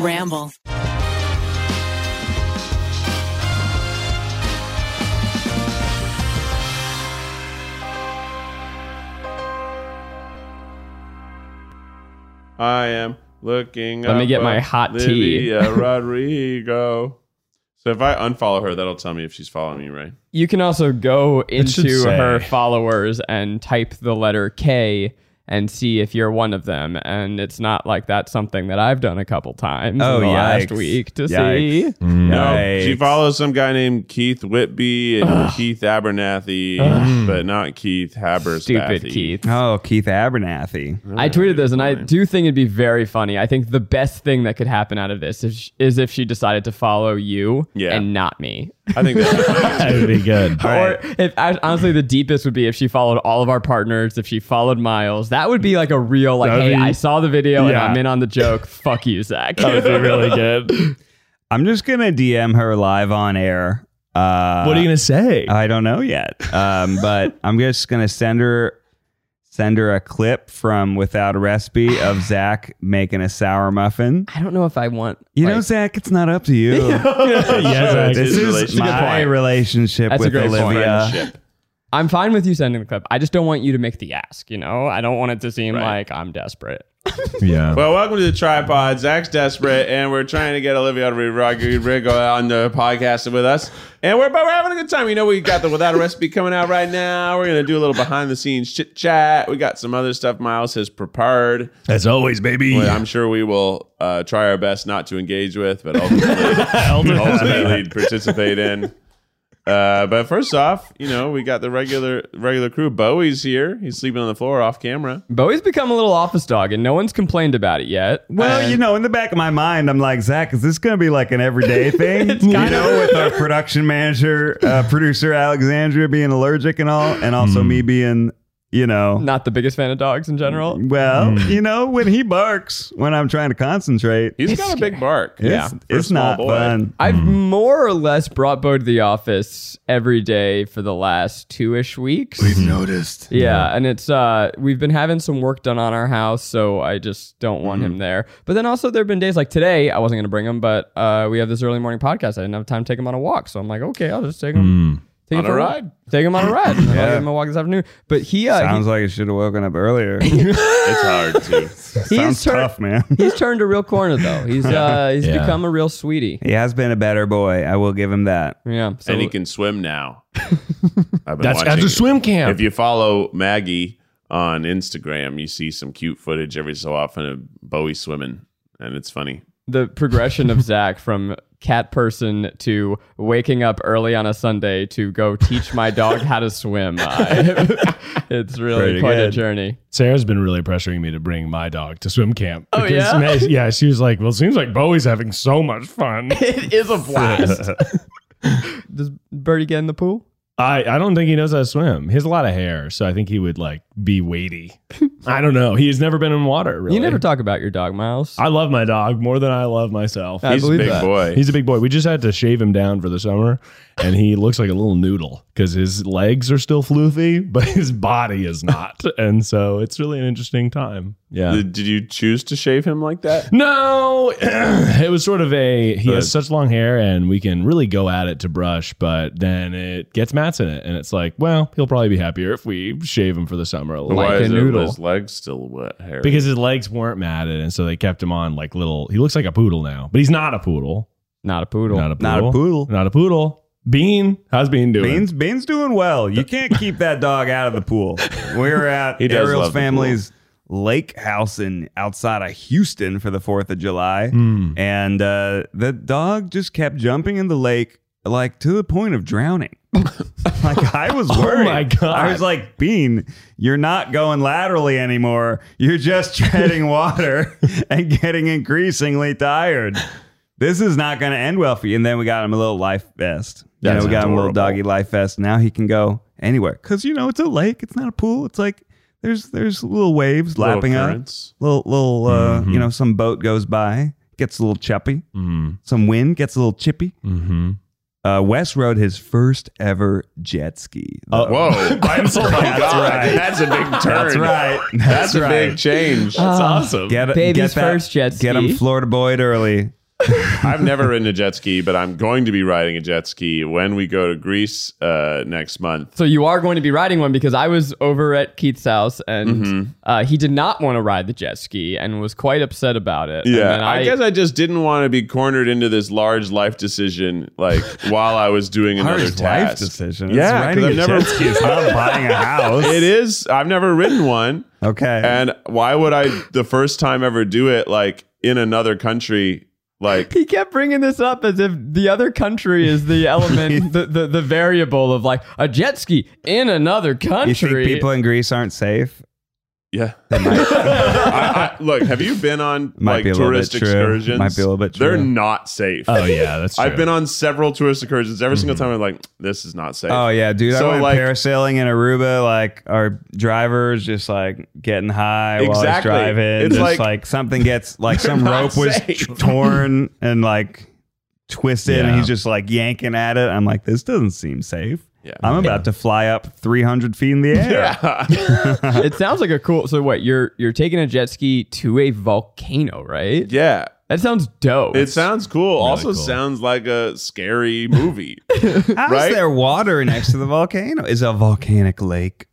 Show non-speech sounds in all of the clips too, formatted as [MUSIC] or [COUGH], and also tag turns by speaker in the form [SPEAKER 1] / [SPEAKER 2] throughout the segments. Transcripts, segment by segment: [SPEAKER 1] Ramble.
[SPEAKER 2] I am looking.
[SPEAKER 3] Let me
[SPEAKER 2] up
[SPEAKER 3] get
[SPEAKER 2] a
[SPEAKER 3] my hot tea. [LAUGHS]
[SPEAKER 2] Lydia Rodrigo. So if I unfollow her, that'll tell me if she's following me, right?
[SPEAKER 3] You can also go
[SPEAKER 4] should
[SPEAKER 3] into
[SPEAKER 4] say.
[SPEAKER 3] her followers and type the letter K and see if you're one of them. And it's not like that's something that I've done a couple times
[SPEAKER 4] Oh,
[SPEAKER 3] in the last
[SPEAKER 4] yikes.
[SPEAKER 3] week to
[SPEAKER 4] Yikes. Mm.
[SPEAKER 3] see.
[SPEAKER 2] No, she
[SPEAKER 4] Yikes.
[SPEAKER 2] follows some guy named Keith Whitby and Keith Abernathy, but not Keith Haberstathy.
[SPEAKER 3] Stupid Keith.
[SPEAKER 4] Oh, Keith Abernathy.
[SPEAKER 3] I tweeted this, and I do think it'd be very funny. I think the best thing that could happen out of this is, is if she decided to follow you
[SPEAKER 2] Yeah.
[SPEAKER 3] and not me.
[SPEAKER 2] I think
[SPEAKER 3] [LAUGHS]
[SPEAKER 2] that
[SPEAKER 4] That would be [LAUGHS] good.
[SPEAKER 3] Or if I, honestly, the deepest would be if she followed all of our partners. If she followed Miles, that would be like a real like,
[SPEAKER 4] That'd
[SPEAKER 3] hey,
[SPEAKER 4] be-
[SPEAKER 3] I saw the video and
[SPEAKER 4] Yeah.
[SPEAKER 3] I'm in on the
[SPEAKER 4] [LAUGHS]
[SPEAKER 3] joke. Fuck you, Zach.
[SPEAKER 4] really
[SPEAKER 3] good.
[SPEAKER 4] I'm just gonna DM her live on air. Uh,
[SPEAKER 5] What are you gonna [LAUGHS] say?
[SPEAKER 4] I don't know yet. [LAUGHS] Um, but I'm just gonna send her send her a clip from Without a Recipe of Zach making a sour muffin.
[SPEAKER 3] [LAUGHS] I don't know if I want.
[SPEAKER 4] You
[SPEAKER 3] like,
[SPEAKER 4] know, Zach, it's not up to [LAUGHS] you.
[SPEAKER 2] Zach.
[SPEAKER 4] this
[SPEAKER 2] It's his
[SPEAKER 4] is
[SPEAKER 2] relationship.
[SPEAKER 4] my
[SPEAKER 2] Good point.
[SPEAKER 4] relationship
[SPEAKER 3] That's a
[SPEAKER 4] with
[SPEAKER 3] great point.
[SPEAKER 4] Olivia.
[SPEAKER 2] friendship.
[SPEAKER 3] I'm fine with you sending the clip. I just don't want you to make the ask. You know, I don't want it to seem
[SPEAKER 2] Right.
[SPEAKER 3] like I'm desperate.
[SPEAKER 5] yeah.
[SPEAKER 2] Well, welcome to the tripod. Zach's desperate, and we're trying to get Olivia Rodrigo on the podcast with us. And we're but we're having a good time. You know, we got the Without a Recipe coming out right now. We're gonna do a little behind the scenes chit chat. We got some other stuff Miles has prepared.
[SPEAKER 5] As always, baby.
[SPEAKER 2] Well, I'm sure we will uh, try our best not to engage with, but
[SPEAKER 4] [LAUGHS]
[SPEAKER 2] ultimately, ultimately participate in. Uh, but first off, you know, we got the regular regular crew. Bowie's here. He's sleeping on the floor off camera.
[SPEAKER 3] Bowie's become a little office dog, and no one's complained about it yet.
[SPEAKER 4] Well,
[SPEAKER 3] And-
[SPEAKER 4] you know, in the back of my mind, I'm like, Zach, is this going to be like
[SPEAKER 3] [LAUGHS]
[SPEAKER 4] an everyday thing? you know, with our production manager, uh, producer Alexandria being allergic and all, and also
[SPEAKER 3] Mm.
[SPEAKER 4] me being, you know,
[SPEAKER 3] not the biggest fan of dogs in general.
[SPEAKER 4] well,
[SPEAKER 3] Mm.
[SPEAKER 4] you know, when he barks when I'm trying to concentrate,
[SPEAKER 2] He's got a big bark.
[SPEAKER 4] it's,
[SPEAKER 2] for a
[SPEAKER 4] it's
[SPEAKER 2] small
[SPEAKER 4] not
[SPEAKER 2] boy.
[SPEAKER 4] fun.
[SPEAKER 3] I've more or less brought Bo to the office every day for the last two ish weeks. We've noticed. Yeah, and it's uh we've been having some work done on our house, so I just don't want
[SPEAKER 4] Hmm.
[SPEAKER 3] him there. But then also there have been days like today, I wasn't gonna bring him, but uh we have this early morning podcast. I didn't have time to take him on a walk. So I'm like, okay, I'll just take
[SPEAKER 4] Hmm.
[SPEAKER 3] him. Take
[SPEAKER 2] On
[SPEAKER 3] him
[SPEAKER 2] a
[SPEAKER 3] for
[SPEAKER 2] ride.
[SPEAKER 3] Take him on a ride. And then I'll give him a walk this afternoon. But he uh
[SPEAKER 4] Sounds like I should have woken
[SPEAKER 3] [LAUGHS]
[SPEAKER 4] up earlier.
[SPEAKER 2] It's hard too.
[SPEAKER 3] he,
[SPEAKER 4] Sounds
[SPEAKER 3] he's tur- [LAUGHS]
[SPEAKER 4] tough, man.
[SPEAKER 3] he's turned a real corner though.
[SPEAKER 4] [LAUGHS]
[SPEAKER 3] He's uh he's
[SPEAKER 5] Yeah.
[SPEAKER 3] become a real sweetie.
[SPEAKER 4] he has been a better boy. I will give him that.
[SPEAKER 3] Yeah. So
[SPEAKER 2] and he can swim
[SPEAKER 4] [LAUGHS]
[SPEAKER 2] now. I've been
[SPEAKER 5] That's
[SPEAKER 2] watching.
[SPEAKER 5] after swim camp.
[SPEAKER 2] If you follow Maggie on Instagram, you see some cute footage every so often of Bowie swimming, and it's funny.
[SPEAKER 3] the progression of Zach from cat person to waking up early on a Sunday to go teach my dog how to swim. I- it's really
[SPEAKER 4] Pretty
[SPEAKER 3] quite a
[SPEAKER 4] good.
[SPEAKER 3] journey.
[SPEAKER 5] Sarah's been really pressuring me to bring my dog to swim camp.
[SPEAKER 3] Oh,
[SPEAKER 5] because
[SPEAKER 3] yeah?
[SPEAKER 5] May- yeah. She was like, "Well, it seems like Bowie's having so much
[SPEAKER 2] [LAUGHS]
[SPEAKER 5] fun."
[SPEAKER 3] It is a blast. Does Birdie get in the pool?
[SPEAKER 5] I I don't think he knows how to swim. He has a lot of hair, so I think he would like
[SPEAKER 2] [LAUGHS]
[SPEAKER 5] be weighty. I don't know. He's never been in water. Really,
[SPEAKER 3] You never talk about your dog, Miles.
[SPEAKER 5] I love my dog more than I love myself.
[SPEAKER 3] I
[SPEAKER 2] He's a
[SPEAKER 3] believe
[SPEAKER 2] big
[SPEAKER 3] that.
[SPEAKER 2] boy.
[SPEAKER 5] He's a big boy. We just had to shave him down for the summer, and he [LAUGHS] looks like a little noodle because his legs are still floofy, [LAUGHS] but his body
[SPEAKER 2] [LAUGHS]
[SPEAKER 5] is not. And so it's really an interesting time. Yeah.
[SPEAKER 2] Did, did you choose to shave him like
[SPEAKER 4] [LAUGHS]
[SPEAKER 2] that?
[SPEAKER 5] No, [CLEARS THROAT] it was sort of a he
[SPEAKER 2] Good.
[SPEAKER 5] has such long hair, and we can really go at it to brush, but then it gets mats in it, and it's like, well, he'll probably be happier if we shave him for the summer a little.
[SPEAKER 2] Why
[SPEAKER 3] a
[SPEAKER 2] is it-
[SPEAKER 3] noodle.
[SPEAKER 2] His legs still wet. Hair.
[SPEAKER 5] because his legs weren't matted, and so they kept him on like little. He looks like a poodle now, but he's not a poodle.
[SPEAKER 3] Not a poodle.
[SPEAKER 5] Not a poodle.
[SPEAKER 4] Not a poodle.
[SPEAKER 5] Not a poodle. Bean, how's Bean doing?
[SPEAKER 4] Bean's Bean's doing
[SPEAKER 2] [LAUGHS]
[SPEAKER 4] well. You can't keep that dog out of the pool. We were at
[SPEAKER 2] He does love
[SPEAKER 4] Ariel's
[SPEAKER 2] the pool.
[SPEAKER 4] family's lake house in outside of Houston for the Fourth of July,
[SPEAKER 5] Mm,
[SPEAKER 2] Mm-hmm.
[SPEAKER 4] and uh, the dog just kept jumping in the lake, like to the point
[SPEAKER 2] [LAUGHS]
[SPEAKER 4] of drowning. like I was
[SPEAKER 2] Oh
[SPEAKER 4] worried.
[SPEAKER 5] my God.
[SPEAKER 4] I was like, Bean, you're not going laterally anymore. You're
[SPEAKER 2] [LAUGHS]
[SPEAKER 4] just treading water and getting increasingly tired. This is not going to end well for you. And then we got him a little life vest. You know,
[SPEAKER 2] That's
[SPEAKER 4] we got him a little
[SPEAKER 2] adorable.
[SPEAKER 4] doggy life vest. Now he can go anywhere because you know it's a lake. It's not a pool. It's like there's there's little waves
[SPEAKER 2] Little
[SPEAKER 4] lapping up.
[SPEAKER 2] currents.
[SPEAKER 4] Little little uh,
[SPEAKER 2] Mm-hmm.
[SPEAKER 4] you know
[SPEAKER 2] Mm.
[SPEAKER 4] some boat goes by, gets a little choppy. Some wind gets a little chippy.
[SPEAKER 5] mm, Mm-hmm.
[SPEAKER 4] Uh, Wes rode his first ever jet ski. though.
[SPEAKER 2] Uh, Whoa. Oh
[SPEAKER 5] By
[SPEAKER 4] [LAUGHS]
[SPEAKER 5] himself.
[SPEAKER 4] That's right.
[SPEAKER 2] That's a big turn. [LAUGHS]
[SPEAKER 4] That's right. That's,
[SPEAKER 2] That's a
[SPEAKER 4] right.
[SPEAKER 2] big change.
[SPEAKER 5] That's
[SPEAKER 3] Ah.
[SPEAKER 5] awesome.
[SPEAKER 4] Get,
[SPEAKER 3] Baby's
[SPEAKER 4] get that-
[SPEAKER 3] first jet
[SPEAKER 4] Get him
[SPEAKER 3] ski.
[SPEAKER 4] Florida Boyd early.
[SPEAKER 2] I've never ridden a jet ski, but I'm going to be riding a jet ski when we go to Greece uh, next month.
[SPEAKER 3] So you are going to be riding one because I was over at Keith's house and uh, he did not want to ride the jet ski and was quite upset about it. And then
[SPEAKER 2] Yeah,
[SPEAKER 3] I,
[SPEAKER 2] I, guess I just didn't want to be cornered into this large life decision,
[SPEAKER 4] [LAUGHS]
[SPEAKER 2] like while I was doing another
[SPEAKER 4] Hardest life
[SPEAKER 2] task.
[SPEAKER 4] decision.
[SPEAKER 2] Yeah, 'cause
[SPEAKER 4] it's riding
[SPEAKER 2] I've
[SPEAKER 4] a
[SPEAKER 2] never-
[SPEAKER 4] jet ski.
[SPEAKER 2] [LAUGHS]
[SPEAKER 4] It's not buying a house.
[SPEAKER 2] It is. I've never ridden
[SPEAKER 4] [LAUGHS]
[SPEAKER 2] one,
[SPEAKER 4] Okay.
[SPEAKER 2] and why would I the first time ever do it like in another country?
[SPEAKER 4] [LAUGHS]
[SPEAKER 2] Like
[SPEAKER 3] he kept bringing this up as if the other country is the element, the, the, the variable of like a jet ski in another
[SPEAKER 4] you think
[SPEAKER 3] country.
[SPEAKER 4] people in Greece aren't safe?
[SPEAKER 2] Yeah. [LAUGHS] I, I, look, have you been on
[SPEAKER 4] Might
[SPEAKER 2] like
[SPEAKER 4] be a little bit
[SPEAKER 2] tourist
[SPEAKER 4] true.
[SPEAKER 2] excursions?
[SPEAKER 4] Might be a little bit
[SPEAKER 2] They're
[SPEAKER 4] true.
[SPEAKER 2] not safe.
[SPEAKER 5] Oh yeah, that's
[SPEAKER 2] [LAUGHS]
[SPEAKER 5] true.
[SPEAKER 2] I've been on several tourist excursions. Every single time, I'm like, this is not safe.
[SPEAKER 4] Mm-hmm. Oh yeah, dude.
[SPEAKER 2] So,
[SPEAKER 4] I went
[SPEAKER 2] like-
[SPEAKER 4] parasailing in Aruba. Like our drivers just like getting high while he's
[SPEAKER 2] Exactly.
[SPEAKER 4] driving.
[SPEAKER 2] It's
[SPEAKER 4] just
[SPEAKER 2] like-
[SPEAKER 4] like,
[SPEAKER 2] [LAUGHS]
[SPEAKER 4] something gets like some
[SPEAKER 2] not
[SPEAKER 4] rope was
[SPEAKER 2] safe.
[SPEAKER 4] torn and like twisted,
[SPEAKER 5] Yeah.
[SPEAKER 4] and he's just like yanking at it. I'm like, this doesn't seem safe.
[SPEAKER 2] Yeah.
[SPEAKER 4] I'm about to fly up 300 feet in the air.
[SPEAKER 2] [LAUGHS] yeah.
[SPEAKER 3] it sounds like a cool. So what? You're you're taking a jet ski to a volcano, right?
[SPEAKER 4] [LAUGHS]
[SPEAKER 2] yeah.
[SPEAKER 3] That sounds dope.
[SPEAKER 2] It sounds cool. also
[SPEAKER 5] cool.
[SPEAKER 2] sounds like a scary movie.
[SPEAKER 4] How's
[SPEAKER 2] Right?
[SPEAKER 4] there water next to the volcano? Is it a volcanic lake?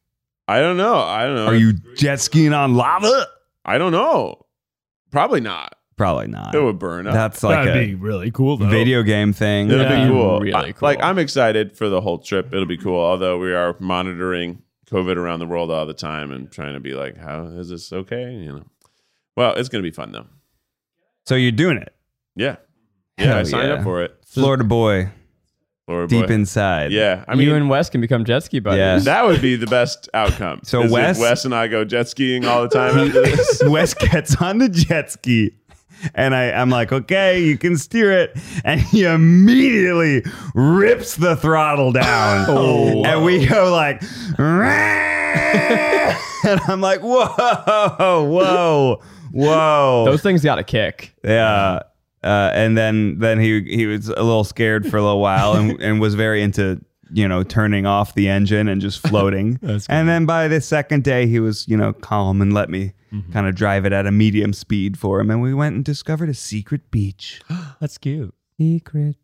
[SPEAKER 2] I don't know. I don't know.
[SPEAKER 4] Are you jet skiing on lava?
[SPEAKER 2] I don't know. Probably not.
[SPEAKER 4] Probably not.
[SPEAKER 2] It would burn up.
[SPEAKER 4] That's like
[SPEAKER 5] That'd
[SPEAKER 4] a
[SPEAKER 5] be really cool though.
[SPEAKER 4] video game thing.
[SPEAKER 2] It'll
[SPEAKER 3] Yeah.
[SPEAKER 2] be cool.
[SPEAKER 3] Really
[SPEAKER 2] I-
[SPEAKER 3] cool.
[SPEAKER 2] like I'm excited for the whole trip. It'll be cool. Although we are monitoring COVID around the world all the time and trying to be like, how is this okay? You know. Well, it's gonna be fun though.
[SPEAKER 4] So you're doing it.
[SPEAKER 2] Yeah. Yeah, I
[SPEAKER 4] Hell
[SPEAKER 2] signed
[SPEAKER 4] yeah.
[SPEAKER 2] up for it.
[SPEAKER 4] Florida boy,
[SPEAKER 2] Florida
[SPEAKER 4] deep
[SPEAKER 2] boy.
[SPEAKER 4] inside.
[SPEAKER 2] Yeah. I
[SPEAKER 3] you
[SPEAKER 2] mean
[SPEAKER 3] and Wes can become jet ski buddies.
[SPEAKER 4] Yeah.
[SPEAKER 2] that would be the
[SPEAKER 4] [LAUGHS]
[SPEAKER 2] best outcome.
[SPEAKER 4] So
[SPEAKER 2] is if
[SPEAKER 4] Wes-
[SPEAKER 2] Wes and I go jet skiing all the time after
[SPEAKER 4] [LAUGHS]
[SPEAKER 2] this.
[SPEAKER 4] [LAUGHS] Wes gets on the jet ski. And I, I'm like, okay, you can steer it. And he immediately rips the
[SPEAKER 2] [LAUGHS]
[SPEAKER 4] throttle down.
[SPEAKER 2] Oh,
[SPEAKER 4] and we go like, "Rah!" [LAUGHS] and I'm like, whoa, whoa, whoa.
[SPEAKER 3] Those things got a kick.
[SPEAKER 4] Yeah. Uh, and then then he he was a little scared for a little while
[SPEAKER 5] [LAUGHS]
[SPEAKER 4] and, and was very into you know turning off the engine and just floating.
[SPEAKER 5] [LAUGHS] That's good.
[SPEAKER 4] and then by the second day he was you know calm and let me
[SPEAKER 5] Mm-hmm.
[SPEAKER 4] kind of drive it at a medium speed for him. And we went and discovered a secret beach.
[SPEAKER 3] That's cute. Secret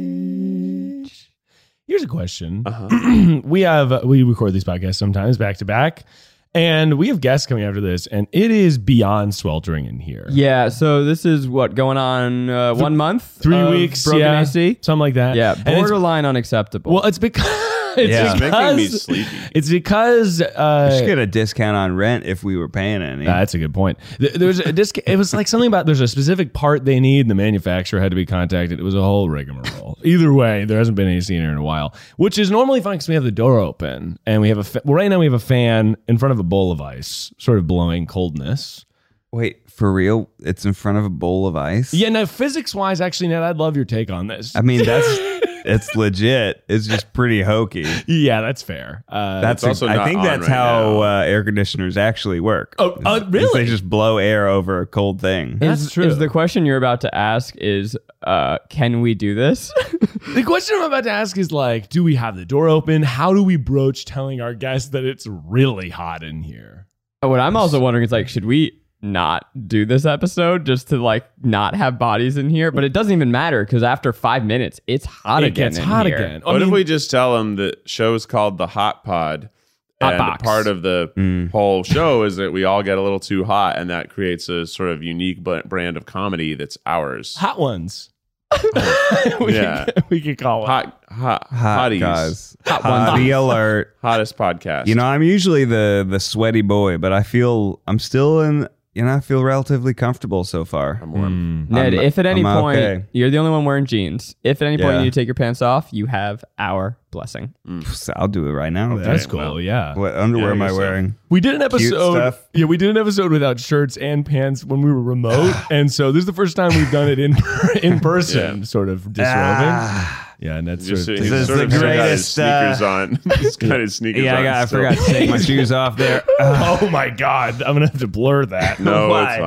[SPEAKER 3] beach.
[SPEAKER 5] Here's a question. [CLEARS THROAT] we have we record these podcasts sometimes back to back, and we have guests coming after this, and it is beyond sweltering in here.
[SPEAKER 3] Yeah. So this is what going on uh, one month,
[SPEAKER 5] three
[SPEAKER 3] of
[SPEAKER 5] weeks,
[SPEAKER 3] broken
[SPEAKER 5] yeah,
[SPEAKER 3] AC.
[SPEAKER 5] something like that.
[SPEAKER 3] Yeah,
[SPEAKER 5] and it's,
[SPEAKER 3] borderline unacceptable.
[SPEAKER 5] well, it's because [LAUGHS] it's
[SPEAKER 4] Yeah.
[SPEAKER 2] It's making me
[SPEAKER 5] because
[SPEAKER 2] sleepy.
[SPEAKER 5] it's because
[SPEAKER 4] We
[SPEAKER 5] uh,
[SPEAKER 4] should get a discount on rent if we were paying any.
[SPEAKER 5] Ah, that's a good point. Th- There was a disc- it was like something about there's a specific part they need, and the manufacturer had to be contacted. It was a whole rigmarole. Either way, there hasn't been AC in here in a while, which is normally fine because we have the door open and we have a fa- well, right now we have a fan in front of a bowl of ice, sort of blowing coldness.
[SPEAKER 4] Wait, for real? It's in front of a bowl of ice.
[SPEAKER 5] Yeah, no, physics wise, actually, Ned, I'd love your take on this.
[SPEAKER 4] I mean
[SPEAKER 5] [LAUGHS]
[SPEAKER 4] that's it's legit. It's just pretty hokey.
[SPEAKER 5] yeah, that's fair. Uh,
[SPEAKER 4] That's
[SPEAKER 2] It's also
[SPEAKER 4] I
[SPEAKER 2] not
[SPEAKER 4] think
[SPEAKER 2] on
[SPEAKER 4] that's
[SPEAKER 2] right
[SPEAKER 4] how uh, air conditioners actually work.
[SPEAKER 5] Oh,
[SPEAKER 4] Is-
[SPEAKER 5] uh,
[SPEAKER 4] is
[SPEAKER 5] really?
[SPEAKER 4] They just blow air over a cold thing.
[SPEAKER 5] That's
[SPEAKER 3] is,
[SPEAKER 5] true.
[SPEAKER 3] Is the question you're about to ask is, uh, can we do this? [LAUGHS]
[SPEAKER 5] the question I'm about to ask is like, do we have the door open? How do we broach telling our guests that it's really hot in here?
[SPEAKER 3] Uh, what I'm also wondering is like, should we not do this episode just to like not have bodies in here? But it doesn't even matter because after five minutes, it's hot
[SPEAKER 5] it
[SPEAKER 3] again.
[SPEAKER 5] gets
[SPEAKER 3] in
[SPEAKER 5] hot
[SPEAKER 3] here.
[SPEAKER 5] again. I
[SPEAKER 2] What if
[SPEAKER 5] mean-
[SPEAKER 2] we just tell them the show is called the Hot Pod?
[SPEAKER 3] Hot
[SPEAKER 2] and
[SPEAKER 3] box.
[SPEAKER 2] part of the
[SPEAKER 4] Mm.
[SPEAKER 2] whole show is that we all get a little too hot, and that creates a sort of unique bl- brand of comedy that's ours.
[SPEAKER 5] hot ones. we,
[SPEAKER 2] Yeah.
[SPEAKER 5] could, we could call it.
[SPEAKER 2] Hot, hot,
[SPEAKER 4] Hot
[SPEAKER 2] hotties,
[SPEAKER 4] guys.
[SPEAKER 3] Hot
[SPEAKER 4] Hottie alert.
[SPEAKER 2] hottest podcast.
[SPEAKER 4] You know, I'm usually the the sweaty boy, but I feel I'm still in. You know, I feel relatively comfortable so far.
[SPEAKER 2] I'm warm.
[SPEAKER 5] Hmm,
[SPEAKER 3] Ned,
[SPEAKER 4] I'm-
[SPEAKER 3] if at any
[SPEAKER 4] I'm
[SPEAKER 3] point
[SPEAKER 4] okay.
[SPEAKER 3] you're the only one wearing jeans, if at any point
[SPEAKER 4] Yeah.
[SPEAKER 3] you need to take your pants off, you have our blessing.
[SPEAKER 4] So I'll do it right now. then.
[SPEAKER 5] That's cool. yeah.
[SPEAKER 4] What underwear
[SPEAKER 2] Yeah, I
[SPEAKER 4] am I
[SPEAKER 2] guess so.
[SPEAKER 4] wearing?
[SPEAKER 5] We did an episode.
[SPEAKER 4] stuff.
[SPEAKER 5] Yeah, we did an episode without shirts and pants when we were remote, and so this is the first time we've done it in in person, sort of disrobing.
[SPEAKER 4] Ah.
[SPEAKER 5] Yeah, and that's
[SPEAKER 2] Just,
[SPEAKER 5] sort
[SPEAKER 2] he's
[SPEAKER 5] of,
[SPEAKER 4] is
[SPEAKER 2] sort
[SPEAKER 4] the
[SPEAKER 2] of still got his
[SPEAKER 4] greatest, uh,
[SPEAKER 2] sneakers on.
[SPEAKER 4] [LAUGHS]
[SPEAKER 2] he's got his sneakers
[SPEAKER 4] Yeah, I,
[SPEAKER 2] on.
[SPEAKER 4] got, I
[SPEAKER 2] still.
[SPEAKER 4] forgot to take my shoes off there. Uh,
[SPEAKER 5] oh my god, I'm gonna have to blur that.
[SPEAKER 2] No,
[SPEAKER 4] Why?
[SPEAKER 2] it's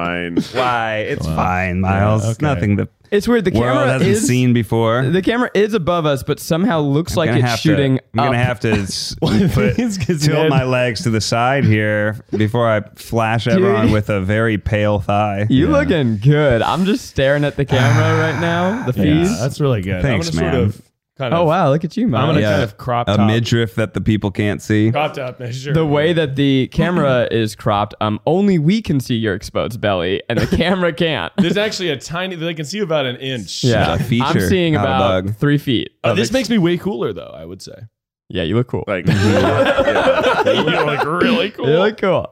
[SPEAKER 2] fine.
[SPEAKER 4] why? It's fine, Miles.
[SPEAKER 5] Yeah,
[SPEAKER 4] It's
[SPEAKER 5] okay.
[SPEAKER 4] Nothing to.
[SPEAKER 3] It's weird. The
[SPEAKER 4] world
[SPEAKER 3] camera
[SPEAKER 4] hasn't
[SPEAKER 3] is
[SPEAKER 4] seen before.
[SPEAKER 3] the camera is above us, but somehow looks like
[SPEAKER 4] Gonna
[SPEAKER 3] it's
[SPEAKER 4] have
[SPEAKER 3] shooting.
[SPEAKER 4] To, I'm gonna
[SPEAKER 3] up.
[SPEAKER 4] have to s-
[SPEAKER 5] it
[SPEAKER 4] put,
[SPEAKER 5] means 'cause
[SPEAKER 4] tilt
[SPEAKER 5] Ned-
[SPEAKER 4] my legs to the side here before I flash everyone with a very pale thigh.
[SPEAKER 3] You looking good? I'm just staring at the camera right now. The
[SPEAKER 5] Yeah,
[SPEAKER 3] feed.
[SPEAKER 5] that's really good.
[SPEAKER 4] Thanks,
[SPEAKER 5] I'm gonna
[SPEAKER 4] man.
[SPEAKER 5] Sort of, kind of,
[SPEAKER 3] oh wow, look at you,
[SPEAKER 5] I'm
[SPEAKER 3] man.
[SPEAKER 5] gonna
[SPEAKER 4] Yeah.
[SPEAKER 5] kind of crop
[SPEAKER 4] a
[SPEAKER 5] top,
[SPEAKER 4] midriff that the people can't see.
[SPEAKER 5] crop top measure.
[SPEAKER 3] The way that the
[SPEAKER 4] [LAUGHS]
[SPEAKER 3] camera is cropped, um, only we can see your exposed belly, and
[SPEAKER 4] [LAUGHS]
[SPEAKER 3] the camera can't.
[SPEAKER 5] there's actually a tiny. They can see about an inch.
[SPEAKER 3] yeah,
[SPEAKER 4] a feature,
[SPEAKER 3] I'm seeing
[SPEAKER 4] not a
[SPEAKER 3] about
[SPEAKER 4] bug.
[SPEAKER 3] three feet.
[SPEAKER 5] Uh,
[SPEAKER 3] of
[SPEAKER 5] this
[SPEAKER 3] ex-
[SPEAKER 5] makes me way cooler, though. I would say.
[SPEAKER 3] yeah, you look cool.
[SPEAKER 4] [LAUGHS]
[SPEAKER 2] Like, oh yeah.
[SPEAKER 5] you look really cool.
[SPEAKER 3] You look cool.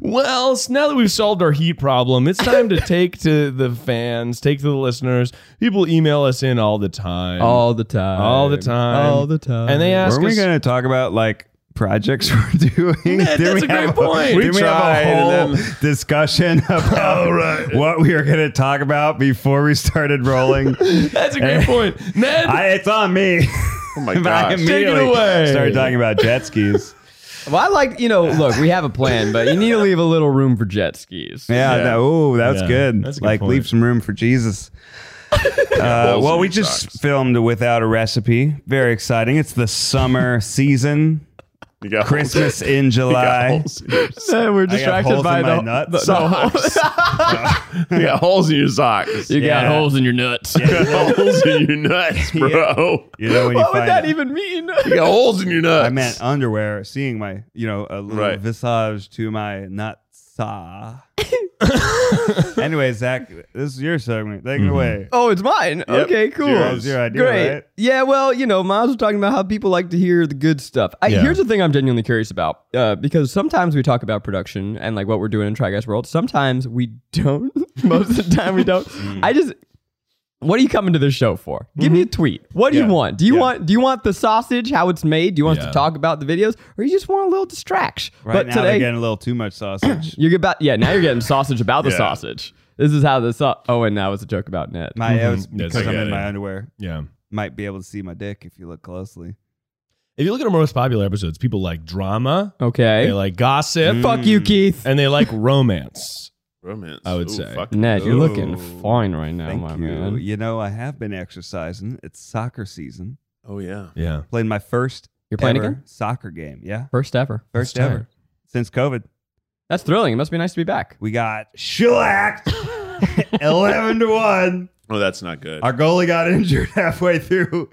[SPEAKER 5] Well, s- now that we've solved our heat problem, it's time to take to the fans, take to the listeners. People email us in all the time.
[SPEAKER 3] All the time.
[SPEAKER 5] All the time.
[SPEAKER 3] All the time.
[SPEAKER 5] and they ask
[SPEAKER 4] Were we
[SPEAKER 5] us.
[SPEAKER 4] gonna talk about like projects [LAUGHS] we're doing?
[SPEAKER 5] Yeah,
[SPEAKER 4] Did
[SPEAKER 5] that's
[SPEAKER 4] we
[SPEAKER 5] a great
[SPEAKER 4] have
[SPEAKER 5] point.
[SPEAKER 4] did
[SPEAKER 5] We
[SPEAKER 4] we
[SPEAKER 2] tried,
[SPEAKER 4] have a whole
[SPEAKER 2] and
[SPEAKER 4] discussion [LAUGHS] about what we were gonna talk about before we started rolling?
[SPEAKER 5] [LAUGHS] that's a
[SPEAKER 4] [LAUGHS]
[SPEAKER 5] great point, Ned.
[SPEAKER 4] I, it's on me. [LAUGHS]
[SPEAKER 2] oh my
[SPEAKER 4] But I
[SPEAKER 2] gosh.
[SPEAKER 4] immediately
[SPEAKER 5] away.
[SPEAKER 4] Started talking about jet skis.
[SPEAKER 3] Well, I like, you
[SPEAKER 4] [LAUGHS]
[SPEAKER 3] know, look, we have a plan, but you need to leave a little room for jet skis.
[SPEAKER 4] Yeah.
[SPEAKER 2] Yeah.
[SPEAKER 4] That, ooh, that's
[SPEAKER 5] Yeah,
[SPEAKER 4] good.
[SPEAKER 5] that's a good
[SPEAKER 4] like
[SPEAKER 5] point.
[SPEAKER 4] leave some room
[SPEAKER 2] [LAUGHS]
[SPEAKER 4] for Jesus. Uh, well, we just filmed without a recipe. Very exciting. It's
[SPEAKER 2] [LAUGHS]
[SPEAKER 4] the summer season.
[SPEAKER 2] You got
[SPEAKER 4] Christmas in
[SPEAKER 2] holes- [LAUGHS] you got
[SPEAKER 4] July.
[SPEAKER 2] holes in your socks.
[SPEAKER 3] So we're
[SPEAKER 4] I got
[SPEAKER 3] distracted
[SPEAKER 4] holes
[SPEAKER 3] by
[SPEAKER 4] in
[SPEAKER 3] the,
[SPEAKER 4] my nuts.
[SPEAKER 3] the-
[SPEAKER 2] Socks. you got holes in your socks.
[SPEAKER 3] You
[SPEAKER 4] Yeah.
[SPEAKER 3] got holes in your
[SPEAKER 4] [LAUGHS]
[SPEAKER 3] nuts.
[SPEAKER 2] You got holes in your nuts, bro.
[SPEAKER 4] You know when you
[SPEAKER 3] What would
[SPEAKER 4] find
[SPEAKER 3] that even
[SPEAKER 4] [LAUGHS]
[SPEAKER 3] mean?
[SPEAKER 2] You got holes in your nuts.
[SPEAKER 4] I meant uh, underwear, seeing my, you know, a little
[SPEAKER 2] Right.
[SPEAKER 4] visage to my nut saw. anyway, Zach, this is your segment. Take it away.
[SPEAKER 3] Oh, it's mine. Okay, cool.
[SPEAKER 4] Zero- That was your idea,
[SPEAKER 3] Great.
[SPEAKER 4] right?
[SPEAKER 3] Yeah, well, you know, Miles was talking about how people like to hear the good stuff. I,
[SPEAKER 5] Yeah.
[SPEAKER 3] Here's the thing I'm genuinely curious about uh, because sometimes we talk about production and like what we're doing in Try Guys World. Sometimes we don't. [LAUGHS] Most of the time we don't.
[SPEAKER 4] Mm.
[SPEAKER 3] I just. What are you coming to this show for? Give me a tweet. What do
[SPEAKER 4] Mm-hmm. Yeah.
[SPEAKER 3] you want? Do you
[SPEAKER 4] Yeah.
[SPEAKER 3] want do you want the sausage, how it's made? Do you want us
[SPEAKER 5] Yeah.
[SPEAKER 3] to talk about the videos? Or you just want a little distraction?
[SPEAKER 4] Right
[SPEAKER 3] but
[SPEAKER 4] now, they're
[SPEAKER 3] today
[SPEAKER 4] getting a little too much
[SPEAKER 3] [CLEARS THROAT]
[SPEAKER 4] sausage.
[SPEAKER 3] you're about yeah, now you're getting sausage about the
[SPEAKER 2] Yeah.
[SPEAKER 3] sausage. This is how the sau- oh and that was a joke about Ned.
[SPEAKER 4] My, it was
[SPEAKER 5] Mhm. Yes,
[SPEAKER 4] because
[SPEAKER 5] I
[SPEAKER 4] I'm
[SPEAKER 5] get
[SPEAKER 4] in
[SPEAKER 5] it.
[SPEAKER 4] my underwear.
[SPEAKER 5] yeah.
[SPEAKER 4] Might be able to see my dick if you look closely.
[SPEAKER 5] If you look at our most popular episodes, people like drama,
[SPEAKER 3] Okay.
[SPEAKER 5] they like
[SPEAKER 4] Mm.
[SPEAKER 5] gossip,
[SPEAKER 3] Fuck you, Keith.
[SPEAKER 5] and they like romance.
[SPEAKER 2] Romance.
[SPEAKER 5] I would
[SPEAKER 2] Ooh,
[SPEAKER 5] say.
[SPEAKER 2] fuck.
[SPEAKER 3] Ned, you're looking
[SPEAKER 2] Ooh.
[SPEAKER 3] fine right now,
[SPEAKER 4] Thank
[SPEAKER 3] Oh, my
[SPEAKER 4] you.
[SPEAKER 3] man.
[SPEAKER 4] You know, I have been exercising. It's soccer season.
[SPEAKER 2] Oh yeah.
[SPEAKER 5] Yeah.
[SPEAKER 4] Played my first
[SPEAKER 3] You're playing
[SPEAKER 4] ever
[SPEAKER 3] again?
[SPEAKER 4] soccer game. Yeah.
[SPEAKER 3] First ever.
[SPEAKER 4] First
[SPEAKER 5] tight.
[SPEAKER 4] ever since COVID.
[SPEAKER 3] That's thrilling. It must be nice to be [LAUGHS] back.
[SPEAKER 4] We got
[SPEAKER 3] [LAUGHS]
[SPEAKER 4] shellacked 11 to 1.
[SPEAKER 2] Oh, that's not good.
[SPEAKER 4] Our goalie got injured [LAUGHS] halfway through.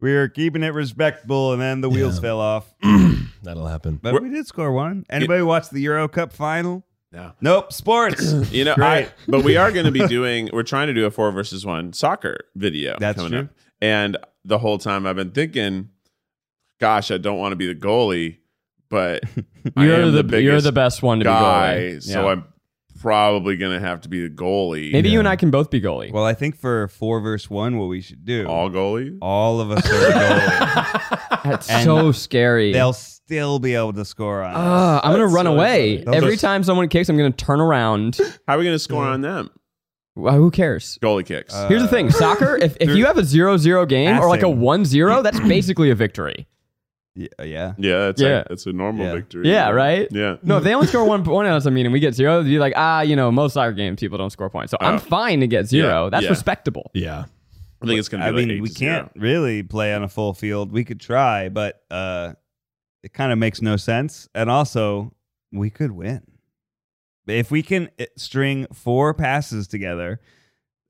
[SPEAKER 4] We were keeping it respectable, and then the wheels
[SPEAKER 5] Yeah.
[SPEAKER 4] fell off.
[SPEAKER 5] [CLEARS THROAT] That'll happen.
[SPEAKER 4] But we did score one. Anybody watch the Euro Cup final?
[SPEAKER 2] No.
[SPEAKER 4] Nope. Sports.
[SPEAKER 3] [COUGHS]
[SPEAKER 2] You know,
[SPEAKER 4] Great.
[SPEAKER 2] I, but we are going to
[SPEAKER 3] [LAUGHS]
[SPEAKER 2] be doing. We're trying to do a four versus one soccer video.
[SPEAKER 4] That's
[SPEAKER 2] coming
[SPEAKER 4] true.
[SPEAKER 2] Up. And the whole time I've been thinking, gosh, I don't want to be the goalie, but
[SPEAKER 3] [LAUGHS]
[SPEAKER 2] I
[SPEAKER 3] You're
[SPEAKER 2] am
[SPEAKER 3] the,
[SPEAKER 2] the, biggest
[SPEAKER 3] you're the best one to
[SPEAKER 2] guy,
[SPEAKER 3] be goalie.
[SPEAKER 2] so
[SPEAKER 3] Yeah.
[SPEAKER 2] I'm probably going to have to be the goalie.
[SPEAKER 3] Maybe you and I can both be goalie.
[SPEAKER 4] well, I think for four versus one, what we should do, all,
[SPEAKER 2] all goalie.
[SPEAKER 4] of us are
[SPEAKER 2] [LAUGHS]
[SPEAKER 4] the goalie.
[SPEAKER 3] That's
[SPEAKER 4] and
[SPEAKER 3] so scary.
[SPEAKER 4] They'll still be able to score on us.
[SPEAKER 3] Ah, I'm gonna run away.
[SPEAKER 4] funny.
[SPEAKER 3] Every
[SPEAKER 4] Those-
[SPEAKER 3] time someone kicks, I'm gonna turn [LAUGHS] around.
[SPEAKER 2] How are we going to score on them?
[SPEAKER 3] Well, who cares?
[SPEAKER 2] Goalie kicks.
[SPEAKER 3] Here's the thing, soccer. If, [LAUGHS] if you have a 0-0 game or like a
[SPEAKER 4] Passing.
[SPEAKER 3] 1-0, [CLEARS THROAT] that's basically a victory.
[SPEAKER 4] Yeah. yeah.
[SPEAKER 2] yeah, that's
[SPEAKER 3] yeah.
[SPEAKER 2] A, that's a normal
[SPEAKER 4] Yeah.
[SPEAKER 2] victory.
[SPEAKER 3] Yeah, right.
[SPEAKER 2] Yeah.
[SPEAKER 3] No, if they only score one point on us, I mean, and we get zero, they'd be like, ah, you know, most soccer games people don't score points, so
[SPEAKER 2] Oh.
[SPEAKER 3] I'm fine to get zero.
[SPEAKER 2] Yeah,
[SPEAKER 3] That's
[SPEAKER 2] yeah.
[SPEAKER 3] respectable.
[SPEAKER 5] Yeah.
[SPEAKER 2] I think it's going to
[SPEAKER 4] I
[SPEAKER 2] be. like
[SPEAKER 4] mean,
[SPEAKER 2] eight
[SPEAKER 4] we
[SPEAKER 2] to zero.
[SPEAKER 4] can't really play on a full field. We could try, but uh, it kind of makes no sense. And also, we could win if we can eh, string four passes together.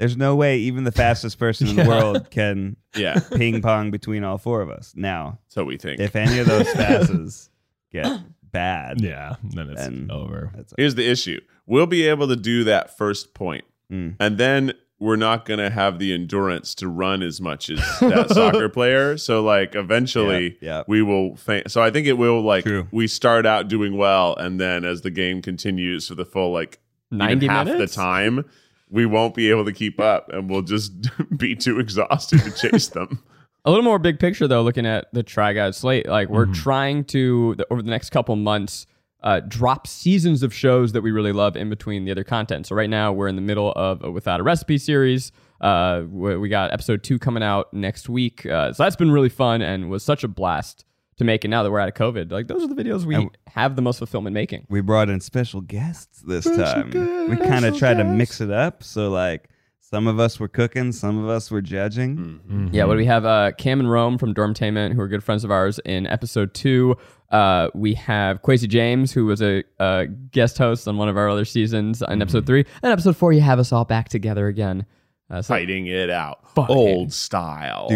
[SPEAKER 4] There's no way even the fastest person in the
[SPEAKER 5] [LAUGHS] Yeah.
[SPEAKER 4] world can
[SPEAKER 2] Yeah,
[SPEAKER 4] ping pong between all four of us. Now,
[SPEAKER 2] so we think.
[SPEAKER 4] if any of those passes get bad,
[SPEAKER 5] Yeah. Then it's
[SPEAKER 4] And-
[SPEAKER 5] over.
[SPEAKER 4] that's
[SPEAKER 2] Here's the issue: we'll be able to do that first point.
[SPEAKER 4] Mm.
[SPEAKER 2] and then we're not going to have the endurance to run as much as
[SPEAKER 4] [LAUGHS]
[SPEAKER 2] that soccer player. So like eventually
[SPEAKER 4] Yeah, yeah.
[SPEAKER 2] we will faint. So I think it will like
[SPEAKER 4] True.
[SPEAKER 2] we start out doing well and then as the game continues for the full like even
[SPEAKER 3] 90
[SPEAKER 2] half
[SPEAKER 3] minutes?
[SPEAKER 2] the time we won't be able to keep up and we'll just [LAUGHS] be too exhausted to chase
[SPEAKER 3] [LAUGHS]
[SPEAKER 2] them.
[SPEAKER 3] A little more big picture though, looking at the Try Guys slate, like
[SPEAKER 2] Mm-hmm.
[SPEAKER 3] we're trying to the, over the next couple months uh, drop seasons of shows that we really love in between the other content. So right now we're in the middle of a Without a Recipe series. Uh, we we got episode two coming out next week, uh, so that's been really fun and was such a blast to make. And now that we're out of COVID, like those are the videos we
[SPEAKER 4] And-
[SPEAKER 3] have the most fulfillment making.
[SPEAKER 4] we brought in special guests this time. we kind of tried to mix it up. So like Some of us were cooking, some of us were judging.
[SPEAKER 3] Yeah, what do we have? Uh, Cam and Rome from Dormtainment, who are good friends of ours in episode two. Uh, we have Quasi James, who was a, uh guest host on one of our other seasons in episode three. And episode four, you have us all back together again. Uh, so
[SPEAKER 2] Fighting it out.
[SPEAKER 3] Fuck
[SPEAKER 2] Old style.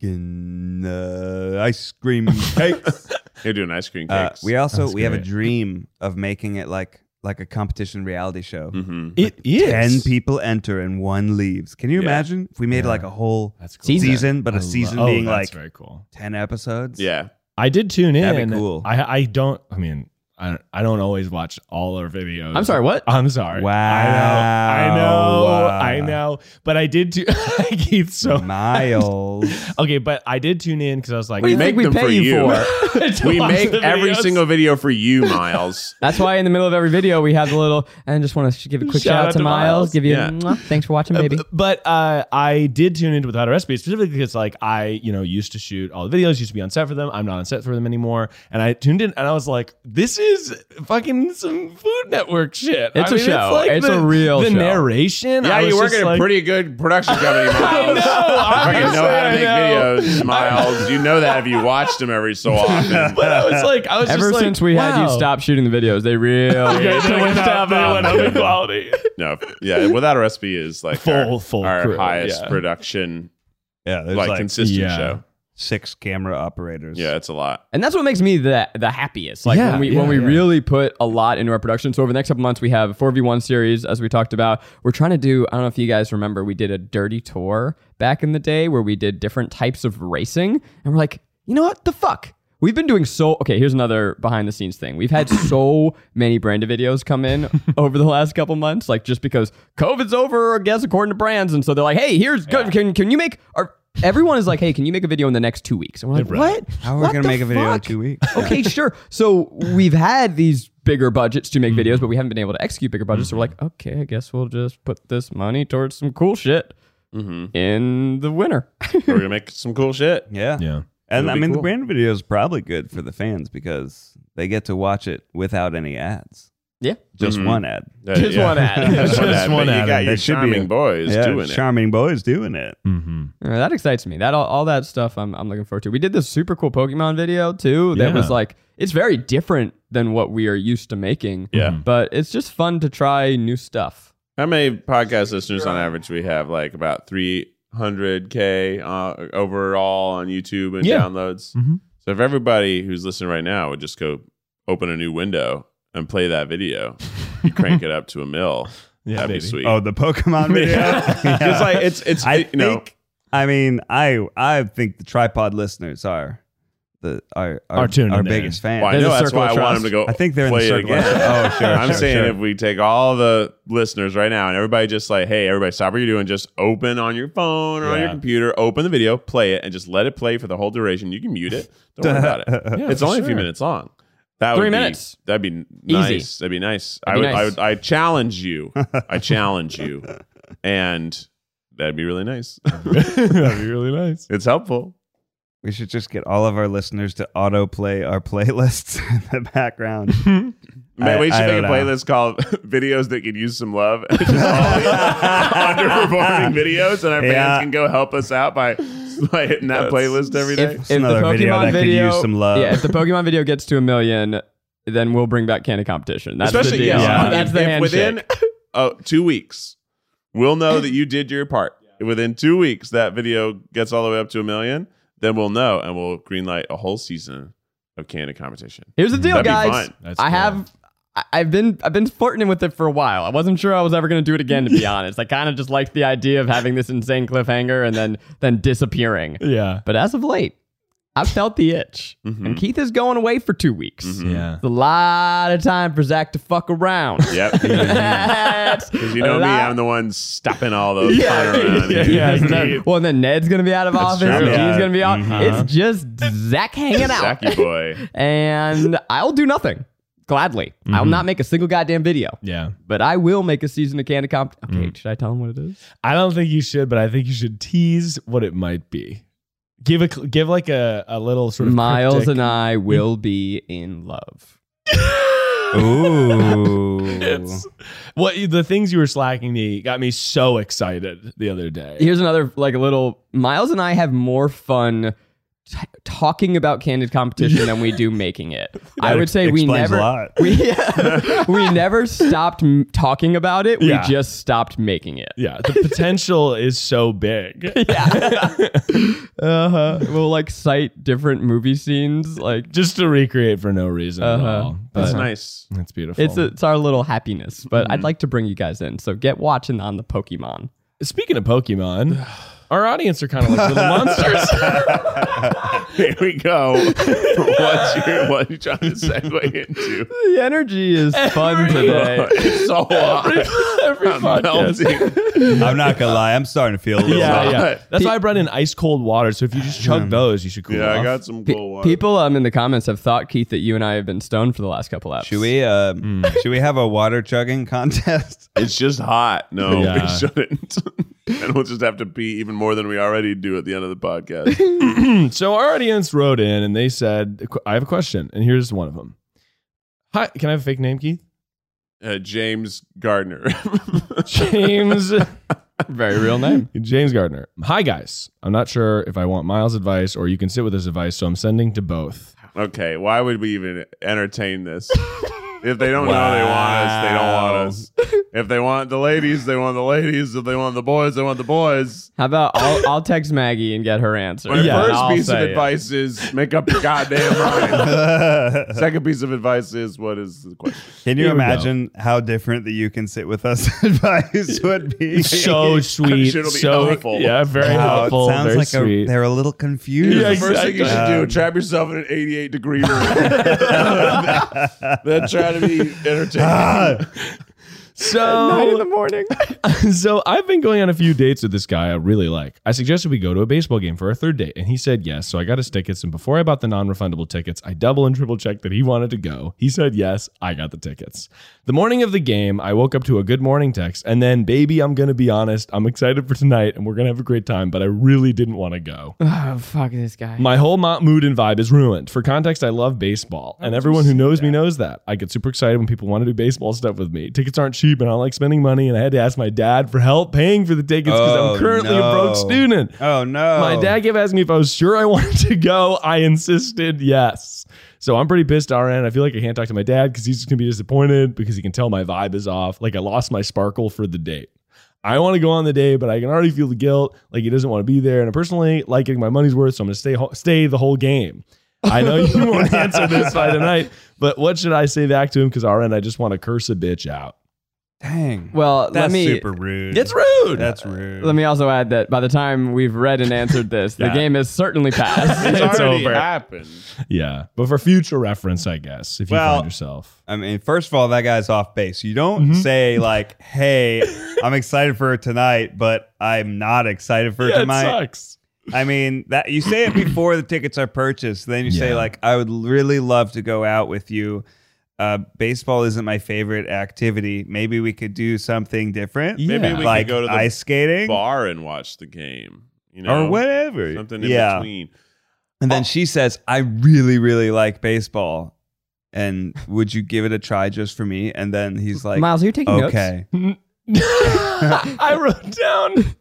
[SPEAKER 4] Duking, uh, ice cream cakes.
[SPEAKER 2] They're doing ice cream
[SPEAKER 4] Uh,
[SPEAKER 2] cakes.
[SPEAKER 4] we also
[SPEAKER 5] That's
[SPEAKER 4] we have a
[SPEAKER 5] great.
[SPEAKER 4] dream of making it like like a competition reality show.
[SPEAKER 2] Mhm.
[SPEAKER 5] It is.
[SPEAKER 4] Ten people enter and one leaves. Can you
[SPEAKER 2] Yeah.
[SPEAKER 4] imagine if we made like a whole
[SPEAKER 5] That's cool.
[SPEAKER 3] Season.
[SPEAKER 4] season, but a
[SPEAKER 5] I
[SPEAKER 4] season
[SPEAKER 5] love-
[SPEAKER 4] being
[SPEAKER 5] oh,
[SPEAKER 4] like
[SPEAKER 5] that's very cool.
[SPEAKER 4] ten episodes? [LAUGHS]
[SPEAKER 2] Yeah.
[SPEAKER 5] I did tune in.
[SPEAKER 4] That'd be cool.
[SPEAKER 5] I I don't. I mean, I don't, I don't always watch all our videos.
[SPEAKER 3] I'm sorry, what?
[SPEAKER 5] I'm sorry.
[SPEAKER 4] Wow.
[SPEAKER 5] I know. I know. I
[SPEAKER 4] Wow. Mm.
[SPEAKER 5] know. But I did. Tu- [LAUGHS] Keith. So
[SPEAKER 4] Miles.
[SPEAKER 5] okay, but I did tune in because I was like, [LAUGHS]
[SPEAKER 3] What do you
[SPEAKER 2] We
[SPEAKER 3] think
[SPEAKER 2] make
[SPEAKER 3] we
[SPEAKER 2] them
[SPEAKER 3] pay
[SPEAKER 2] for
[SPEAKER 3] you,
[SPEAKER 2] you. [LAUGHS]
[SPEAKER 3] for?
[SPEAKER 5] to
[SPEAKER 2] We
[SPEAKER 5] watch
[SPEAKER 2] make
[SPEAKER 5] the
[SPEAKER 2] every
[SPEAKER 5] videos.
[SPEAKER 2] single video for you,
[SPEAKER 5] [LAUGHS]
[SPEAKER 2] Miles.
[SPEAKER 3] That's why in the middle of every video we have the little and just want to give a quick shout, out to Miles. Give you
[SPEAKER 2] Yeah.
[SPEAKER 3] a mwah. thanks for watching, baby.
[SPEAKER 5] But uh, I did tune into Without a Recipe specifically because, like, I you know used to shoot all the videos, used to be on set for them. I'm not on set for them anymore, and I tuned in and I was like, "This is fucking some Food Network shit." I
[SPEAKER 3] It's a show. It's
[SPEAKER 5] the-
[SPEAKER 3] a real
[SPEAKER 5] the
[SPEAKER 3] show.
[SPEAKER 5] narration.
[SPEAKER 2] Yeah,
[SPEAKER 5] I was
[SPEAKER 2] you work
[SPEAKER 5] just
[SPEAKER 2] at a
[SPEAKER 5] like-
[SPEAKER 2] pretty good
[SPEAKER 5] [LAUGHS]
[SPEAKER 2] production company, Miles. I
[SPEAKER 5] know,
[SPEAKER 2] fucking know how to
[SPEAKER 5] obviously
[SPEAKER 2] make
[SPEAKER 5] I know.
[SPEAKER 2] videos, Miles. You know that if you watched them every so often.
[SPEAKER 5] But [LAUGHS] I was like, I was
[SPEAKER 3] Ever
[SPEAKER 5] just like,
[SPEAKER 3] since we had you
[SPEAKER 5] wow. [LAUGHS]
[SPEAKER 3] stop shooting the videos, they
[SPEAKER 5] Yeah,
[SPEAKER 3] really
[SPEAKER 5] they went up, they went up in quality.
[SPEAKER 2] No, yeah. Without a recipe is like
[SPEAKER 5] Full-
[SPEAKER 2] our,
[SPEAKER 5] full
[SPEAKER 2] our
[SPEAKER 5] crew,
[SPEAKER 2] highest
[SPEAKER 5] yeah.
[SPEAKER 2] production,
[SPEAKER 4] Yeah, there's
[SPEAKER 2] like,
[SPEAKER 4] like,
[SPEAKER 2] consistent
[SPEAKER 5] yeah.
[SPEAKER 2] show.
[SPEAKER 4] six camera operators.
[SPEAKER 2] Yeah, it's a lot.
[SPEAKER 3] And that's what makes me the the happiest. Like
[SPEAKER 5] Yeah,
[SPEAKER 3] when we
[SPEAKER 5] yeah,
[SPEAKER 3] when we
[SPEAKER 5] yeah.
[SPEAKER 3] really put a lot into our production. So over the next couple months, we have four v one series, as we talked about. We're trying to do. I don't know if you guys remember, we did a dirty tour back in the day where we did different types of racing, and we're like, you know what, the fuck. We've been doing so okay. Here's another behind the scenes thing. We've
[SPEAKER 5] [LAUGHS]
[SPEAKER 3] had so many brand videos come in over the last couple months, like just because COVID's over, I guess according to brands, and so they're like, hey, here's can can you make our everyone is like, hey, can you make a video in the next two weeks? And we're like, what?
[SPEAKER 4] How are we
[SPEAKER 3] What
[SPEAKER 4] gonna
[SPEAKER 3] the
[SPEAKER 4] make a video in
[SPEAKER 3] [LAUGHS] fuck?
[SPEAKER 4] two weeks?
[SPEAKER 3] okay, sure. So we've had these bigger budgets to make
[SPEAKER 4] Mm-hmm.
[SPEAKER 3] videos, but we haven't been able to execute bigger budgets. So we're like, okay, I guess we'll just put this money towards some cool shit in the
[SPEAKER 4] [LAUGHS]
[SPEAKER 3] winter.
[SPEAKER 2] Mm-hmm. We're gonna make some cool shit.
[SPEAKER 4] Yeah.
[SPEAKER 5] [LAUGHS] Yeah.
[SPEAKER 4] And
[SPEAKER 2] It'll
[SPEAKER 4] I
[SPEAKER 2] be
[SPEAKER 4] mean, the
[SPEAKER 2] cool.
[SPEAKER 4] brand video is probably good for the fans because they get to watch it without any ads.
[SPEAKER 3] yeah.
[SPEAKER 4] Just one ad.
[SPEAKER 2] Uh,
[SPEAKER 3] Just
[SPEAKER 2] yeah.
[SPEAKER 3] one
[SPEAKER 2] [LAUGHS]
[SPEAKER 3] ad.
[SPEAKER 2] Just one
[SPEAKER 5] Just
[SPEAKER 2] ad.
[SPEAKER 5] one
[SPEAKER 2] but
[SPEAKER 5] ad.
[SPEAKER 2] You got your
[SPEAKER 4] That should be
[SPEAKER 2] charming
[SPEAKER 4] a-
[SPEAKER 2] boys
[SPEAKER 4] yeah,
[SPEAKER 2] doing it.
[SPEAKER 4] charming boys doing it.
[SPEAKER 5] Mm-hmm.
[SPEAKER 3] Uh, that excites me. That all, all that stuff I'm, I'm looking forward to. We did this super cool Pokemon video too. That
[SPEAKER 5] Yeah.
[SPEAKER 3] was like it's very different than what we are used to making.
[SPEAKER 2] Yeah.
[SPEAKER 5] Mm-hmm.
[SPEAKER 3] But it's just fun to try new stuff.
[SPEAKER 2] How many podcast listeners on average we have? Like about 300K uh, overall on YouTube and
[SPEAKER 5] Yeah.
[SPEAKER 2] downloads.
[SPEAKER 5] Mhm.
[SPEAKER 2] So if everybody who's listening right now would just go open a new window and play that video, you crank it up to a mill.
[SPEAKER 5] Yeah,
[SPEAKER 2] That'd
[SPEAKER 5] baby.
[SPEAKER 2] be sweet. [LAUGHS]
[SPEAKER 4] Oh, the Pokemon [LAUGHS] video.
[SPEAKER 2] It's like it's it's
[SPEAKER 4] I
[SPEAKER 2] you
[SPEAKER 4] think.
[SPEAKER 2] know
[SPEAKER 4] I mean, I I think the tripod listeners are the are are,
[SPEAKER 5] Are tuning
[SPEAKER 4] our
[SPEAKER 5] in.
[SPEAKER 4] biggest fans.
[SPEAKER 2] well, I
[SPEAKER 3] There's
[SPEAKER 2] know
[SPEAKER 3] a
[SPEAKER 2] that's
[SPEAKER 3] circle
[SPEAKER 2] why I
[SPEAKER 3] of
[SPEAKER 2] want them
[SPEAKER 3] trust.
[SPEAKER 2] to go.
[SPEAKER 4] I think they're in the
[SPEAKER 2] play it
[SPEAKER 4] circle.
[SPEAKER 2] again.
[SPEAKER 4] Oh,
[SPEAKER 2] [LAUGHS]
[SPEAKER 4] sure,
[SPEAKER 2] I'm
[SPEAKER 4] sure,
[SPEAKER 2] saying
[SPEAKER 4] sure.
[SPEAKER 2] if we take all the listeners right now and everybody just like, hey, everybody, stop what you're doing. Just open on your phone or on your
[SPEAKER 5] Yeah.
[SPEAKER 2] computer, open the video, play it, and just let it play for the whole duration. You can mute it. Don't worry about
[SPEAKER 4] [LAUGHS]
[SPEAKER 2] it.
[SPEAKER 5] Yeah,
[SPEAKER 2] it's
[SPEAKER 5] for
[SPEAKER 2] only a few
[SPEAKER 5] sure.
[SPEAKER 2] minutes long. That
[SPEAKER 3] Three
[SPEAKER 2] would be-
[SPEAKER 3] minutes.
[SPEAKER 2] that'd be nice. That'd be nice. I
[SPEAKER 3] That'd
[SPEAKER 2] would,
[SPEAKER 3] be
[SPEAKER 2] I
[SPEAKER 3] nice.
[SPEAKER 2] would. I challenge you.
[SPEAKER 4] [LAUGHS]
[SPEAKER 2] I challenge you, and that'd be really
[SPEAKER 3] [LAUGHS]
[SPEAKER 2] nice.
[SPEAKER 5] That'd be really nice.
[SPEAKER 2] it's helpful.
[SPEAKER 4] We should just get all of our listeners to autoplay our playlists [LAUGHS] in the
[SPEAKER 2] [LAUGHS]
[SPEAKER 4] background.
[SPEAKER 2] Man,
[SPEAKER 4] I-
[SPEAKER 2] we should
[SPEAKER 4] I
[SPEAKER 2] make a
[SPEAKER 4] don't know.
[SPEAKER 2] playlist called [LAUGHS] "Videos That Could Use Some Love." [LAUGHS] It's just
[SPEAKER 3] [LAUGHS]
[SPEAKER 2] all these underperforming videos, and our
[SPEAKER 4] Yeah.
[SPEAKER 2] fans can go help us out by by hitting that playlist every day.
[SPEAKER 3] If, if
[SPEAKER 4] That's
[SPEAKER 3] the
[SPEAKER 4] another
[SPEAKER 3] Pokemon
[SPEAKER 4] video that could use some love.
[SPEAKER 3] Yeah, if the Pokemon video gets to a million, then we'll bring back candy competition. That's the
[SPEAKER 2] Especially
[SPEAKER 3] deal.
[SPEAKER 2] yes,
[SPEAKER 4] Yeah.
[SPEAKER 2] if-
[SPEAKER 3] [LAUGHS] That's the
[SPEAKER 2] if
[SPEAKER 3] handshake.
[SPEAKER 2] within uh, two weeks, we'll know that you did your part. Within two weeks, that video gets all the way up to a million. Then we'll know, and we'll greenlight a whole season of candid competition.
[SPEAKER 3] Here's the deal,
[SPEAKER 2] That'd be
[SPEAKER 3] guys.
[SPEAKER 2] fine.
[SPEAKER 5] That's
[SPEAKER 3] I
[SPEAKER 5] cool.
[SPEAKER 3] have. I- I've been I've been flirting with it for a while. I wasn't sure I was ever going to do it again,
[SPEAKER 2] [LAUGHS]
[SPEAKER 3] to be honest. I kind of just liked the idea of having this insane cliffhanger and then then disappearing.
[SPEAKER 5] Yeah.
[SPEAKER 3] But as of late, I've felt the itch,
[SPEAKER 2] Mm-hmm.
[SPEAKER 3] and Keith is going away for two weeks.
[SPEAKER 5] Yeah.
[SPEAKER 3] It's a lot of time for Zach to fuck around. [LAUGHS]
[SPEAKER 2] Yep.
[SPEAKER 3] That's
[SPEAKER 2] Because Mm-hmm. you know
[SPEAKER 3] a
[SPEAKER 2] me,
[SPEAKER 3] lot.
[SPEAKER 2] I'm the one stopping all those.
[SPEAKER 3] Yeah,
[SPEAKER 2] fun around
[SPEAKER 3] [LAUGHS] yeah,
[SPEAKER 2] here.
[SPEAKER 3] yeah. So then- well, and then Ned's gonna be out of office.
[SPEAKER 2] true.
[SPEAKER 3] and
[SPEAKER 4] Yeah.
[SPEAKER 3] G's gonna be out.
[SPEAKER 4] Mhm.
[SPEAKER 3] It's just Zach hanging out,
[SPEAKER 2] Zacky boy.
[SPEAKER 3] and I'll do nothing gladly. I'll not make a single goddamn video,
[SPEAKER 5] Yeah.
[SPEAKER 3] but I will make a season of Candy Comp. Okay, should I tell him what it is?
[SPEAKER 5] I don't think you should, but I think you should tease what it might be. Give a cl- give like a, a little sort of
[SPEAKER 3] Miles
[SPEAKER 5] cryptic-
[SPEAKER 3] and I will be in love.
[SPEAKER 4] Ooh.
[SPEAKER 5] What the things you were slacking me got me so excited the other day.
[SPEAKER 3] Here's another like a little Miles and I have more fun t- talking about candid competition than we do making it. I would say we
[SPEAKER 4] explains a
[SPEAKER 3] never
[SPEAKER 4] lot.
[SPEAKER 3] [LAUGHS] we we never stopped m- talking about it.
[SPEAKER 5] Yeah.
[SPEAKER 3] We just stopped making it.
[SPEAKER 5] yeah, the potential is
[SPEAKER 3] [LAUGHS]
[SPEAKER 5] so big.
[SPEAKER 3] Uh huh. We'll like cite different movie scenes. Like
[SPEAKER 5] Just to recreate for no reason
[SPEAKER 3] Uh-huh.
[SPEAKER 5] at all.
[SPEAKER 2] That's
[SPEAKER 5] But
[SPEAKER 2] nice. [LAUGHS]
[SPEAKER 5] That's beautiful.
[SPEAKER 3] it's it's our little happiness. But I'd like to bring you guys in. So get watching on the Pokemon.
[SPEAKER 5] Speaking of Pokemon,
[SPEAKER 2] [SIGHS]
[SPEAKER 5] our audience are kind of
[SPEAKER 2] [LAUGHS]
[SPEAKER 5] like little monsters.
[SPEAKER 2] Here we
[SPEAKER 5] [LAUGHS]
[SPEAKER 2] go. What's your, what are you trying to segue into?
[SPEAKER 3] The energy [LAUGHS] is fun today.
[SPEAKER 2] [LAUGHS] It's so hot.
[SPEAKER 5] [LAUGHS]
[SPEAKER 2] I'm melting.
[SPEAKER 4] I'm not gonna lie, I'm starting
[SPEAKER 2] [LAUGHS]
[SPEAKER 4] to feel a little
[SPEAKER 5] yeah,
[SPEAKER 4] bit.
[SPEAKER 5] yeah. That's why I brought in ice cold water. So if you just chug those, you should cool
[SPEAKER 2] Yeah,
[SPEAKER 5] off.
[SPEAKER 2] I got some cool water.
[SPEAKER 3] People um in the comments have thought Keith that you and I have been stoned for the last couple apps.
[SPEAKER 4] Should we uh,
[SPEAKER 5] Mm.
[SPEAKER 4] should we have a water chugging
[SPEAKER 5] [LAUGHS]
[SPEAKER 4] contest?
[SPEAKER 2] It's just hot. No,
[SPEAKER 5] Yeah.
[SPEAKER 2] we [LAUGHS] shouldn't. and we'll just have to pee even more than we already do at the end of the
[SPEAKER 5] [LAUGHS]
[SPEAKER 2] podcast.
[SPEAKER 5] So our audience wrote in and they said, I have a question. And here's one of them. Hi, can I have a fake
[SPEAKER 2] [LAUGHS]
[SPEAKER 5] name, Keith?
[SPEAKER 2] Uh, James Gardner. [LAUGHS]
[SPEAKER 5] James.
[SPEAKER 3] Very real name.
[SPEAKER 5] James Gardner. Hi, guys. I'm not sure if I want Miles' advice or you can sit with his advice, so I'm sending
[SPEAKER 2] [LAUGHS]
[SPEAKER 5] to both.
[SPEAKER 2] okay, why would we even entertain this? If they don't know they want us, they don't want us. If they want the ladies, they want the ladies. If they want the boys, they want the boys.
[SPEAKER 3] How about I'll, I'll text Maggie and get her answer.
[SPEAKER 2] My
[SPEAKER 5] Yeah,
[SPEAKER 2] first
[SPEAKER 3] I'll
[SPEAKER 2] piece of
[SPEAKER 3] say it.
[SPEAKER 2] advice is make up your goddamn mind.
[SPEAKER 4] Can
[SPEAKER 2] Second piece of advice is what is the question?
[SPEAKER 4] you
[SPEAKER 5] Here we go.
[SPEAKER 4] imagine how different the you can sit with us [LAUGHS] advice would be? [LAUGHS]
[SPEAKER 5] [LAUGHS] So sweet.
[SPEAKER 2] sure it'll be
[SPEAKER 5] so
[SPEAKER 2] helpful.
[SPEAKER 5] Yeah, very
[SPEAKER 4] Wow, it
[SPEAKER 5] helpful.
[SPEAKER 4] sounds
[SPEAKER 5] very
[SPEAKER 4] like
[SPEAKER 5] sweet.
[SPEAKER 4] A, they're a little confused.
[SPEAKER 5] Yeah,
[SPEAKER 2] The first thing you should
[SPEAKER 4] exactly.
[SPEAKER 2] do:
[SPEAKER 4] Um,
[SPEAKER 2] trap yourself in an 88 degree [LAUGHS] room. then try to be entertaining.
[SPEAKER 5] so in the morning. [LAUGHS] so I've been going on a few dates with this guy I really like. I suggested we go to a baseball game for our third date, and he said yes. So I got his tickets, and before I bought the non-refundable tickets, I double and triple checked that he wanted to go. He said yes. I got the tickets. The morning of the game, I woke up to a good morning text, and then, baby, I'm gonna be honest. I'm excited for tonight, and we're gonna have a great time. But I really didn't want to go.
[SPEAKER 3] [LAUGHS] Oh fuck this guy.
[SPEAKER 5] My whole mo- mood and vibe is ruined. For context, I love baseball, and everyone who knows me knows that. I get super excited when people want to do baseball stuff with me. Tickets aren't cheap, and I don't like spending money, and I had to ask my dad for help paying for the tickets because
[SPEAKER 4] Oh,
[SPEAKER 5] I'm currently a
[SPEAKER 4] no.
[SPEAKER 5] broke student.
[SPEAKER 4] Oh no.
[SPEAKER 5] My dad kept asking me if I was sure I [LAUGHS] wanted to go. I insisted yes. So I'm pretty pissed, RN. I feel like I can't talk to my dad because he's just going to be disappointed because he can tell my vibe is off. Like I lost my sparkle for the date. I want to go on the day, but I can already feel the guilt. Like he doesn't want to be there, and I personally like getting my money's worth, so I'm going to stay ho- stay the whole game. I know you won't answer this by tonight, but what should I say back to him? Because RN, I just want to curse a bitch out.
[SPEAKER 4] Dang.
[SPEAKER 3] Well, let
[SPEAKER 4] that's
[SPEAKER 3] me
[SPEAKER 4] super rude.
[SPEAKER 5] It's rude.
[SPEAKER 4] That's rude.
[SPEAKER 3] let me also add that by the time we've read and answered this,
[SPEAKER 5] Yeah.
[SPEAKER 3] the game is certainly passed. [LAUGHS]
[SPEAKER 2] It's,
[SPEAKER 5] It's
[SPEAKER 2] already
[SPEAKER 5] over.
[SPEAKER 2] happened.
[SPEAKER 5] yeah, but for future reference, I guess if you
[SPEAKER 4] Well,
[SPEAKER 5] find yourself.
[SPEAKER 4] I mean, first of all, that guy's off base. You don't
[SPEAKER 5] Mm-hmm.
[SPEAKER 4] say like, "Hey, I'm excited for tonight, but I'm not excited for
[SPEAKER 5] [LAUGHS] Yeah, it
[SPEAKER 4] tonight."
[SPEAKER 5] sucks.
[SPEAKER 4] I mean, that you say it before the tickets are purchased. Then you say
[SPEAKER 5] Yeah.
[SPEAKER 4] like, "I would really love to go out with you." Uh, baseball isn't my favorite activity. Maybe we could do something different.
[SPEAKER 5] Yeah.
[SPEAKER 2] Maybe we
[SPEAKER 4] like
[SPEAKER 2] could go to the
[SPEAKER 4] ice skating
[SPEAKER 2] bar and watch the game, you know,
[SPEAKER 4] or whatever.
[SPEAKER 2] something in
[SPEAKER 4] yeah.
[SPEAKER 2] between.
[SPEAKER 4] And then she says, "I really, really like baseball, and would you give it a try just for me?" And then he's like,
[SPEAKER 3] Miles, are you taking notes?
[SPEAKER 4] "Okay."
[SPEAKER 5] [LAUGHS] I wrote down.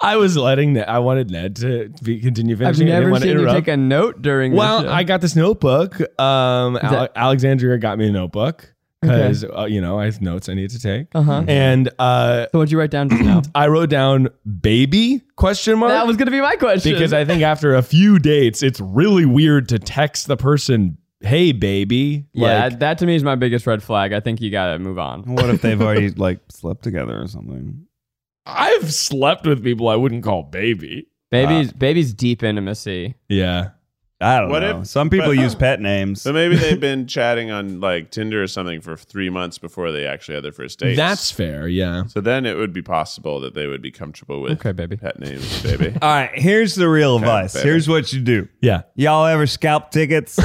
[SPEAKER 5] I was letting Ned. I wanted Ned to be, continue
[SPEAKER 3] I've
[SPEAKER 5] finishing. I didn't
[SPEAKER 3] never
[SPEAKER 5] want to
[SPEAKER 3] seen you
[SPEAKER 5] interrupt.
[SPEAKER 3] take uh, a note during
[SPEAKER 5] well,
[SPEAKER 3] this.
[SPEAKER 5] I got this notebook. Um, Ale- Alexandria got me a notebook because uh, you know I have notes I need to take,
[SPEAKER 3] uh
[SPEAKER 4] Uh-huh.
[SPEAKER 3] huh.
[SPEAKER 5] and uh,
[SPEAKER 3] So what'd you write down just now?
[SPEAKER 5] I wrote down baby question mark
[SPEAKER 3] that was gonna be my question.
[SPEAKER 5] because I think after a few dates, it's really weird to text the person, "Hey, baby."
[SPEAKER 3] yeah,
[SPEAKER 5] Like,
[SPEAKER 3] that to me is my biggest red flag. I think you gotta move on.
[SPEAKER 4] What if they've already like slept together or something?
[SPEAKER 5] I've slept with people I wouldn't call baby.
[SPEAKER 3] Baby's baby's deep intimacy.
[SPEAKER 5] Yeah.
[SPEAKER 4] I don't
[SPEAKER 2] What
[SPEAKER 4] know.
[SPEAKER 2] if-
[SPEAKER 4] Some people
[SPEAKER 2] but-
[SPEAKER 4] use pet names.
[SPEAKER 2] So maybe they've been chatting on like Tinder or something for three months before they actually had their first date.
[SPEAKER 5] That's fair. Yeah.
[SPEAKER 2] so then it would be possible that they would be comfortable with
[SPEAKER 3] Okay, baby.
[SPEAKER 2] pet names, baby.
[SPEAKER 4] All right, here's the real advice.
[SPEAKER 2] fair.
[SPEAKER 4] Here's what you do.
[SPEAKER 5] Yeah.
[SPEAKER 4] Y'all ever
[SPEAKER 3] [LAUGHS]
[SPEAKER 4] scalp tickets?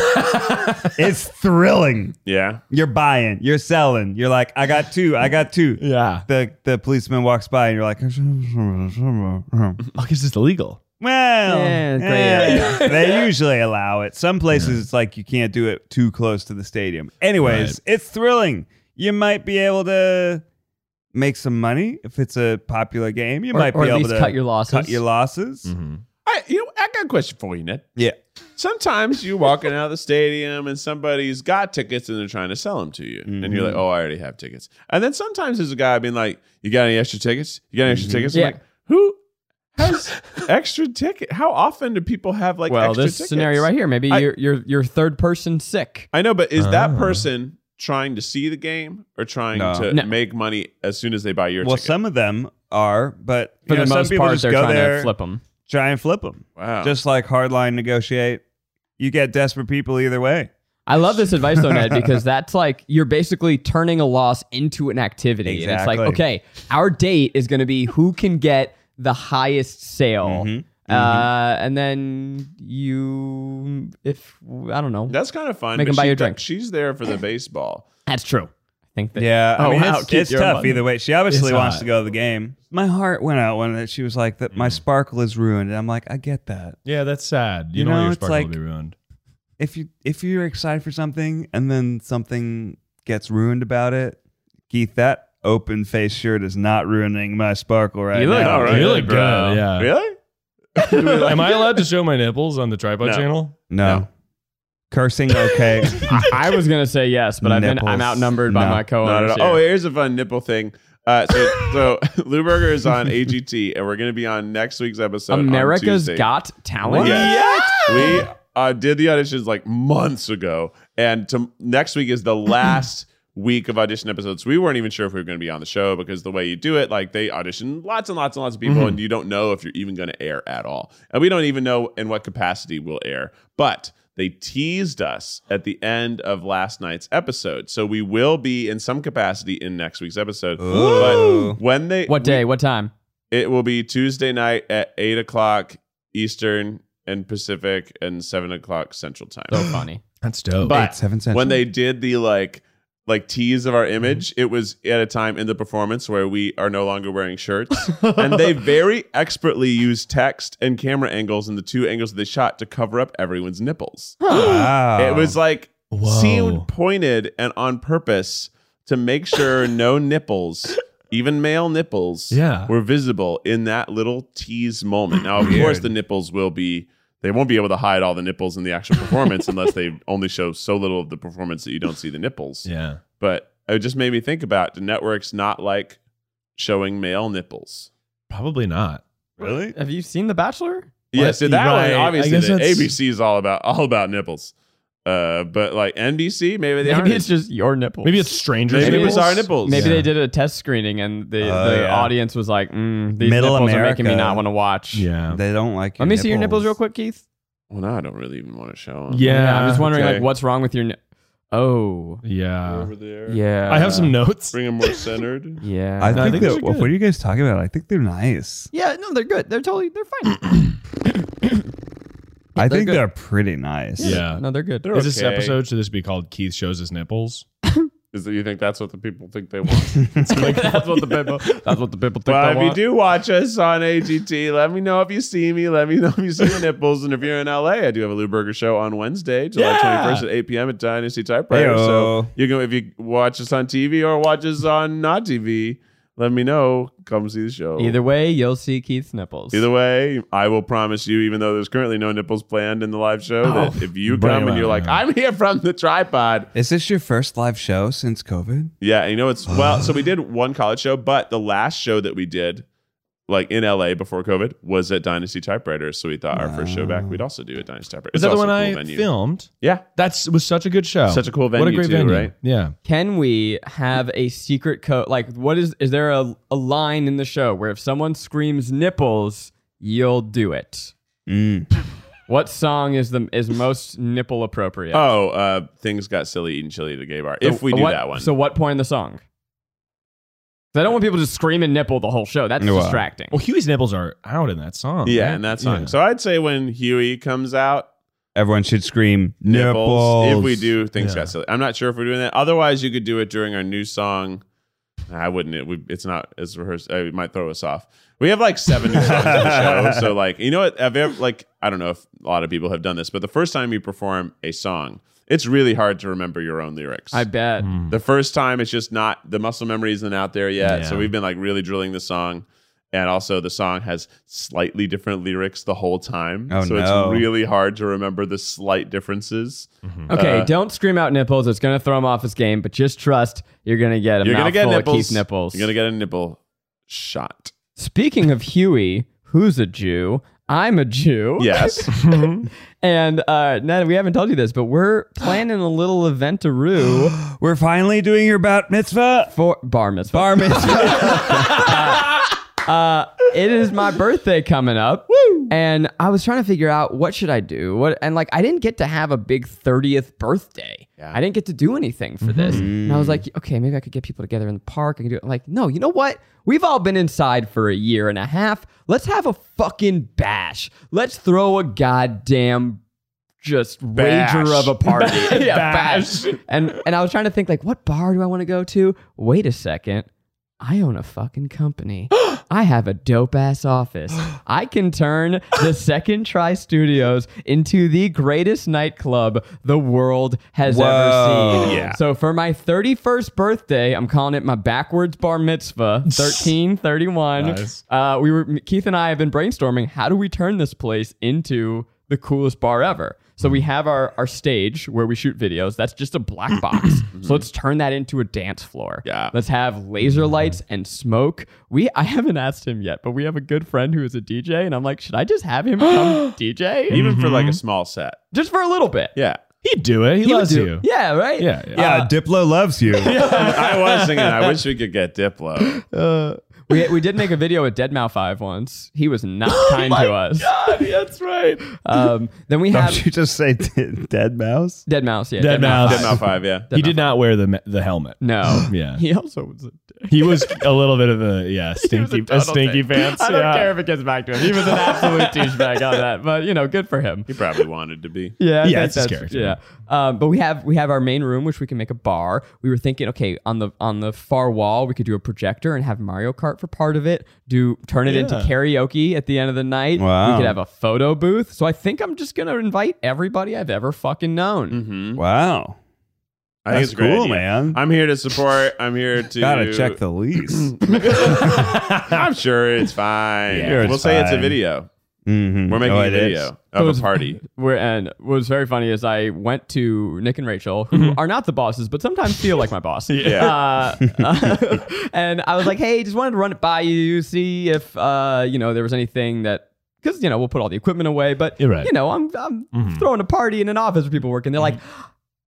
[SPEAKER 4] it's thrilling.
[SPEAKER 2] yeah,
[SPEAKER 4] You're buying, you're selling. You're like, I got two, I got two.
[SPEAKER 5] Yeah.
[SPEAKER 4] The the policeman walks by and you're like,
[SPEAKER 5] Oh, because it's illegal.
[SPEAKER 4] Well,
[SPEAKER 3] Yeah, gray
[SPEAKER 4] eh, they usually allow it. Some places it's like you can't do it too close to the stadium. Anyways, it's thrilling. You might be able to make some money if it's a popular game. You
[SPEAKER 3] Or-
[SPEAKER 4] might
[SPEAKER 3] or
[SPEAKER 4] be
[SPEAKER 3] at
[SPEAKER 4] able
[SPEAKER 3] least
[SPEAKER 4] to
[SPEAKER 3] cut your losses. Mm.
[SPEAKER 4] Cut your losses.
[SPEAKER 2] I, you know, I got a question for you, Ned.
[SPEAKER 4] Yeah.
[SPEAKER 2] Sometimes you're walking out of the stadium and somebody's got tickets and they're trying to sell them to you, and you're like, "Oh, I already have tickets." And then sometimes there's a guy being like, "You got any extra tickets? You got any extra tickets?" I'm
[SPEAKER 3] Yeah.
[SPEAKER 2] like, who has extra ticket? How often do people have like
[SPEAKER 3] well,
[SPEAKER 2] extra
[SPEAKER 3] this
[SPEAKER 2] tickets?
[SPEAKER 3] scenario right here, maybe
[SPEAKER 2] I-
[SPEAKER 3] you're, you're you're third person sick.
[SPEAKER 2] I know, but is that
[SPEAKER 5] Oh.
[SPEAKER 2] person trying to see the game or trying
[SPEAKER 4] No.
[SPEAKER 2] to
[SPEAKER 3] No.
[SPEAKER 2] make money as soon as they buy your
[SPEAKER 4] Well,
[SPEAKER 2] ticket?
[SPEAKER 4] some of them are, but you
[SPEAKER 3] For
[SPEAKER 4] know,
[SPEAKER 3] the
[SPEAKER 4] some
[SPEAKER 3] most
[SPEAKER 4] people
[SPEAKER 3] part,
[SPEAKER 4] just
[SPEAKER 3] they're
[SPEAKER 4] go
[SPEAKER 3] trying
[SPEAKER 4] there,
[SPEAKER 3] to flip them.
[SPEAKER 4] try and flip them.
[SPEAKER 2] wow.
[SPEAKER 4] Just like hardline negotiate. You get desperate people either way.
[SPEAKER 3] I love this advice
[SPEAKER 2] [LAUGHS]
[SPEAKER 3] though, Ned, because that's like you're basically turning a loss into an activity. And it's like,
[SPEAKER 4] Exactly.
[SPEAKER 3] okay, our date is going to be who can get the highest sale.
[SPEAKER 2] Mm-hmm.
[SPEAKER 4] Mhm.
[SPEAKER 3] Uh, and then you, if I don't know,
[SPEAKER 2] that's kind of fun.
[SPEAKER 3] Make
[SPEAKER 2] but
[SPEAKER 3] 'em buy
[SPEAKER 2] she-
[SPEAKER 3] your drink.
[SPEAKER 2] She's there for the baseball.
[SPEAKER 3] that's true. I think that
[SPEAKER 4] Yeah, I
[SPEAKER 5] Oh,
[SPEAKER 4] mean,
[SPEAKER 5] wow,
[SPEAKER 4] it's,
[SPEAKER 5] keep
[SPEAKER 4] it's
[SPEAKER 5] your
[SPEAKER 4] tough
[SPEAKER 5] money.
[SPEAKER 4] either way. She obviously
[SPEAKER 5] It's
[SPEAKER 4] wants
[SPEAKER 5] hot.
[SPEAKER 4] to go to the game. My heart went out when she was like, "That my sparkle is ruined," and I'm like, "I get that.
[SPEAKER 5] Yeah, that's sad. You,
[SPEAKER 4] You
[SPEAKER 5] know,
[SPEAKER 4] know,
[SPEAKER 5] your
[SPEAKER 4] it's
[SPEAKER 5] sparkle
[SPEAKER 4] like-
[SPEAKER 5] will be ruined.
[SPEAKER 4] If you if you're excited for something and then something gets ruined about it, Keith, that open face shirt is not ruining my sparkle right
[SPEAKER 2] You look
[SPEAKER 4] now.
[SPEAKER 2] all right. Really,
[SPEAKER 5] good. Yeah.
[SPEAKER 2] Really?
[SPEAKER 5] Am I allowed to show my nipples on the tripod
[SPEAKER 2] No.
[SPEAKER 5] channel?
[SPEAKER 4] No.
[SPEAKER 2] No.
[SPEAKER 4] cursing okay.
[SPEAKER 3] I was gonna say yes, but I've been
[SPEAKER 4] Nipples.
[SPEAKER 3] I'm outnumbered by
[SPEAKER 4] No,
[SPEAKER 3] my
[SPEAKER 2] Not
[SPEAKER 3] co-owners.
[SPEAKER 2] at all. Oh,
[SPEAKER 3] here.
[SPEAKER 2] here's a fun nipple thing. Uh, so, so [LAUGHS] Luberger is on AGT, and we're going to be on next week's episode. on
[SPEAKER 3] America's
[SPEAKER 2] Tuesday.
[SPEAKER 3] Got Talent.
[SPEAKER 2] Yes. We uh, did the auditions like months ago, and to, next week is the last week of audition episodes. We weren't even sure if we were going to be on the show because the way you do it, like they audition lots and lots and lots of people, and you don't know if you're even going to air at all, and we don't even know in what capacity we'll air, but. They teased us at the end of last night's episode. So we will be in some capacity in next week's episode.
[SPEAKER 4] Ooh.
[SPEAKER 2] But when they
[SPEAKER 3] What day? What time?
[SPEAKER 2] it will be Tuesday night at eight o'clock Eastern and Pacific and seven o'clock Central Time.
[SPEAKER 3] So
[SPEAKER 5] Oh,
[SPEAKER 3] funny.
[SPEAKER 5] That's dope.
[SPEAKER 2] But-
[SPEAKER 4] seven cents.
[SPEAKER 2] when they did the like like tease of our
[SPEAKER 5] Mm-hmm.
[SPEAKER 2] image, it was at a time in the performance where we are no longer wearing
[SPEAKER 5] [LAUGHS]
[SPEAKER 2] shirts, and they very expertly used text and camera angles and the two angles that they shot to cover up everyone's nipples.
[SPEAKER 4] wow.
[SPEAKER 2] It was like
[SPEAKER 5] Whoa.
[SPEAKER 2] seemed pointed and on purpose to make sure no nipples, even male nipples,
[SPEAKER 5] Yeah.
[SPEAKER 2] were visible in that little tease moment. Now, of course,
[SPEAKER 4] Weird.
[SPEAKER 2] the nipples will be. They won't be able to hide all the nipples in the actual performance unless
[SPEAKER 5] [LAUGHS]
[SPEAKER 2] they only show so little of the performance that you don't see the nipples.
[SPEAKER 5] yeah.
[SPEAKER 2] But it just made me think about the networks not like showing male nipples.
[SPEAKER 5] Probably not.
[SPEAKER 4] really
[SPEAKER 3] Have you seen The Bachelor?
[SPEAKER 2] Yes, yeah, so that
[SPEAKER 5] Right.
[SPEAKER 2] one
[SPEAKER 5] I
[SPEAKER 2] obviously
[SPEAKER 5] guess
[SPEAKER 2] the
[SPEAKER 5] that's-
[SPEAKER 2] ABC is all about all about nipples. Uh, but like NBC, maybe they
[SPEAKER 3] Maybe
[SPEAKER 2] aren't.
[SPEAKER 3] it's just your nipples.
[SPEAKER 5] Maybe it's strangers.
[SPEAKER 2] Maybe it
[SPEAKER 5] nipples.
[SPEAKER 2] was our nipples.
[SPEAKER 3] Maybe
[SPEAKER 5] Yeah.
[SPEAKER 3] they did a test screening and the,
[SPEAKER 4] Oh,
[SPEAKER 3] the
[SPEAKER 4] yeah.
[SPEAKER 3] audience was like, mm, "These
[SPEAKER 4] Middle
[SPEAKER 3] nipples are making me
[SPEAKER 4] America.
[SPEAKER 3] not want to watch."
[SPEAKER 5] Yeah.
[SPEAKER 4] they don't like.
[SPEAKER 3] Let me see your nipples real quick, Keith.
[SPEAKER 2] Well, now I don't really even want to show them.
[SPEAKER 5] Yeah.
[SPEAKER 3] I'm just wondering
[SPEAKER 2] okay.
[SPEAKER 3] like what's wrong with your. Ni- oh,
[SPEAKER 5] Yeah.
[SPEAKER 2] over there.
[SPEAKER 3] yeah.
[SPEAKER 5] I have some notes.
[SPEAKER 2] Bring them more
[SPEAKER 5] [LAUGHS]
[SPEAKER 2] centered.
[SPEAKER 3] Yeah.
[SPEAKER 4] I
[SPEAKER 5] No,
[SPEAKER 4] think,
[SPEAKER 5] I think those
[SPEAKER 4] that-
[SPEAKER 5] are
[SPEAKER 4] what
[SPEAKER 5] good.
[SPEAKER 4] are you guys talking about? I think they're nice.
[SPEAKER 3] yeah. No, they're good. They're totally. They're fine.
[SPEAKER 4] I think
[SPEAKER 3] good.
[SPEAKER 4] they're pretty nice.
[SPEAKER 5] Yeah.
[SPEAKER 3] No, they're good.
[SPEAKER 2] They're
[SPEAKER 5] Is this
[SPEAKER 2] okay.
[SPEAKER 5] episode should this be called Keith shows his nipples?
[SPEAKER 2] Is that you think that's what the people think they want?
[SPEAKER 5] [LAUGHS]
[SPEAKER 2] [LAUGHS]
[SPEAKER 3] that's what the people. That's what the people think.
[SPEAKER 2] well,
[SPEAKER 3] I
[SPEAKER 2] if you
[SPEAKER 3] want.
[SPEAKER 2] do watch us on AGT, let me know if you see me. Let me know if you see the nipples. And if you're in LA, I do have a Lou Burger show on Wednesday, July
[SPEAKER 5] Yeah.
[SPEAKER 2] 21st at 8 p.m. at Dynasty Typewriter.
[SPEAKER 4] Heyo.
[SPEAKER 2] So you can, if you watch us on TV or watch us on not TV, let me know. Come see the show.
[SPEAKER 3] Either way, you'll see Keith's nipples.
[SPEAKER 2] Either way, I will promise you, even though there's currently no nipples planned in the live show,
[SPEAKER 3] Oh.
[SPEAKER 2] that if you
[SPEAKER 5] bring
[SPEAKER 2] come and
[SPEAKER 5] it
[SPEAKER 2] you're
[SPEAKER 5] on,
[SPEAKER 2] like,
[SPEAKER 5] yeah.
[SPEAKER 2] I'm here from the tripod,
[SPEAKER 4] Is this your first live show since COVID?
[SPEAKER 2] Yeah, and you know it's well. So we did one college show, but the last show that we did, like in LA before COVID, was at Dynasty Typewriter. So we thought our first show back, we'd also do at Dynasty Typewriter. It's
[SPEAKER 5] Is that the
[SPEAKER 2] also
[SPEAKER 5] one
[SPEAKER 2] a
[SPEAKER 5] I
[SPEAKER 2] cool venue.
[SPEAKER 5] filmed?
[SPEAKER 2] Yeah,
[SPEAKER 5] That's was such a good show.
[SPEAKER 2] Such a cool
[SPEAKER 5] What
[SPEAKER 2] venue
[SPEAKER 5] a great
[SPEAKER 2] too,
[SPEAKER 5] venue.
[SPEAKER 2] right?
[SPEAKER 5] Yeah.
[SPEAKER 3] Can we have a secret code? Like, what is? Is there a, a line in the show where if someone screams nipples, you'll do it?
[SPEAKER 4] Mm.
[SPEAKER 3] What song is the is most nipple appropriate?
[SPEAKER 2] Oh, uh, things got silly eating chili at the gay bar. If we do
[SPEAKER 3] What-
[SPEAKER 2] that one,
[SPEAKER 3] So, what point in the song? 'Cause I don't want people just screaming nipple the whole show. That's
[SPEAKER 4] Wow.
[SPEAKER 3] distracting.
[SPEAKER 5] Well, Huey's nipples are out in that song.
[SPEAKER 2] yeah,
[SPEAKER 5] right?
[SPEAKER 2] and that song.
[SPEAKER 5] Yeah.
[SPEAKER 2] So I'd say when Huey comes out,
[SPEAKER 4] Everyone should scream
[SPEAKER 2] nipples.
[SPEAKER 4] nipples.
[SPEAKER 2] If we do things
[SPEAKER 5] Yeah.
[SPEAKER 2] got silly, I'm not sure if we're doing that. Otherwise, you could do it during our new song. I wouldn't. It, we, it's not as rehearsed. Uh, it might throw us off. We have like seven new songs on
[SPEAKER 4] [LAUGHS]
[SPEAKER 2] the show, so like you know what? Have you ever, like I don't know if a lot of people have done this, but the first time you perform a song, it's really hard to remember your own lyrics.
[SPEAKER 3] I bet.
[SPEAKER 4] Hmm.
[SPEAKER 2] the first time, it's just not the muscle memory isn't out there yet. So we've been like really drilling the song. And also, the song has slightly different lyrics the whole time.
[SPEAKER 4] Oh,
[SPEAKER 2] so
[SPEAKER 4] no.
[SPEAKER 2] it's really hard to remember the slight differences. Uh,
[SPEAKER 3] Okay, don't scream out nipples. It's gonna throw him off his game. But just trust, you're gonna get a
[SPEAKER 2] You're going to
[SPEAKER 3] mouthful
[SPEAKER 2] get nipples.
[SPEAKER 3] of Keith nipples.
[SPEAKER 2] You're going to get a nipple shot.
[SPEAKER 3] Speaking of Huey, who's a Jew? I'm a Jew.
[SPEAKER 2] Yes.
[SPEAKER 4] [LAUGHS]
[SPEAKER 3] And uh, Ned, we haven't told you this,
[SPEAKER 2] [GASPS]
[SPEAKER 3] but we're planning a little eventaroo [GASPS]
[SPEAKER 4] We're finally doing your bat mitzvah.
[SPEAKER 3] for bar mitzvah.
[SPEAKER 4] Bar mitzvah.
[SPEAKER 3] it is my birthday coming up. And I was trying to figure out what should I do? What and like I didn't get to have a big 30th birthday. I didn't get to do anything for this. And I was like, okay, maybe I could get people together in the park. I can do it. I'm like, no, you know what? We've all been inside for a year and a half. Let's have a fucking bash. Let's throw a goddamn just rager of a party. [LAUGHS] yeah, bash. And and I was trying to think like, what bar do I want to go to? Wait a second. I own a fucking company. I have a dope ass office. I can turn the Second Try Studios into the greatest nightclub the world has
[SPEAKER 4] Whoa.
[SPEAKER 3] ever seen.
[SPEAKER 2] Yeah.
[SPEAKER 3] So for my 31st birthday, I'm calling it my backwards bar mitzvah, 1331.
[SPEAKER 5] Nice.
[SPEAKER 3] Uh, we were Keith and I have been brainstorming how do we turn this place into the coolest bar ever. So we have our our stage where we shoot videos. That's just a black box. so let's turn that into a dance floor.
[SPEAKER 2] Yeah.
[SPEAKER 3] Let's have laser lights and smoke. We I haven't asked him yet, but we have a good friend who is a DJ, and I'm like, should I just have him
[SPEAKER 5] [GASPS]
[SPEAKER 3] come DJ
[SPEAKER 2] Even for like a small set.
[SPEAKER 3] just for a little bit?
[SPEAKER 2] Yeah.
[SPEAKER 5] He'd do it. He,
[SPEAKER 3] He would
[SPEAKER 5] loves
[SPEAKER 3] do-
[SPEAKER 5] you.
[SPEAKER 3] Yeah. Right.
[SPEAKER 5] Yeah. Uh, yeah.
[SPEAKER 4] yeah, Diplo loves
[SPEAKER 5] [LAUGHS]
[SPEAKER 4] you.
[SPEAKER 2] I was thinking, I wish we could get Diplo.
[SPEAKER 3] Uh, we, we did make a video with Dead Mouth Five once. He was
[SPEAKER 5] [GASPS]
[SPEAKER 3] not kind to us.
[SPEAKER 5] Oh that's right.
[SPEAKER 3] Um, then
[SPEAKER 5] [LAUGHS]
[SPEAKER 3] we have
[SPEAKER 4] Don't you just say d- dead mouse?
[SPEAKER 3] Dead Mouse. Yeah.
[SPEAKER 5] Dead Mouse.
[SPEAKER 2] Dead
[SPEAKER 4] [LAUGHS]
[SPEAKER 2] Mouth 5, yeah.
[SPEAKER 5] He did not wear the me- the helmet.
[SPEAKER 3] No.
[SPEAKER 5] [LAUGHS] Yeah.
[SPEAKER 3] He also was a
[SPEAKER 5] He was a little bit of
[SPEAKER 3] [LAUGHS]
[SPEAKER 5] a yeah stinky a, stinky pants.
[SPEAKER 3] I don't
[SPEAKER 5] yeah.
[SPEAKER 3] care if it gets back to him. He was an absolute
[SPEAKER 5] [LAUGHS]
[SPEAKER 3] douchebag on that, but you know, good for him.
[SPEAKER 2] He probably wanted to be.
[SPEAKER 3] Yeah, I
[SPEAKER 5] Yeah,
[SPEAKER 3] think
[SPEAKER 5] it's his
[SPEAKER 3] that's-
[SPEAKER 5] character.
[SPEAKER 3] Yeah, um, but we have we have our main room, which we can make a bar. We were thinking, okay, on the on the far wall, we could do a projector and have Mario Kart for part of it. Do turn it into
[SPEAKER 5] Yeah.
[SPEAKER 3] karaoke at the end of the night.
[SPEAKER 4] Wow.
[SPEAKER 3] We could have a photo booth. So I think I'm just gonna invite everybody I've ever fucking known.
[SPEAKER 2] Mm-hmm.
[SPEAKER 4] Wow.
[SPEAKER 2] I think
[SPEAKER 4] That's
[SPEAKER 2] it's a great
[SPEAKER 4] cool,
[SPEAKER 2] idea.
[SPEAKER 4] man.
[SPEAKER 2] I'm here to support. I'm
[SPEAKER 4] [LAUGHS]
[SPEAKER 2] here to.
[SPEAKER 4] Gotta check
[SPEAKER 2] [CLEARS THROAT]
[SPEAKER 4] the lease.
[SPEAKER 2] [LAUGHS] I'm sure
[SPEAKER 4] [LAUGHS]
[SPEAKER 2] it's fine.
[SPEAKER 4] Yeah, Sure it's
[SPEAKER 2] we'll say it's a
[SPEAKER 4] fine.
[SPEAKER 2] video.
[SPEAKER 4] Mhm.
[SPEAKER 2] We're making
[SPEAKER 4] Oh,
[SPEAKER 2] a
[SPEAKER 4] it is.
[SPEAKER 2] video of
[SPEAKER 3] Those-
[SPEAKER 2] a
[SPEAKER 4] [LAUGHS]
[SPEAKER 2] party.
[SPEAKER 3] Where and what was very funny is I went to Nick and Rachel, who
[SPEAKER 5] Mm-hmm.
[SPEAKER 3] are not the bosses, but sometimes feel like my
[SPEAKER 5] [LAUGHS]
[SPEAKER 3] boss.
[SPEAKER 2] Yeah.
[SPEAKER 3] Uh, [LAUGHS] and I was like, hey, just wanted to run it by you, see if uh, you know there was anything that because you know we'll put all the equipment away, but
[SPEAKER 5] You're right.
[SPEAKER 3] you know I'm I'm
[SPEAKER 5] Mm-hmm.
[SPEAKER 3] throwing a party in an office where people work, and they're like,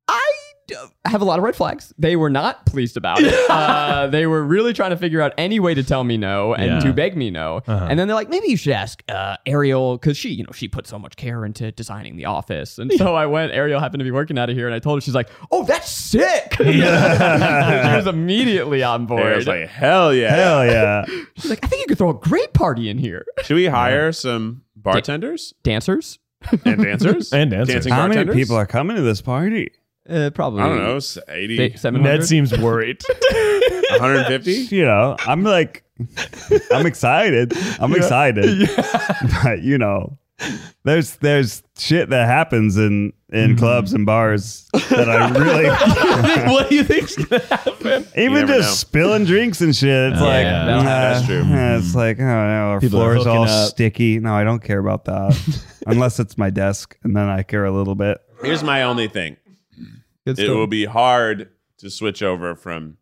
[SPEAKER 3] I. d- have a lot of red flags. They were not pleased about
[SPEAKER 5] [LAUGHS]
[SPEAKER 3] it. uh, they were really trying to figure out any way to tell me no and
[SPEAKER 5] Yeah.
[SPEAKER 3] to beg me no.
[SPEAKER 5] Uh-huh.
[SPEAKER 3] And then they're like, maybe you should ask uh, Ariel because she, you know, she put so much care into designing the office. And so I went. Ariel happened to be working out of here, and I told her she's like, "Oh, that's sick." [LAUGHS] she was immediately on board.
[SPEAKER 2] I was like, hell yeah.
[SPEAKER 4] Hell yeah.
[SPEAKER 3] she's like, "I think you could throw a great party in here."
[SPEAKER 2] Should we hire some
[SPEAKER 4] [LAUGHS]
[SPEAKER 2] bartenders
[SPEAKER 3] Dancers,
[SPEAKER 2] and dancers
[SPEAKER 5] And dancers.
[SPEAKER 2] Dancing
[SPEAKER 4] How many
[SPEAKER 2] bartenders?
[SPEAKER 4] people are coming to this party?
[SPEAKER 3] uh, probably.
[SPEAKER 2] I don't know, 80,
[SPEAKER 3] Seven
[SPEAKER 5] Ned
[SPEAKER 3] hundred.
[SPEAKER 5] seems worried.
[SPEAKER 4] [LAUGHS]
[SPEAKER 2] 150.
[SPEAKER 4] You know, I'm like, I'm excited. I'm excited. [LAUGHS] But you know, there's there's shit that happens in
[SPEAKER 2] Mm-hmm.
[SPEAKER 4] in clubs and bars
[SPEAKER 2] [LAUGHS]
[SPEAKER 4] that I really
[SPEAKER 3] [LAUGHS]
[SPEAKER 5] what do you think's gonna happen?
[SPEAKER 4] even
[SPEAKER 2] never
[SPEAKER 4] just
[SPEAKER 2] know.
[SPEAKER 4] spilling drinks and shit. It's
[SPEAKER 5] Yeah,
[SPEAKER 4] like
[SPEAKER 5] yeah,
[SPEAKER 3] that-
[SPEAKER 2] that's true. Mm-hmm.
[SPEAKER 4] yeah, It's like oh no, our
[SPEAKER 5] People are
[SPEAKER 4] floor is all
[SPEAKER 5] hooking up.
[SPEAKER 4] sticky. No, I don't care
[SPEAKER 2] [LAUGHS]
[SPEAKER 4] about that unless it's my desk, and then I care a little bit.
[SPEAKER 2] Here's my only thing.
[SPEAKER 3] Good
[SPEAKER 2] It
[SPEAKER 3] stuff.
[SPEAKER 2] will be hard to switch over from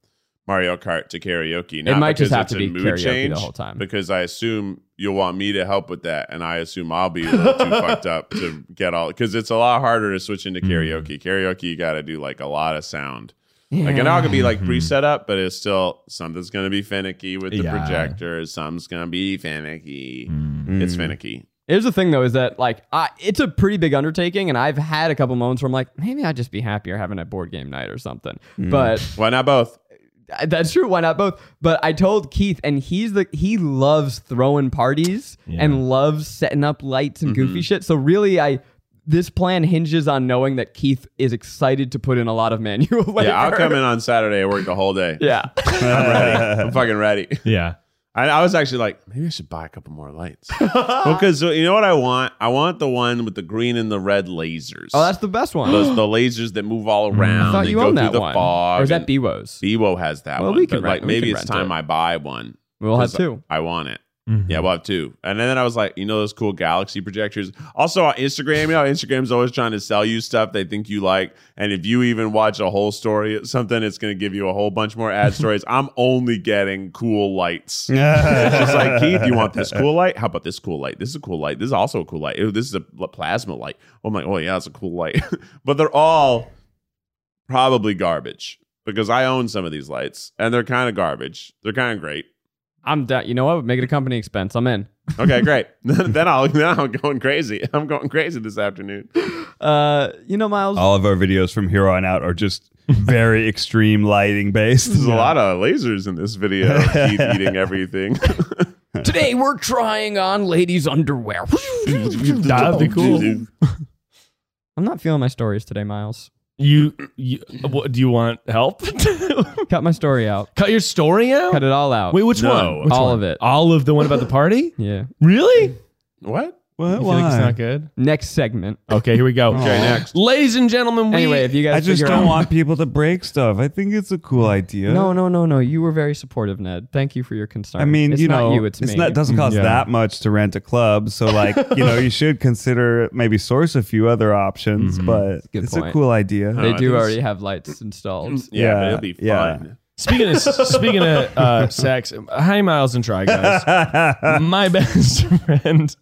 [SPEAKER 2] Mario Kart to karaoke. Not
[SPEAKER 3] might
[SPEAKER 2] because
[SPEAKER 3] just have
[SPEAKER 2] it's
[SPEAKER 3] to
[SPEAKER 2] a
[SPEAKER 3] be
[SPEAKER 2] mood
[SPEAKER 3] karaoke the
[SPEAKER 2] change,
[SPEAKER 3] whole time.
[SPEAKER 2] Because I assume you'll want me to help with that, and I assume I'll be a little too fucked up
[SPEAKER 3] [LAUGHS]
[SPEAKER 2] to get all. Because it's a lot harder to switch
[SPEAKER 3] Hmm.
[SPEAKER 2] into karaoke. Karaoke, you got to do like a lot of sound. Like and all could be
[SPEAKER 3] Hmm.
[SPEAKER 2] like pre-set up, but it's still something's gonna be finicky with the
[SPEAKER 5] Yeah.
[SPEAKER 2] projector. Something's gonna be finicky.
[SPEAKER 3] Hmm.
[SPEAKER 2] It's finicky.
[SPEAKER 3] Here's the thing, though, is that like I, it's a pretty big undertaking, and I've had a couple moments where I'm like, maybe I'd just be happier having a board game night or something.
[SPEAKER 2] Mm.
[SPEAKER 3] But
[SPEAKER 2] Why not both?
[SPEAKER 3] I- that's true. Why not both? But I told Keith, and he's the he loves throwing parties
[SPEAKER 5] Yeah.
[SPEAKER 2] Mm-hmm.
[SPEAKER 3] and loves setting up lights and goofy shit. So really, I this plan hinges on knowing that Keith is excited to put in a lot of [LAUGHS] manual labor.
[SPEAKER 2] Yeah, I'll come in on Saturday. I worked the whole day.
[SPEAKER 3] [LAUGHS] Yeah.
[SPEAKER 2] I'm fucking ready.
[SPEAKER 5] Yeah.
[SPEAKER 2] I, I was actually like, maybe I should buy a couple more lights. [LAUGHS] because you know what I want? I want the one with the green and the red lasers.
[SPEAKER 3] Oh, that's the best one.
[SPEAKER 2] [GASPS] those the lasers that move all around.
[SPEAKER 3] Mm. I thought
[SPEAKER 2] they
[SPEAKER 3] you
[SPEAKER 2] go
[SPEAKER 3] owned
[SPEAKER 2] through
[SPEAKER 3] that
[SPEAKER 2] the
[SPEAKER 3] one.
[SPEAKER 2] fog.
[SPEAKER 3] Or is that
[SPEAKER 2] and-
[SPEAKER 3] Bewos?
[SPEAKER 2] Bebo has that
[SPEAKER 3] Well,
[SPEAKER 2] one.
[SPEAKER 3] we can
[SPEAKER 2] but
[SPEAKER 3] rent-
[SPEAKER 2] like
[SPEAKER 3] we
[SPEAKER 2] maybe
[SPEAKER 3] can
[SPEAKER 2] it's
[SPEAKER 3] rent
[SPEAKER 2] time
[SPEAKER 3] it.
[SPEAKER 2] I buy one.
[SPEAKER 3] We'll have
[SPEAKER 2] 'Cause
[SPEAKER 3] two.
[SPEAKER 2] I want it.
[SPEAKER 5] Mhm.
[SPEAKER 2] Yeah, we'll have two. And then I was like, you know those cool galaxy projectors. Also on Instagram, you know, Instagram's always trying to sell you stuff they think you like. And if you even watch a whole story of something, it's gonna give you a whole bunch more ad
[SPEAKER 3] [LAUGHS]
[SPEAKER 2] stories. I'm only getting cool lights. It's [LAUGHS] just like Keith, you want this cool light? How about this cool light? This is a cool light. This is also a cool light. Ew, this is a pl- plasma light. Oh my, oh yeah, that's a cool light. [LAUGHS] but they're all probably garbage because I own some of these lights and they're kind of garbage. They're kind of great.
[SPEAKER 3] I'm down. You know what? Make it a company expense. I'm in.
[SPEAKER 4] [LAUGHS]
[SPEAKER 2] Okay, great. [LAUGHS] then I'll then I'm going crazy. [LAUGHS] I'm going crazy this afternoon.
[SPEAKER 3] Uh, you know, Miles.
[SPEAKER 4] [LAUGHS] All of our videos from here on out are just very extreme lighting based.
[SPEAKER 2] There's a lot of lasers in this video. of
[SPEAKER 4] [LAUGHS]
[SPEAKER 2] Keith eating everything.
[SPEAKER 3] Today we're trying on ladies' underwear.
[SPEAKER 5] [LAUGHS] That'd
[SPEAKER 2] [LAUGHS]
[SPEAKER 5] be cool.
[SPEAKER 3] I'm not feeling my stories today, Miles.
[SPEAKER 5] You, you what, do you want help? [LAUGHS]
[SPEAKER 3] Cut my story out.
[SPEAKER 5] Cut your story out?
[SPEAKER 3] Cut it all out.
[SPEAKER 5] Wait, which
[SPEAKER 2] No.
[SPEAKER 5] one? Which
[SPEAKER 3] All
[SPEAKER 5] one?
[SPEAKER 3] of it.
[SPEAKER 5] All of the one about
[SPEAKER 3] [LAUGHS]
[SPEAKER 5] the party?
[SPEAKER 3] Yeah.
[SPEAKER 5] Really?
[SPEAKER 2] What?
[SPEAKER 4] What?
[SPEAKER 5] You feel like it's not good?
[SPEAKER 3] Next segment.
[SPEAKER 5] Okay, here we go. Okay,
[SPEAKER 2] next.
[SPEAKER 5] Ladies and gentlemen, we,
[SPEAKER 3] Oh. Anyway, if you guys
[SPEAKER 4] I just
[SPEAKER 3] figure
[SPEAKER 4] don't
[SPEAKER 3] out-
[SPEAKER 4] want people to break stuff. I think it's a cool idea.
[SPEAKER 3] No, no, no, no. You were very supportive, Ned. Thank you for your concern.
[SPEAKER 4] I mean,
[SPEAKER 3] it's
[SPEAKER 4] you
[SPEAKER 3] not
[SPEAKER 4] know,
[SPEAKER 3] you, it's, me.
[SPEAKER 4] not, doesn't
[SPEAKER 2] Mm-hmm.
[SPEAKER 4] cost
[SPEAKER 5] Yeah.
[SPEAKER 4] that much to rent a
[SPEAKER 3] [LAUGHS]
[SPEAKER 4] club. So, like, you know, you should consider maybe source a few other options,
[SPEAKER 2] Mm-hmm.
[SPEAKER 4] but
[SPEAKER 3] Good
[SPEAKER 4] it's a
[SPEAKER 3] point.
[SPEAKER 4] cool idea.
[SPEAKER 3] they
[SPEAKER 2] I
[SPEAKER 3] do
[SPEAKER 2] think
[SPEAKER 3] already have lights installed.
[SPEAKER 2] Yeah,
[SPEAKER 4] Yeah,
[SPEAKER 2] but it'll be fun.
[SPEAKER 4] yeah.
[SPEAKER 5] speaking of speaking of uh, sex, hi Miles and Try Guys. my best friend,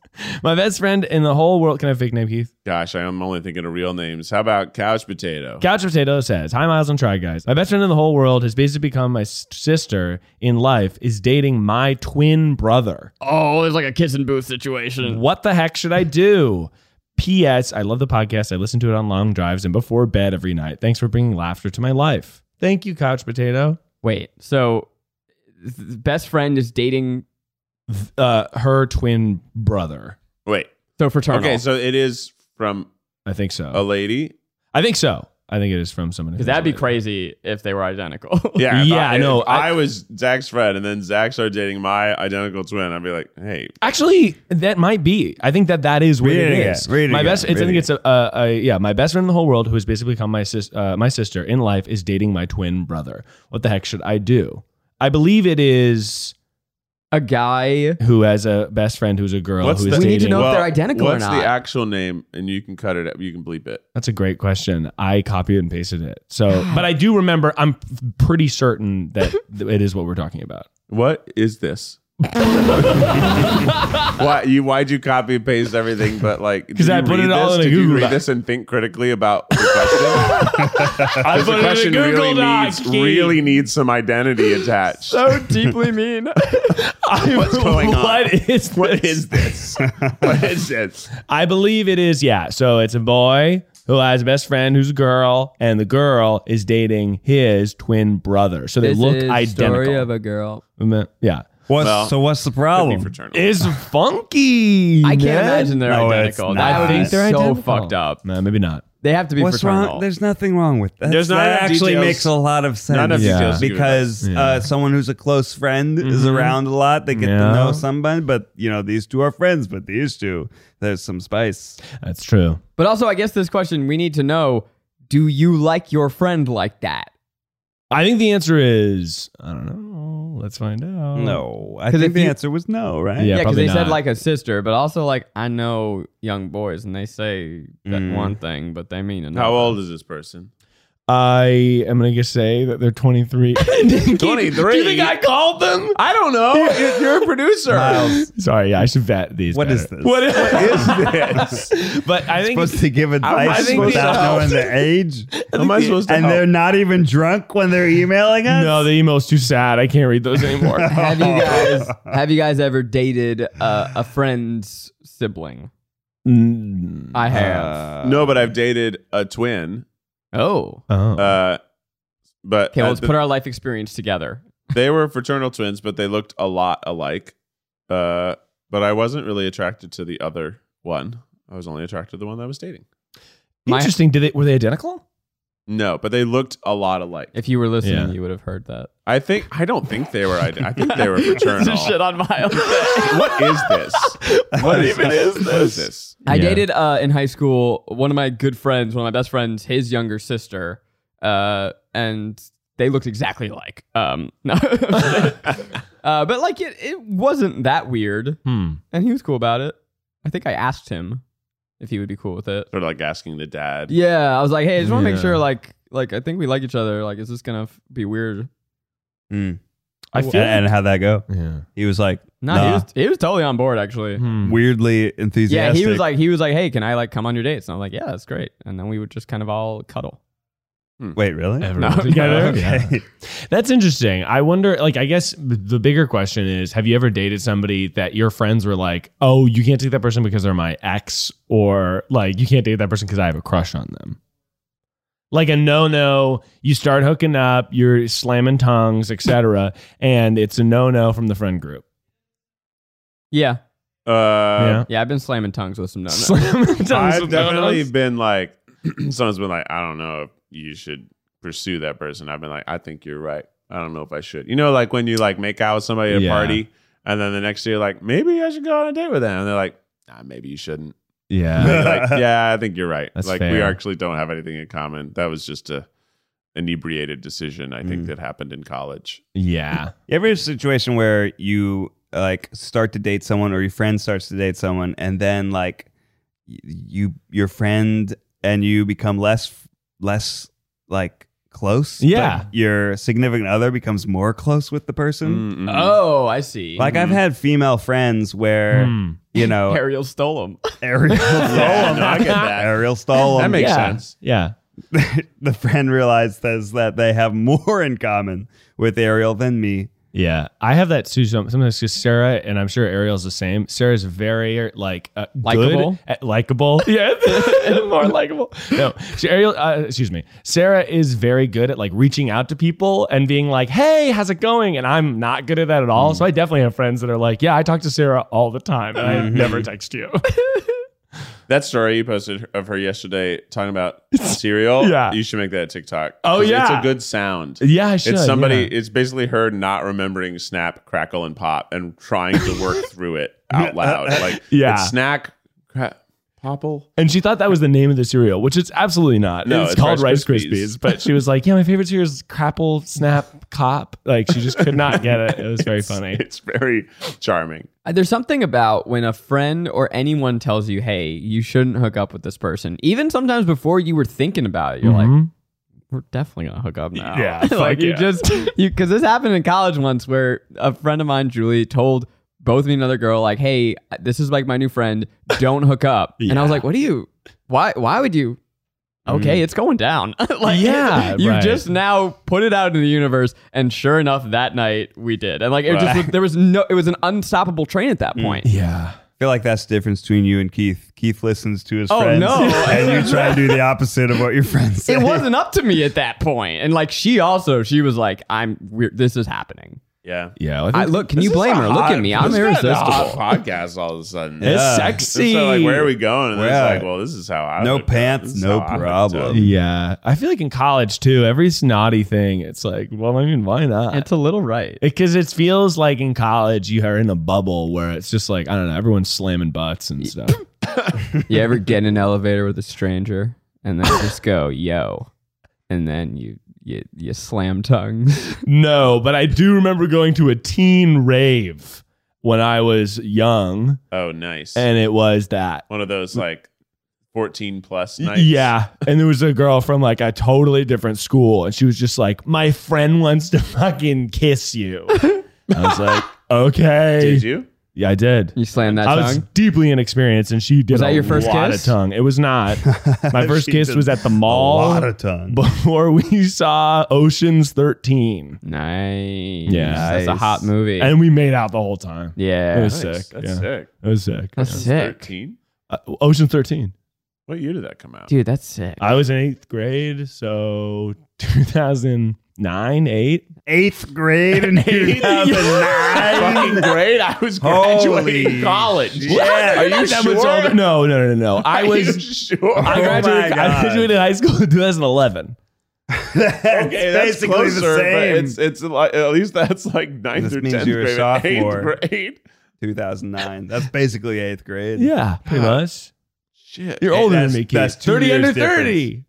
[SPEAKER 5] my best friend in the whole world. Can I have a fake name, Keith?
[SPEAKER 2] Gosh, I'm only thinking of real names. How about couch potato?
[SPEAKER 5] Couch Potato says, Hi, Miles and Try Guys. My best friend in the whole world has basically become my s- sister in life, is dating my twin brother.
[SPEAKER 3] Oh, it's like a kiss and booth situation.
[SPEAKER 5] What the heck should I do? P.S. I love the podcast. I listen to it on long drives and before bed every night. Thanks for bringing laughter to my life. Thank you, Couch Potato.
[SPEAKER 3] Wait, so th- best friend is dating
[SPEAKER 5] Uh, her twin brother.
[SPEAKER 2] Wait.
[SPEAKER 3] so fraternal.
[SPEAKER 2] Okay, so it is from
[SPEAKER 5] I think
[SPEAKER 2] a
[SPEAKER 5] so.
[SPEAKER 2] lady.
[SPEAKER 5] I think so. I think it is from someone. who
[SPEAKER 3] because
[SPEAKER 5] is
[SPEAKER 3] that'd be
[SPEAKER 5] related.
[SPEAKER 3] crazy if they were
[SPEAKER 4] [LAUGHS]
[SPEAKER 3] identical.
[SPEAKER 2] Yeah, if
[SPEAKER 5] Yeah,
[SPEAKER 2] I,
[SPEAKER 5] no,
[SPEAKER 2] if
[SPEAKER 5] I-
[SPEAKER 2] I, was Zach's friend, and then Zach started dating my identical twin. I'd be like, hey,
[SPEAKER 5] Actually, that might be. I think that that is what
[SPEAKER 4] Read it
[SPEAKER 5] it
[SPEAKER 4] again.
[SPEAKER 5] is.
[SPEAKER 4] Read it
[SPEAKER 5] my
[SPEAKER 4] again.
[SPEAKER 5] best. It's, I
[SPEAKER 4] Read
[SPEAKER 5] think
[SPEAKER 4] it
[SPEAKER 5] it's a, a, a yeah. My best friend in the whole world, who has basically become my sis, uh, my sister in life, is dating my twin brother. What the heck should I do? I believe it is
[SPEAKER 3] a guy.
[SPEAKER 5] who has a best friend who's a girl
[SPEAKER 2] what's
[SPEAKER 5] who
[SPEAKER 2] the?
[SPEAKER 5] is
[SPEAKER 3] We
[SPEAKER 5] dating.
[SPEAKER 3] need to know if they're identical or
[SPEAKER 2] what's
[SPEAKER 3] not.
[SPEAKER 2] the actual name? And you can cut it. out. You can bleep it.
[SPEAKER 5] That's a great question. I copied and pasted it. So, but I do remember. I'm pretty certain that [LAUGHS] it is what we're talking about.
[SPEAKER 2] What is this? why you? Why'd you copy and paste everything? But like, did
[SPEAKER 5] 'Cause I
[SPEAKER 2] you
[SPEAKER 5] put
[SPEAKER 2] read
[SPEAKER 5] it all
[SPEAKER 2] this?
[SPEAKER 5] in a
[SPEAKER 2] Did
[SPEAKER 5] Google
[SPEAKER 2] you
[SPEAKER 5] Doc.
[SPEAKER 2] read this and think critically about the question?
[SPEAKER 5] I
[SPEAKER 2] the question really needs really needs some identity attached.
[SPEAKER 3] So deeply [LAUGHS] mean.
[SPEAKER 5] [LAUGHS]
[SPEAKER 2] What's going on?
[SPEAKER 5] What is
[SPEAKER 2] what is this? what is this?
[SPEAKER 5] I believe it is, yeah. So it's a boy who has a best friend who's a girl, and the girl is dating his twin brother. So they
[SPEAKER 3] this
[SPEAKER 5] look
[SPEAKER 3] is story of
[SPEAKER 5] identical.
[SPEAKER 3] a girl.
[SPEAKER 5] Mm, yeah.
[SPEAKER 4] What's,
[SPEAKER 2] Well,
[SPEAKER 4] so, what's the problem?
[SPEAKER 2] Fraternal.
[SPEAKER 5] Is funky.
[SPEAKER 3] I can't
[SPEAKER 5] man.
[SPEAKER 3] imagine they're
[SPEAKER 4] No, it's
[SPEAKER 3] identical.
[SPEAKER 4] not.
[SPEAKER 3] That would be
[SPEAKER 4] I
[SPEAKER 5] think they're
[SPEAKER 3] so
[SPEAKER 5] identical.
[SPEAKER 3] fucked up.
[SPEAKER 5] No, maybe not.
[SPEAKER 3] They have to be
[SPEAKER 4] What's
[SPEAKER 3] fraternal.
[SPEAKER 4] wrong? There's nothing wrong with that.
[SPEAKER 2] There's not
[SPEAKER 4] that
[SPEAKER 2] enough
[SPEAKER 4] actually
[SPEAKER 2] details.
[SPEAKER 4] makes a lot of sense.
[SPEAKER 2] Not enough
[SPEAKER 5] Yeah.
[SPEAKER 2] details to give
[SPEAKER 4] because
[SPEAKER 5] Yeah.
[SPEAKER 4] uh, someone who's a close friend is
[SPEAKER 2] Mm-hmm.
[SPEAKER 5] Mhm.
[SPEAKER 4] around a lot. They get
[SPEAKER 5] Yeah.
[SPEAKER 4] to know someone, but you know these two are friends. But these two, there's some spice.
[SPEAKER 5] That's true.
[SPEAKER 3] But also, I guess this question we need to know: Do you like your friend like that?
[SPEAKER 5] I think the answer is I don't know. Let's find out.
[SPEAKER 4] No, I
[SPEAKER 3] 'Cause
[SPEAKER 4] think
[SPEAKER 3] if
[SPEAKER 4] the
[SPEAKER 3] you-
[SPEAKER 4] answer was no, right?
[SPEAKER 5] Yeah,
[SPEAKER 3] Yeah, because
[SPEAKER 5] probably
[SPEAKER 3] they
[SPEAKER 5] not.
[SPEAKER 3] said like a sister, but also like I know young boys and they say that
[SPEAKER 4] Mm.
[SPEAKER 3] one thing, but they mean another.
[SPEAKER 2] How old is this person?
[SPEAKER 5] I am gonna just say that
[SPEAKER 3] [LAUGHS]
[SPEAKER 5] they're 23.
[SPEAKER 2] 23?
[SPEAKER 5] Do you think I called them?
[SPEAKER 2] I don't know. [LAUGHS] You're- You're a producer.
[SPEAKER 4] Miles,
[SPEAKER 5] Sorry, yeah, I should vet these.
[SPEAKER 4] What is
[SPEAKER 5] better.
[SPEAKER 4] this?
[SPEAKER 5] What is,
[SPEAKER 2] Is this?
[SPEAKER 5] But I think
[SPEAKER 4] supposed to give advice
[SPEAKER 5] think
[SPEAKER 4] without
[SPEAKER 5] so.
[SPEAKER 4] knowing the age,
[SPEAKER 2] How am I supposed to?
[SPEAKER 4] and they're
[SPEAKER 2] help?
[SPEAKER 4] not even drunk when they're emailing us.
[SPEAKER 5] no, the email's too sad. I can't read those
[SPEAKER 3] [LAUGHS]
[SPEAKER 5] anymore.
[SPEAKER 3] Have you guys have you guys ever dated uh, a friend's sibling?
[SPEAKER 5] Mm.
[SPEAKER 2] Uh,
[SPEAKER 3] I have.
[SPEAKER 2] no, but I've dated a twin.
[SPEAKER 3] oh.
[SPEAKER 5] Oh.
[SPEAKER 2] Uh, but
[SPEAKER 3] Okay, well,
[SPEAKER 2] uh,
[SPEAKER 3] let's
[SPEAKER 2] the-
[SPEAKER 3] put our life experience together.
[SPEAKER 2] they were fraternal twins, but they looked a lot alike. Uh, but I wasn't really attracted to the other one. I was only attracted to the one that I was dating.
[SPEAKER 3] My-
[SPEAKER 5] Interesting. Did they were they identical?
[SPEAKER 2] No, but they looked a lot alike.
[SPEAKER 3] If you were listening,
[SPEAKER 5] Yeah.
[SPEAKER 3] you would have heard that.
[SPEAKER 2] I think I don't think they were. I, I think
[SPEAKER 3] [LAUGHS]
[SPEAKER 2] they were fraternal.
[SPEAKER 1] on Miles.
[SPEAKER 2] [LAUGHS] what is this? What is
[SPEAKER 1] even
[SPEAKER 2] this?
[SPEAKER 1] is
[SPEAKER 2] What is this?
[SPEAKER 3] I
[SPEAKER 5] Yeah.
[SPEAKER 3] dated uh, in high school one of my good friends, one of my best friends, his younger sister, uh, and they looked exactly alike. Um, [LAUGHS] no, uh, but like it, it wasn't that weird,
[SPEAKER 5] Hmm.
[SPEAKER 3] and he was cool about it. I think I asked him if he would be cool with it.
[SPEAKER 2] Sort of like asking the dad.
[SPEAKER 3] Yeah, I was like, hey, I just want to
[SPEAKER 5] Yeah.
[SPEAKER 3] make sure, like, like I think we like each other. Like, is this gonna f- be weird?
[SPEAKER 5] I
[SPEAKER 4] And,
[SPEAKER 5] feel
[SPEAKER 4] and how'd that go?
[SPEAKER 5] yeah.
[SPEAKER 4] He was like,
[SPEAKER 3] No, he
[SPEAKER 4] Nah.
[SPEAKER 3] was he was totally on board actually.
[SPEAKER 5] Hmm.
[SPEAKER 4] weirdly
[SPEAKER 3] Yeah,
[SPEAKER 4] enthusiastic.
[SPEAKER 3] he was like, he was like, hey, can I like come on your dates? And I'm like, yeah, that's great. And then we would just kind of all cuddle.
[SPEAKER 4] wait, really?
[SPEAKER 5] [LAUGHS] Everyone
[SPEAKER 3] No.
[SPEAKER 5] together. Yeah.
[SPEAKER 4] Okay.
[SPEAKER 5] That's interesting. I wonder, like, I guess b- the bigger question is have you ever dated somebody that your friends were like, oh, you can't date that person because they're my ex, or like, you can't date that person because I have a crush on them? Like a no no, you start hooking up, you're slamming tongues, etc., and it's a no no from the friend group.
[SPEAKER 3] Yeah,
[SPEAKER 2] Uh,
[SPEAKER 3] Yeah, I've been slamming tongues with
[SPEAKER 5] [LAUGHS]
[SPEAKER 3] some nuts.
[SPEAKER 5] slamming tongues.
[SPEAKER 2] I've
[SPEAKER 5] with no-nos.
[SPEAKER 2] definitely been like, [CLEARS THROAT] someone's been like, I don't know if you should pursue that person. I've been like, I think you're right. I don't know if I should. You know, like when you like make out with somebody at a
[SPEAKER 5] Yeah.
[SPEAKER 2] party, and then the next day you're like, maybe I should go on a date with them, and they're like, Nah, maybe you shouldn't.
[SPEAKER 5] Yeah.
[SPEAKER 2] They're
[SPEAKER 5] [LAUGHS]
[SPEAKER 2] like, yeah, I think you're right.
[SPEAKER 5] That's
[SPEAKER 2] like we
[SPEAKER 5] fair.
[SPEAKER 2] actually don't have anything in common. That was just a inebriated decision. I think
[SPEAKER 4] Mm.
[SPEAKER 2] that happened in college.
[SPEAKER 5] Yeah.
[SPEAKER 4] You ever have a situation where you like start to date someone or your friend starts to date someone and then like y- you your friend and you become less less like close but
[SPEAKER 5] Yeah.
[SPEAKER 4] your significant other becomes more close with the person
[SPEAKER 2] Mm-mm.
[SPEAKER 3] Oh, I see.
[SPEAKER 4] like i've had female friends where
[SPEAKER 5] Mm. Hmm.
[SPEAKER 2] [LAUGHS]
[SPEAKER 4] you know
[SPEAKER 3] Ariel stole them.
[SPEAKER 4] [LAUGHS] ariel stole
[SPEAKER 2] Yeah, no, I get that.
[SPEAKER 4] ariel stole
[SPEAKER 2] that
[SPEAKER 4] 'em.
[SPEAKER 2] makes
[SPEAKER 5] Yeah.
[SPEAKER 2] sense.
[SPEAKER 5] Yeah.
[SPEAKER 4] [LAUGHS] the friend realizes that they have more in common with ariel than me
[SPEAKER 5] Yeah, I have that too. some- Sometimes because Sarah and I'm sure Ariel's the same. Sarah's very like uh, good
[SPEAKER 3] Likeable?
[SPEAKER 5] at likable. Yeah, more likable. No, she, Ariel. Uh, excuse me. Sarah is very good at like reaching out to people and being like, "Hey, how's it going?" And I'm not good at that at all. So I definitely have friends that are like, "Yeah, I talk to Sarah all the time, and I never text you."
[SPEAKER 2] That story you posted of her yesterday talking
[SPEAKER 5] [LAUGHS]
[SPEAKER 2] about cereal.
[SPEAKER 5] Yeah.
[SPEAKER 2] You should make that a TikTok.
[SPEAKER 5] Oh,
[SPEAKER 2] 'Cause
[SPEAKER 5] yeah.
[SPEAKER 2] It's a good sound.
[SPEAKER 5] yeah, I should.
[SPEAKER 2] it's
[SPEAKER 5] yeah.
[SPEAKER 2] somebody, it's basically her not remembering snap, crackle, and pop and trying to
[SPEAKER 5] [LAUGHS]
[SPEAKER 2] work through it out loud. Like,
[SPEAKER 5] Yeah.
[SPEAKER 2] it's snack, cra- popple.
[SPEAKER 5] And she thought that was the name of the cereal, which it's absolutely not.
[SPEAKER 2] No,
[SPEAKER 5] it's,
[SPEAKER 2] it's
[SPEAKER 5] called
[SPEAKER 2] Rice
[SPEAKER 5] Rice
[SPEAKER 2] Krispies.
[SPEAKER 5] Krispies. But she was like, "Yeah, my favorite cereal is Crapple Snap Cop." Like she just could not get it. It was very funny.
[SPEAKER 2] [LAUGHS] It's very charming.
[SPEAKER 3] Uh, There's something about when a friend or anyone tells you, "Hey, you shouldn't hook up with this person," even sometimes before you were thinking about it, you're like,
[SPEAKER 5] Mhm.
[SPEAKER 3] "We're definitely gonna hook up now." [LAUGHS]
[SPEAKER 5] Yeah,
[SPEAKER 3] like
[SPEAKER 5] fuck
[SPEAKER 3] you
[SPEAKER 5] yeah.
[SPEAKER 3] just you because this happened in college once where a friend of mine, Julie, told both me and another girl, like, "Hey, this is like my new friend. Don't hook up." And I was like, "What do you? Why? Why would you?" Okay, it's going down. [LAUGHS] like, [LAUGHS]
[SPEAKER 5] Mm. Yeah,
[SPEAKER 3] you
[SPEAKER 5] right.
[SPEAKER 3] just now put it out into the universe and sure enough that night we did and like it just was, there was no it was an unstoppable train at that
[SPEAKER 5] Mm.
[SPEAKER 3] point
[SPEAKER 5] [LAUGHS] yeah.
[SPEAKER 4] I feel like that's the difference between you and Keith. Keith listens to his
[SPEAKER 3] Oh,
[SPEAKER 4] friends,
[SPEAKER 3] no.
[SPEAKER 4] and you try to do the opposite of what your friends say.
[SPEAKER 3] it
[SPEAKER 4] [LAUGHS]
[SPEAKER 3] wasn't up to me at that point and like she also she was like i'm weird this is happening
[SPEAKER 2] Yeah.
[SPEAKER 5] Yeah, Uh,
[SPEAKER 3] I, look can you blame her look at me i'm
[SPEAKER 2] Hot
[SPEAKER 3] irresistible
[SPEAKER 2] podcast all of a sudden.
[SPEAKER 5] It's
[SPEAKER 4] Yeah.
[SPEAKER 5] sexy.
[SPEAKER 2] So, like, where are we going? And then
[SPEAKER 4] Yeah.
[SPEAKER 2] it's like, well, this is how I
[SPEAKER 4] No
[SPEAKER 2] would-
[SPEAKER 4] pants,
[SPEAKER 2] this is
[SPEAKER 4] no
[SPEAKER 2] how I would
[SPEAKER 4] problem.
[SPEAKER 2] do it.
[SPEAKER 5] yeah, I feel like in college too. Every snotty thing, it's like, well, I mean, why not?
[SPEAKER 3] it's a little
[SPEAKER 5] [LAUGHS]
[SPEAKER 3] right
[SPEAKER 5] Because it feels like in college you are in a bubble where it's just like I don't know, everyone's slamming butts and stuff.
[SPEAKER 3] you ever get in an elevator with a stranger and then just go yo and then you you, you slam tongues [LAUGHS]
[SPEAKER 5] No, but I do remember going to a teen rave when I was young,
[SPEAKER 2] Oh, nice.
[SPEAKER 5] and it was that.
[SPEAKER 2] One of those like 14 plus
[SPEAKER 5] Y-
[SPEAKER 2] nights.
[SPEAKER 5] Yeah. And there was a girl from like a totally different school, and she was just like, My friend wants to fucking
[SPEAKER 2] [LAUGHS]
[SPEAKER 5] kiss you. I was like, Okay.
[SPEAKER 2] Did you?
[SPEAKER 5] Yeah, I did.
[SPEAKER 3] you slam that
[SPEAKER 5] I
[SPEAKER 3] tongue
[SPEAKER 5] was deeply inexperienced, and she did
[SPEAKER 3] Was that
[SPEAKER 5] a
[SPEAKER 3] your first
[SPEAKER 5] lot
[SPEAKER 3] kiss?
[SPEAKER 5] of tongue. It
[SPEAKER 3] [LAUGHS]
[SPEAKER 5] was not. My first
[SPEAKER 4] She
[SPEAKER 5] kiss
[SPEAKER 4] did
[SPEAKER 5] was at the
[SPEAKER 4] a
[SPEAKER 5] mall
[SPEAKER 4] lot of tongue.
[SPEAKER 5] before we saw Ocean's 13,
[SPEAKER 3] nice
[SPEAKER 5] Yeah.
[SPEAKER 3] that's a
[SPEAKER 4] Nice.
[SPEAKER 3] hot movie
[SPEAKER 5] and we made out the whole time.
[SPEAKER 3] yeah
[SPEAKER 5] It was sick.
[SPEAKER 2] That's
[SPEAKER 5] yeah.
[SPEAKER 2] sick.
[SPEAKER 5] It was sick.
[SPEAKER 3] that's sick
[SPEAKER 2] 13?
[SPEAKER 5] Uh, Ocean's 13.
[SPEAKER 3] that's sick
[SPEAKER 2] What year did that come out?
[SPEAKER 3] Dude, that's sick.
[SPEAKER 5] I was in eighth grade, so [LAUGHS] 2009, eight.
[SPEAKER 4] Eighth grade in [LAUGHS] 2009.
[SPEAKER 2] Fucking great! I was
[SPEAKER 4] Holy
[SPEAKER 2] graduating college.
[SPEAKER 4] shit.
[SPEAKER 2] Are you
[SPEAKER 5] That
[SPEAKER 2] sure?
[SPEAKER 5] much older? No, no, no, no. I
[SPEAKER 2] [LAUGHS] Are you
[SPEAKER 5] was.
[SPEAKER 2] sure.
[SPEAKER 5] I
[SPEAKER 4] Oh my
[SPEAKER 5] graduated, I
[SPEAKER 4] God.
[SPEAKER 5] graduated high school in 2011.
[SPEAKER 4] That's
[SPEAKER 2] Okay, that's
[SPEAKER 4] basically
[SPEAKER 2] closer,
[SPEAKER 4] the same.
[SPEAKER 2] but it's it's like, at least that's like ninth
[SPEAKER 4] This
[SPEAKER 2] or
[SPEAKER 4] means
[SPEAKER 2] tenth
[SPEAKER 4] you're a
[SPEAKER 2] grade, but
[SPEAKER 4] sophomore.
[SPEAKER 2] eighth grade.
[SPEAKER 4] 2009. That's basically eighth grade.
[SPEAKER 5] Yeah, pretty much.
[SPEAKER 2] Shit,
[SPEAKER 5] Uh, You're
[SPEAKER 4] Hey,
[SPEAKER 5] older than
[SPEAKER 4] that's-
[SPEAKER 5] me, kid.
[SPEAKER 4] that's two
[SPEAKER 5] 30 under
[SPEAKER 4] years difference.
[SPEAKER 5] 30.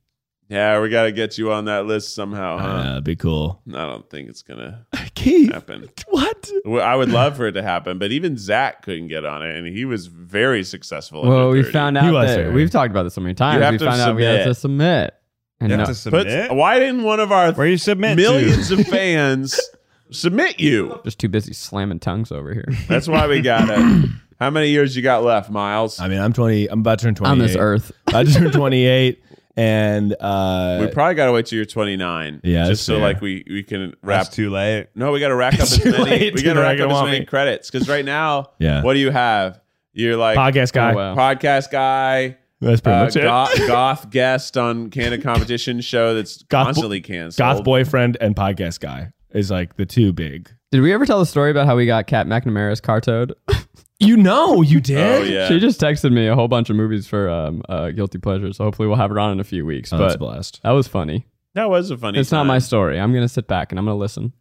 [SPEAKER 2] Yeah, we gotta get you on that list somehow, huh?
[SPEAKER 5] Uh, that'd be cool.
[SPEAKER 2] I don't think it's gonna
[SPEAKER 5] [LAUGHS] Keith,
[SPEAKER 2] happen.
[SPEAKER 5] what?
[SPEAKER 2] Well, I would love for it to happen, but even Zach couldn't get on it, and he was very successful. under
[SPEAKER 3] well, we
[SPEAKER 2] 30.
[SPEAKER 3] found
[SPEAKER 5] He
[SPEAKER 3] out
[SPEAKER 5] was
[SPEAKER 3] that
[SPEAKER 5] very-
[SPEAKER 3] we've talked about this so many times.
[SPEAKER 2] have
[SPEAKER 3] we
[SPEAKER 2] to
[SPEAKER 3] found out we have
[SPEAKER 2] submit.
[SPEAKER 3] to submit. And
[SPEAKER 4] You
[SPEAKER 3] no-
[SPEAKER 4] have to
[SPEAKER 2] But
[SPEAKER 4] submit.
[SPEAKER 2] why didn't one of our
[SPEAKER 4] Where you submit to?
[SPEAKER 2] millions of fans submit you?
[SPEAKER 3] just too busy slamming tongues over here
[SPEAKER 2] That's why we got it. [CLEARS THROAT] How many years you got left, Miles?
[SPEAKER 5] I mean, I'm 20. I'm about to turn 28.
[SPEAKER 3] on this earth.
[SPEAKER 5] I just [LAUGHS] turned 28, and uh,
[SPEAKER 2] we probably gotta wait till you're 29.
[SPEAKER 5] Yeah, that's
[SPEAKER 2] just so
[SPEAKER 5] fair.
[SPEAKER 2] like we we can wrap
[SPEAKER 4] That's too late.
[SPEAKER 2] No, we got to rack up as
[SPEAKER 5] Too
[SPEAKER 2] many.
[SPEAKER 5] late,
[SPEAKER 2] We got to
[SPEAKER 5] dude. I
[SPEAKER 2] rack
[SPEAKER 5] don't
[SPEAKER 2] up as
[SPEAKER 5] want
[SPEAKER 2] many
[SPEAKER 5] me.
[SPEAKER 2] credits because right now,
[SPEAKER 5] yeah,
[SPEAKER 2] what do you have? You're like
[SPEAKER 5] podcast guy.
[SPEAKER 3] Oh, wow.
[SPEAKER 2] podcast guy,
[SPEAKER 5] That's pretty
[SPEAKER 2] uh,
[SPEAKER 5] much it. [LAUGHS]
[SPEAKER 2] goth, goth guest on Canada competition show that's
[SPEAKER 5] Goth bo-
[SPEAKER 2] constantly canceled.
[SPEAKER 5] Goth boyfriend and podcast guy is like the two big.
[SPEAKER 3] Did we ever tell the story about how we got Kat McNamara's car towed?
[SPEAKER 5] You know, you
[SPEAKER 2] Oh
[SPEAKER 5] did.
[SPEAKER 2] yeah,
[SPEAKER 3] she just texted me a whole bunch of movies for um, uh, guilty pleasure. So hopefully we'll have her on in a few weeks.
[SPEAKER 5] Oh, that's a
[SPEAKER 3] but
[SPEAKER 5] blast.
[SPEAKER 3] that was funny.
[SPEAKER 2] that was a funny.
[SPEAKER 3] It's not my story. I'm gonna sit back and I'm gonna listen.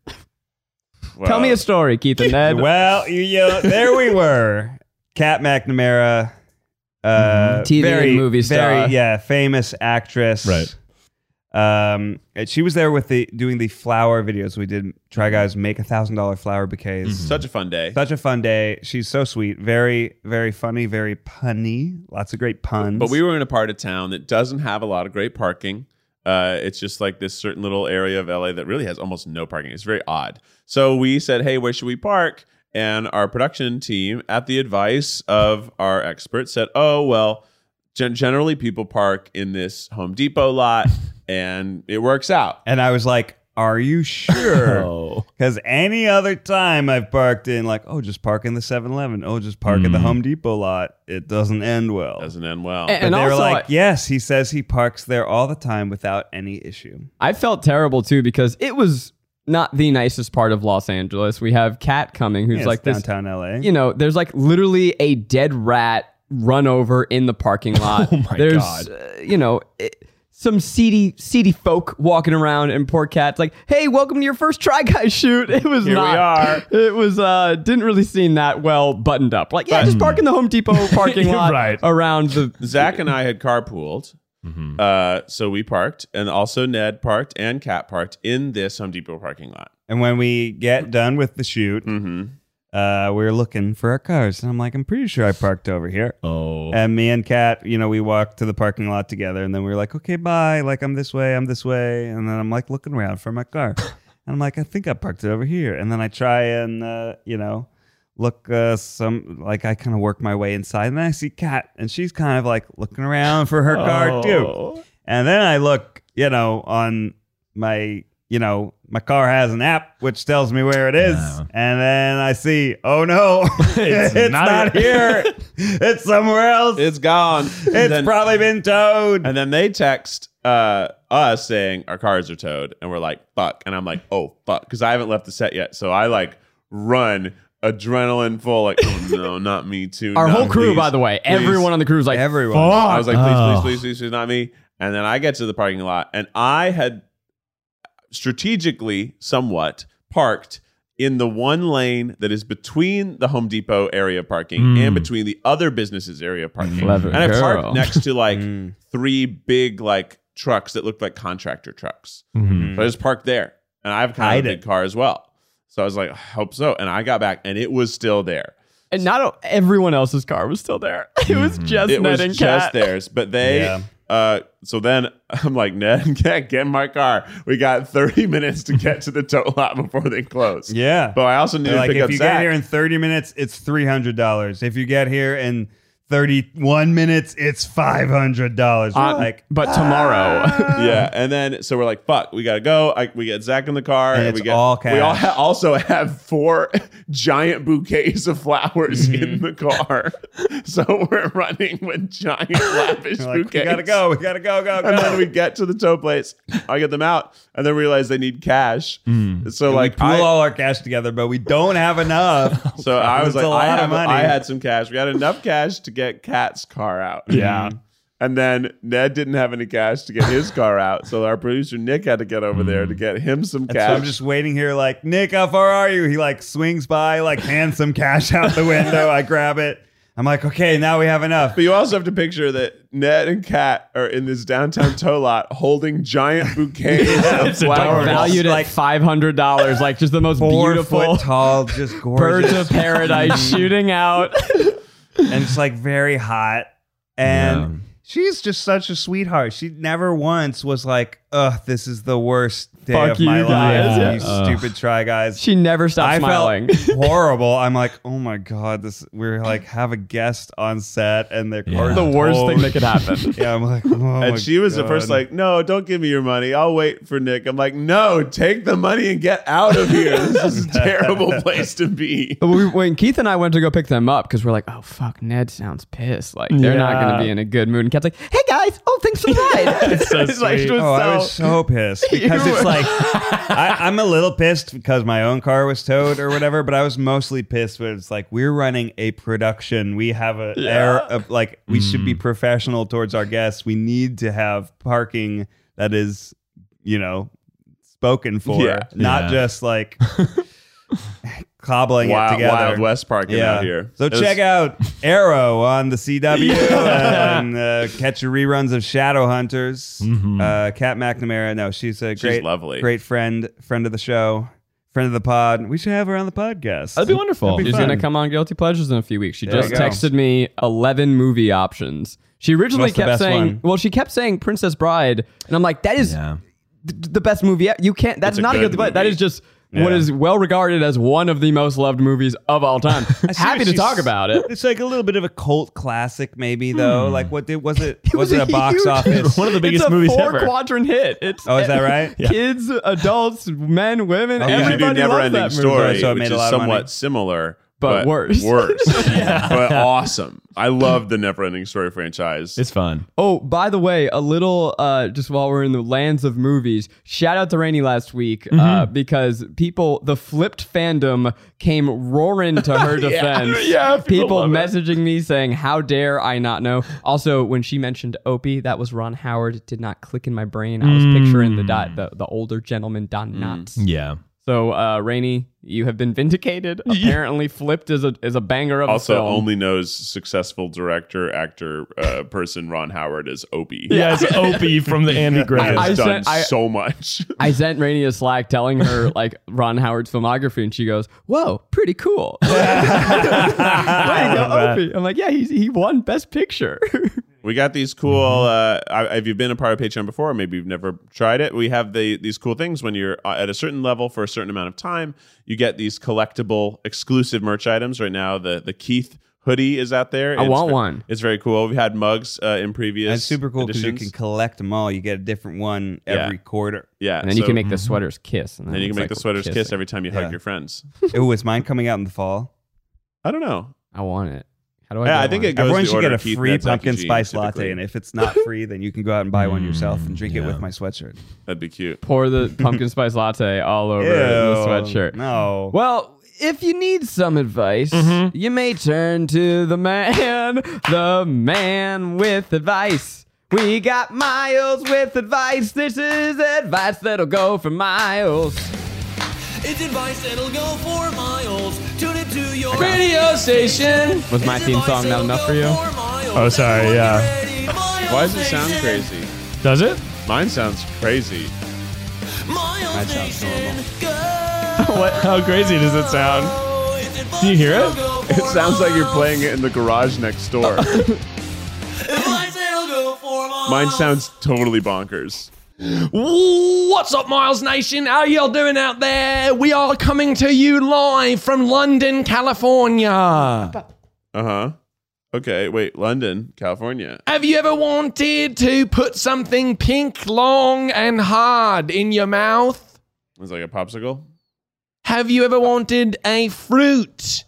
[SPEAKER 2] my.
[SPEAKER 3] Tell me a story, Keith and Ned.
[SPEAKER 4] Well, you, you,
[SPEAKER 3] [LAUGHS]
[SPEAKER 4] there we were. Kat McNamara, uh,
[SPEAKER 3] TV Mm-hmm. and
[SPEAKER 4] very,
[SPEAKER 3] movie star.
[SPEAKER 4] very yeah, famous actress.
[SPEAKER 5] Right.
[SPEAKER 4] Um, and she was there with the doing the flower videos. We did try guys make a thousand dollar flower bouquets.
[SPEAKER 3] Mm-hmm.
[SPEAKER 2] Such a fun day.
[SPEAKER 4] Such a fun day. She's so sweet. Very, very funny. Very punny. Lots of great puns.
[SPEAKER 2] But we were in a part of town that doesn't have a lot of great parking. Uh, it's just like this certain little area of LA that really has almost no parking. It's very odd. So we said, hey, where should we park? And our production team, at the advice of our expert, said, oh, well, gen- generally people park in this Home Depot lot and it works out.
[SPEAKER 4] and I was like, "Are you sure?"
[SPEAKER 5] Oh,
[SPEAKER 4] Because any other time I've parked in, like, oh, just park in the 7 Eleven. Oh, just park in the
[SPEAKER 5] Mm.
[SPEAKER 4] Home Depot lot. It doesn't end well.
[SPEAKER 2] Doesn't end well.
[SPEAKER 3] And-
[SPEAKER 4] But they were
[SPEAKER 3] also,
[SPEAKER 4] like,
[SPEAKER 3] I-
[SPEAKER 4] yes, he says he parks there all the time without any issue.
[SPEAKER 3] I felt terrible too because it was not the nicest part of Los Angeles. We have Kat coming, who's
[SPEAKER 4] Yeah,
[SPEAKER 3] like this
[SPEAKER 4] downtown LA.
[SPEAKER 3] you know, there's like literally a dead rat run over in
[SPEAKER 2] [LAUGHS]
[SPEAKER 3] the parking lot.
[SPEAKER 5] Oh my
[SPEAKER 3] there's,
[SPEAKER 5] God.
[SPEAKER 3] uh, you know, it, some seedy, seedy folk walking around, and poor cat's like, "Hey, welcome to your first Try Guy shoot." [LAUGHS] It was
[SPEAKER 2] Here we
[SPEAKER 3] not. It was uh, didn't really seem that well buttoned up. Like, yeah, just park in the Home
[SPEAKER 2] [LAUGHS]
[SPEAKER 3] Depot parking lot
[SPEAKER 5] Right.
[SPEAKER 3] around the.
[SPEAKER 2] Zach and I had carpooled. Uh, so we parked, and also Ned parked and Kat parked in this Home Depot parking lot.
[SPEAKER 4] and when we get done with the shoot,
[SPEAKER 2] Mm-hmm.
[SPEAKER 4] uh, we are looking for our cars. And I'm like, I'm pretty sure I parked over here.
[SPEAKER 5] oh,
[SPEAKER 4] And me and Kat, you know, we walked to the parking lot together. And then we were like, okay, bye. Like, I'm this way, I'm this way. And then I'm like looking around for my car. and I'm like, I think I parked it over here. And then I try and, uh, you know, look uh, some, like, I kind of work my way inside. And then I see Kat, and she's kind of like looking around for her
[SPEAKER 5] Oh.
[SPEAKER 4] car, too. And then I look, you know, on my, you know, my car has an app which tells me where it is.
[SPEAKER 5] Yeah.
[SPEAKER 4] And then I see, oh no, [LAUGHS] it's,
[SPEAKER 5] [LAUGHS] It's
[SPEAKER 4] not,
[SPEAKER 5] not-
[SPEAKER 4] here. [LAUGHS] it's somewhere else. It's,
[SPEAKER 2] It's
[SPEAKER 3] [LAUGHS]
[SPEAKER 2] gone. It's
[SPEAKER 4] probably been towed.
[SPEAKER 2] And then they text uh, us saying our cars are towed, and we're like, "Fuck!" And I'm like, "Oh fuck," because I haven't left the set yet. So I like run adrenaline full, like, "Oh no, [LAUGHS] not me too."
[SPEAKER 3] Our
[SPEAKER 2] not
[SPEAKER 3] whole crew,
[SPEAKER 2] please,
[SPEAKER 3] by the way,
[SPEAKER 2] please."
[SPEAKER 3] everyone on the crew was like,
[SPEAKER 4] Everyone.
[SPEAKER 2] I was like, "Please,
[SPEAKER 5] Oh.
[SPEAKER 2] please, please, please, please, not me." And then I get to the parking lot, and I had strategically, somewhat parked. In the one lane that is between the Home Depot area parking
[SPEAKER 5] Mm.
[SPEAKER 2] and between the other businesses area parking,
[SPEAKER 3] Hmm. Clever
[SPEAKER 2] and I
[SPEAKER 3] girl. Hmm.
[SPEAKER 2] parked next to
[SPEAKER 3] [LAUGHS]
[SPEAKER 2] like
[SPEAKER 4] Mm.
[SPEAKER 2] three big like trucks that looked like contractor trucks.
[SPEAKER 4] Hmm.
[SPEAKER 5] Mhm.
[SPEAKER 2] So I just parked there, and I've kind
[SPEAKER 4] Hide
[SPEAKER 2] of a big
[SPEAKER 4] it.
[SPEAKER 2] car as well. So I was like, I hope so. And I got back, and it was still there.
[SPEAKER 3] and not everyone else's car was still there. [LAUGHS] It was
[SPEAKER 2] Mm-hmm.
[SPEAKER 3] just
[SPEAKER 2] it
[SPEAKER 3] Ned
[SPEAKER 2] was
[SPEAKER 3] and
[SPEAKER 2] just
[SPEAKER 3] Kat.
[SPEAKER 2] theirs, but they.
[SPEAKER 4] Yeah.
[SPEAKER 2] Uh, so then [LAUGHS] I'm like, Ned, get, get in my car. We got 30 [LAUGHS] minutes to get to the tow lot before they close.
[SPEAKER 4] yeah.
[SPEAKER 2] But I also need
[SPEAKER 4] They're
[SPEAKER 2] to
[SPEAKER 4] like,
[SPEAKER 2] pick
[SPEAKER 4] if
[SPEAKER 2] up
[SPEAKER 4] you
[SPEAKER 2] Zach.
[SPEAKER 4] get here in 30 minutes, it's $300. If you get here in 31 minutes, it's $500. We're
[SPEAKER 2] Uh,
[SPEAKER 4] like, ah.
[SPEAKER 3] But tomorrow.
[SPEAKER 2] [LAUGHS]
[SPEAKER 4] [LAUGHS]
[SPEAKER 2] yeah, and then so we're like, "Fuck, we gotta go." I, we get Zach in the car,
[SPEAKER 4] And
[SPEAKER 2] we
[SPEAKER 4] it's
[SPEAKER 2] get
[SPEAKER 4] all
[SPEAKER 2] we all
[SPEAKER 4] cash.
[SPEAKER 2] ha- also [LAUGHS] have four giant bouquets of flowers
[SPEAKER 4] Mm-hmm.
[SPEAKER 2] in the car, [LAUGHS] so we're running with giant lavish
[SPEAKER 4] [LAUGHS] we're like we
[SPEAKER 2] bouquets.
[SPEAKER 4] gotta go. We gotta go, go, go.
[SPEAKER 2] And then we get to the tow place. I get them out, and then realize they need cash.
[SPEAKER 4] Mm.
[SPEAKER 2] So like,
[SPEAKER 4] pool
[SPEAKER 2] I,
[SPEAKER 4] all our cash together, but we don't have [LAUGHS] enough.
[SPEAKER 2] so I was
[SPEAKER 4] It's
[SPEAKER 2] like,
[SPEAKER 4] a
[SPEAKER 2] I,
[SPEAKER 4] lot of
[SPEAKER 2] have-
[SPEAKER 4] money.
[SPEAKER 2] I had some cash. We had enough cash to get Cat's car out.
[SPEAKER 5] Yeah.
[SPEAKER 2] And then Ned didn't have any cash to get his car out, so our producer Nick had to get over there
[SPEAKER 4] Mm.
[SPEAKER 2] to get him some
[SPEAKER 4] And so I'm
[SPEAKER 2] cash.
[SPEAKER 4] just waiting here, like, Nick, how far are you? He like swings by, like hands some cash out the window. I grab it. I'm like, okay, now we have enough.
[SPEAKER 2] But you also have to picture that Ned and Kat are in this
[SPEAKER 4] [LAUGHS]
[SPEAKER 2] downtown tow lot holding giant bouquets of
[SPEAKER 5] a dark
[SPEAKER 2] flowers.
[SPEAKER 3] Valued at
[SPEAKER 4] like-
[SPEAKER 3] five hundred dollars, like just the most
[SPEAKER 4] Four
[SPEAKER 3] beautiful
[SPEAKER 4] foot tall, just
[SPEAKER 3] [LAUGHS] birds
[SPEAKER 4] gorgeous.
[SPEAKER 3] of [LAUGHS] paradise shooting out.
[SPEAKER 4] and it's like very hot. And she's just such a sweetheart. She never once was like, "Ugh, this is the worst day
[SPEAKER 3] Fuck
[SPEAKER 4] of
[SPEAKER 3] you
[SPEAKER 4] my
[SPEAKER 3] guys.
[SPEAKER 4] life."
[SPEAKER 5] Yeah.
[SPEAKER 4] You
[SPEAKER 5] Ugh.
[SPEAKER 4] stupid try guys.
[SPEAKER 3] She never stopped
[SPEAKER 4] I
[SPEAKER 3] smiling. [LAUGHS]
[SPEAKER 4] felt horrible. I'm like, oh my god, this. We're like have a guest on set, and their car's
[SPEAKER 3] the worst
[SPEAKER 4] towed.
[SPEAKER 3] thing that could
[SPEAKER 4] [LAUGHS]
[SPEAKER 3] happen.
[SPEAKER 4] Yeah, I'm like, oh my
[SPEAKER 2] And she was at first
[SPEAKER 4] Oh, God.
[SPEAKER 2] like, "No, don't give me your money. I'll wait for Nick." I'm like, "No, take the money and get out of here. This
[SPEAKER 4] [LAUGHS]
[SPEAKER 2] is a terrible place to be."
[SPEAKER 3] But we- when Keith and I went to go pick them up, because we're like, oh fuck, Ned sounds pissed. Like they're not
[SPEAKER 5] Yeah.
[SPEAKER 3] going to be in a good mood. And Kat's like, hey guys, oh thanks for the
[SPEAKER 4] [LAUGHS]
[SPEAKER 3] ride.
[SPEAKER 5] [LAUGHS]
[SPEAKER 2] [LAUGHS]
[SPEAKER 5] So
[SPEAKER 2] It's like she
[SPEAKER 5] sweet.
[SPEAKER 2] was
[SPEAKER 4] Oh, I
[SPEAKER 2] so-
[SPEAKER 4] was
[SPEAKER 2] [LAUGHS]
[SPEAKER 4] so pissed because
[SPEAKER 3] You
[SPEAKER 4] it's like I, I'm a little pissed because my own car was towed or whatever, but I was mostly pissed. But it's like we're running a production. We have a air of like we should
[SPEAKER 5] Mm.
[SPEAKER 4] be professional towards our guests. We need to have parking that is, you know, spoken for,
[SPEAKER 2] Yeah.
[SPEAKER 4] not
[SPEAKER 5] Yeah.
[SPEAKER 4] just
[SPEAKER 5] [LAUGHS]
[SPEAKER 4] like cobbling it
[SPEAKER 2] wild,
[SPEAKER 4] together.
[SPEAKER 2] wild West parking
[SPEAKER 4] Yeah.
[SPEAKER 2] out here.
[SPEAKER 4] So
[SPEAKER 2] It was-
[SPEAKER 4] check out Arrow on
[SPEAKER 2] [LAUGHS]
[SPEAKER 4] the CW and uh, catch your reruns of Shadowhunters. Uh, Kat McNamara, no, she's a
[SPEAKER 2] She's
[SPEAKER 4] great,
[SPEAKER 2] lovely.
[SPEAKER 4] great friend, friend of the show, friend of the pod. We should have her on the podcast.
[SPEAKER 5] That'd be wonderful.
[SPEAKER 4] That'd be
[SPEAKER 3] She's
[SPEAKER 4] fun.
[SPEAKER 3] going to come on Guilty Pleasures in a few weeks. She
[SPEAKER 4] There
[SPEAKER 3] just
[SPEAKER 4] you go.
[SPEAKER 3] texted me 11 movie options. She originally
[SPEAKER 4] What's the
[SPEAKER 3] kept
[SPEAKER 4] best
[SPEAKER 3] saying,
[SPEAKER 4] one?
[SPEAKER 3] well, she kept saying Princess Bride. And I'm like, that is
[SPEAKER 5] Yeah.
[SPEAKER 3] th- the best movie. e- You can't, that's
[SPEAKER 2] It's a
[SPEAKER 3] not a
[SPEAKER 2] good
[SPEAKER 3] Guilty Pleasure. That
[SPEAKER 2] movie.
[SPEAKER 3] is just what is well regarded as one of the most loved movies of all [LAUGHS] time. Happy to
[SPEAKER 4] she's-
[SPEAKER 3] talk about
[SPEAKER 4] [LAUGHS]
[SPEAKER 3] it.
[SPEAKER 4] It's like a little bit of a cult classic, maybe though. Like what did was Hmm. [LAUGHS] it? was,
[SPEAKER 3] was
[SPEAKER 4] it a
[SPEAKER 3] a
[SPEAKER 4] box
[SPEAKER 3] huge-
[SPEAKER 4] office?
[SPEAKER 5] One of the biggest
[SPEAKER 3] it's a
[SPEAKER 5] movies
[SPEAKER 3] four
[SPEAKER 5] ever.
[SPEAKER 3] quadrant hit. It's e-,
[SPEAKER 4] Oh, is that right? [LAUGHS] Yeah.
[SPEAKER 3] Kids, adults, men, women,
[SPEAKER 4] yeah.
[SPEAKER 2] You should
[SPEAKER 3] everybody
[SPEAKER 2] do never
[SPEAKER 3] loves
[SPEAKER 2] ending
[SPEAKER 3] that movie.
[SPEAKER 2] story,
[SPEAKER 4] So it made
[SPEAKER 2] which
[SPEAKER 4] a
[SPEAKER 2] is
[SPEAKER 4] lot of money.
[SPEAKER 2] somewhat similar,
[SPEAKER 3] But worse.
[SPEAKER 2] worse,
[SPEAKER 4] [LAUGHS]
[SPEAKER 2] but awesome. I love the never ending story franchise.
[SPEAKER 5] It's fun.
[SPEAKER 3] Oh, by the way, a little uh, just while we're in the lands of movies, shout out to Rainey last week uh, because people, the flipped fandom came roaring to [LAUGHS] her defense.
[SPEAKER 2] Yeah, people
[SPEAKER 3] [LAUGHS] people
[SPEAKER 2] love it.
[SPEAKER 3] messaging me saying, "How dare I not know?" Also, when she mentioned Opie, that was Ron Howard. It did not click in my brain. I was picturing the
[SPEAKER 2] Mm.
[SPEAKER 3] dot, the, the older gentleman Don Knotts.
[SPEAKER 5] Yeah.
[SPEAKER 3] So, uh, Rainey, you have
[SPEAKER 2] [LAUGHS]
[SPEAKER 3] been vindicated. Apparently, flipped is a is a banger of
[SPEAKER 2] also
[SPEAKER 3] a film.
[SPEAKER 2] only knows successful director, actor, uh, person Ron Howard as Opie.
[SPEAKER 5] Yeah, [LAUGHS] it's Opie from the Andy
[SPEAKER 2] Has
[SPEAKER 5] Griffith.
[SPEAKER 3] I
[SPEAKER 2] done
[SPEAKER 3] said- I-
[SPEAKER 2] so much. [LAUGHS]
[SPEAKER 3] I sent Rainey a Slack telling her like Ron Howard's filmography, and she goes, "Whoa, pretty cool."
[SPEAKER 2] [LAUGHS]
[SPEAKER 3] [LAUGHS] Way to go, Opie. I'm like, "Yeah, he he won
[SPEAKER 2] [LAUGHS]
[SPEAKER 3] Best Picture."
[SPEAKER 2] We got these cool. Uh,
[SPEAKER 3] Mm-hmm.
[SPEAKER 2] I- have you been a part of Patreon before? Maybe you've never tried it. We have the these cool things when you're uh, at a certain level for a certain amount of time. You get these collectible, exclusive merch items. Right now, the the Keith hoodie is out there.
[SPEAKER 3] I
[SPEAKER 2] It's
[SPEAKER 3] want
[SPEAKER 2] ve-
[SPEAKER 3] one.
[SPEAKER 2] It's very cool. We've had mugs uh, in previous.
[SPEAKER 4] That's super cool because you
[SPEAKER 2] editions.
[SPEAKER 4] can collect them all. You get a different one
[SPEAKER 2] Yeah.
[SPEAKER 4] every quarter.
[SPEAKER 2] yeah,
[SPEAKER 3] and then you
[SPEAKER 2] so-
[SPEAKER 3] can
[SPEAKER 2] mm-hmm.
[SPEAKER 3] make the sweaters kiss.
[SPEAKER 2] then you can
[SPEAKER 3] it's
[SPEAKER 2] make
[SPEAKER 3] like
[SPEAKER 2] the sweaters
[SPEAKER 3] kissing.
[SPEAKER 2] kiss every time you
[SPEAKER 4] Yeah.
[SPEAKER 2] hug your friends.
[SPEAKER 4] Ooh, is mine coming out in the fall?
[SPEAKER 2] I don't know.
[SPEAKER 3] I want it. How do I?
[SPEAKER 2] Yeah,
[SPEAKER 3] get
[SPEAKER 2] I think
[SPEAKER 3] one?
[SPEAKER 2] it goes.
[SPEAKER 4] Everyone
[SPEAKER 2] the
[SPEAKER 4] should
[SPEAKER 2] order
[SPEAKER 4] get a
[SPEAKER 2] of Keith
[SPEAKER 4] free
[SPEAKER 2] Ned, Zach,
[SPEAKER 4] pumpkin
[SPEAKER 2] and Gene,
[SPEAKER 4] spice latte,
[SPEAKER 2] typically.
[SPEAKER 4] and if it's not free, then you can go out and buy one yourself and drink it with my sweatshirt.
[SPEAKER 2] That'd be cute.
[SPEAKER 3] pour the pumpkin spice latte all over the sweatshirt.
[SPEAKER 4] No.
[SPEAKER 3] Well, if you need some advice, you may turn to the man, [LAUGHS] the man with advice. We got Miles with advice. This is advice that'll go for Miles.
[SPEAKER 1] It's advice that'll go for miles. Tune it to your
[SPEAKER 3] Radio station. Was my
[SPEAKER 1] It's
[SPEAKER 3] theme
[SPEAKER 1] advice
[SPEAKER 3] song not
[SPEAKER 1] that'll
[SPEAKER 3] enough
[SPEAKER 1] go
[SPEAKER 3] for you?
[SPEAKER 1] for miles.
[SPEAKER 5] Oh, sorry,
[SPEAKER 1] Everyone
[SPEAKER 5] yeah.
[SPEAKER 1] get ready. Miles
[SPEAKER 2] Why does it sound
[SPEAKER 1] Nation.
[SPEAKER 2] crazy?
[SPEAKER 5] Does it?
[SPEAKER 2] Mine sounds crazy.
[SPEAKER 1] Miles
[SPEAKER 4] That sounds
[SPEAKER 1] Nation, go.
[SPEAKER 5] [LAUGHS] What? How crazy does it sound?
[SPEAKER 1] It's advice
[SPEAKER 5] Do you hear
[SPEAKER 1] that'll
[SPEAKER 5] it?
[SPEAKER 1] go
[SPEAKER 2] It
[SPEAKER 1] for
[SPEAKER 2] sounds like you're
[SPEAKER 1] miles.
[SPEAKER 2] playing it in the garage next door.
[SPEAKER 3] [LAUGHS]
[SPEAKER 1] Advice that'll go for miles.
[SPEAKER 2] Mine sounds totally bonkers.
[SPEAKER 5] What's up, Miles Nation? How y'all doing out there? We are coming to you live from London, California.
[SPEAKER 2] Uh huh. Okay, wait, London, California.
[SPEAKER 5] Have you ever wanted to put something pink, long, and hard in your mouth?
[SPEAKER 2] It's like a popsicle.
[SPEAKER 5] Have you ever wanted a fruit,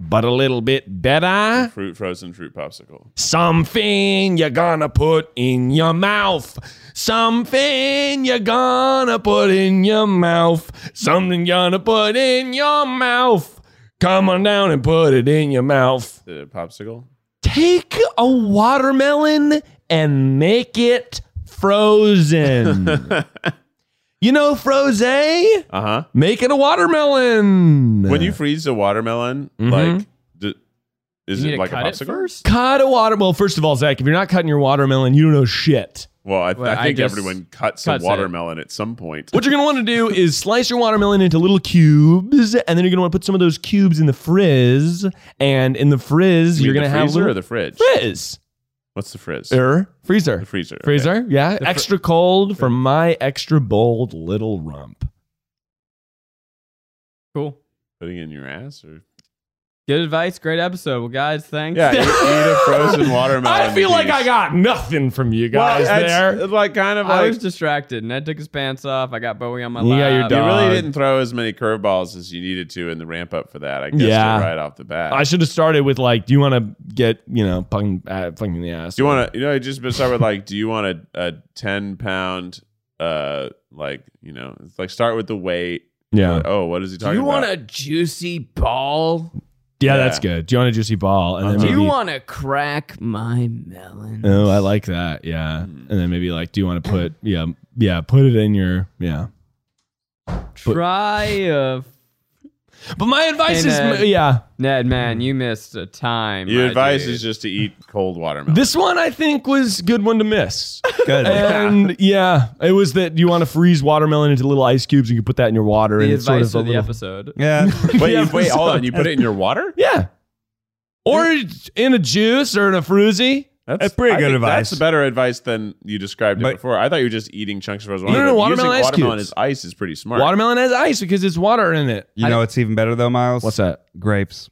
[SPEAKER 5] but a little bit better?
[SPEAKER 2] Fruit frozen fruit popsicle.
[SPEAKER 5] Something you're gonna put in your mouth. Something you're gonna put in your mouth. Something you're gonna put in your mouth. Come on down and put it in your mouth.
[SPEAKER 2] The popsicle.
[SPEAKER 5] take a watermelon and make it
[SPEAKER 2] [LAUGHS]
[SPEAKER 5] frozen. you know, froze?
[SPEAKER 2] Uh huh.
[SPEAKER 5] Make it a watermelon.
[SPEAKER 2] When you freeze a watermelon, like, d- is
[SPEAKER 3] You need
[SPEAKER 2] it
[SPEAKER 3] to
[SPEAKER 2] like a
[SPEAKER 3] cut it
[SPEAKER 2] popsicle?
[SPEAKER 3] first?
[SPEAKER 5] cut a water, well, first of all, Zach, if you're not cutting your watermelon, you don't know shit.
[SPEAKER 2] Well, I,
[SPEAKER 3] Well,
[SPEAKER 2] I
[SPEAKER 3] I
[SPEAKER 2] think
[SPEAKER 3] just
[SPEAKER 2] everyone cuts,
[SPEAKER 3] cuts
[SPEAKER 2] a
[SPEAKER 3] it.
[SPEAKER 2] watermelon at some point.
[SPEAKER 5] What you're gonna want to do is slice your watermelon into little cubes, and then you're gonna want to put some of those cubes in the frizz. And in the frizz,
[SPEAKER 2] You
[SPEAKER 5] you're
[SPEAKER 2] mean
[SPEAKER 5] gonna
[SPEAKER 2] the
[SPEAKER 5] have
[SPEAKER 2] freezer or
[SPEAKER 5] little
[SPEAKER 2] the fridge.
[SPEAKER 5] frizz
[SPEAKER 2] What's the frizz?
[SPEAKER 5] er freezer.
[SPEAKER 2] the freezer. okay.
[SPEAKER 5] Freezer, yeah, extra cold for my extra bold little rump.
[SPEAKER 3] Cool.
[SPEAKER 2] Putting it in your ass or
[SPEAKER 3] Good advice. Great episode. Well, guys, thanks.
[SPEAKER 2] yeah, eat, eat a frozen watermelon.
[SPEAKER 5] I feel like
[SPEAKER 2] piece.
[SPEAKER 5] I got nothing from you
[SPEAKER 2] Well, uh,
[SPEAKER 5] guys
[SPEAKER 2] it's-
[SPEAKER 5] there.
[SPEAKER 2] it's like kind of
[SPEAKER 3] [LAUGHS] I
[SPEAKER 2] like
[SPEAKER 3] was distracted. Ned took his pants off. I got Bowie on my
[SPEAKER 5] Yeah,
[SPEAKER 3] lap.
[SPEAKER 5] you're
[SPEAKER 2] you really
[SPEAKER 5] dog.
[SPEAKER 2] didn't throw as many curveballs as you needed to in the ramp up for that. I guess
[SPEAKER 5] Yeah.
[SPEAKER 2] right off the bat.
[SPEAKER 5] I should have started with like, do you want to get you know fucking uh, fucking in the ass?
[SPEAKER 2] Do you want to? You know, I just been start with like, do you want a, a ten pound? Uh, like you know, it's like start with the weight.
[SPEAKER 5] Yeah.
[SPEAKER 2] Like, oh, what is he
[SPEAKER 3] Do
[SPEAKER 2] talking
[SPEAKER 3] you want
[SPEAKER 2] about?
[SPEAKER 3] a juicy ball?
[SPEAKER 5] yeah,
[SPEAKER 2] Yeah.
[SPEAKER 5] that's good. Do you want a juicy ball? And then
[SPEAKER 2] Uh-huh.
[SPEAKER 3] Do
[SPEAKER 5] maybe,
[SPEAKER 3] you want to crack my melon?
[SPEAKER 5] Oh, I like that. Yeah, and
[SPEAKER 2] Mm.
[SPEAKER 5] then maybe like, do you want to put yeah yeah put it in your yeah.
[SPEAKER 3] Try a
[SPEAKER 5] But my advice
[SPEAKER 3] Hey,
[SPEAKER 5] is
[SPEAKER 3] Ned.
[SPEAKER 5] yeah.
[SPEAKER 3] Ned, man, you missed a time.
[SPEAKER 2] Your
[SPEAKER 3] my
[SPEAKER 2] advice
[SPEAKER 3] dude.
[SPEAKER 2] is just to eat cold watermelon.
[SPEAKER 5] This one I think was a good one
[SPEAKER 2] [LAUGHS]
[SPEAKER 5] to miss.
[SPEAKER 4] Good. [LAUGHS]
[SPEAKER 5] and yeah, it was that you want to freeze watermelon into little ice cubes. You can put that in your water,
[SPEAKER 3] the
[SPEAKER 5] and
[SPEAKER 3] advice
[SPEAKER 5] it's sort
[SPEAKER 3] of,
[SPEAKER 5] of, a
[SPEAKER 3] the
[SPEAKER 5] little,
[SPEAKER 3] episode.
[SPEAKER 4] yeah.
[SPEAKER 2] wait,
[SPEAKER 5] [LAUGHS] Yeah,
[SPEAKER 2] you- wait, hold on. You put it in your water?
[SPEAKER 5] [LAUGHS] Yeah. Or in a juice or in a fruzy.
[SPEAKER 4] That's pretty
[SPEAKER 2] I
[SPEAKER 4] good
[SPEAKER 2] think
[SPEAKER 4] advice.
[SPEAKER 2] That's better advice than you described it
[SPEAKER 4] But-
[SPEAKER 2] before. I thought you were just eating chunks of frozen
[SPEAKER 5] No, no,
[SPEAKER 2] watermelon. but
[SPEAKER 5] no, watermelon
[SPEAKER 2] using
[SPEAKER 5] ice
[SPEAKER 2] watermelon
[SPEAKER 5] cubes.
[SPEAKER 2] as ice is pretty smart.
[SPEAKER 5] Watermelon has ice because it's water in it.
[SPEAKER 4] You know what's even better though, Miles?
[SPEAKER 5] What's that?
[SPEAKER 4] Grapes.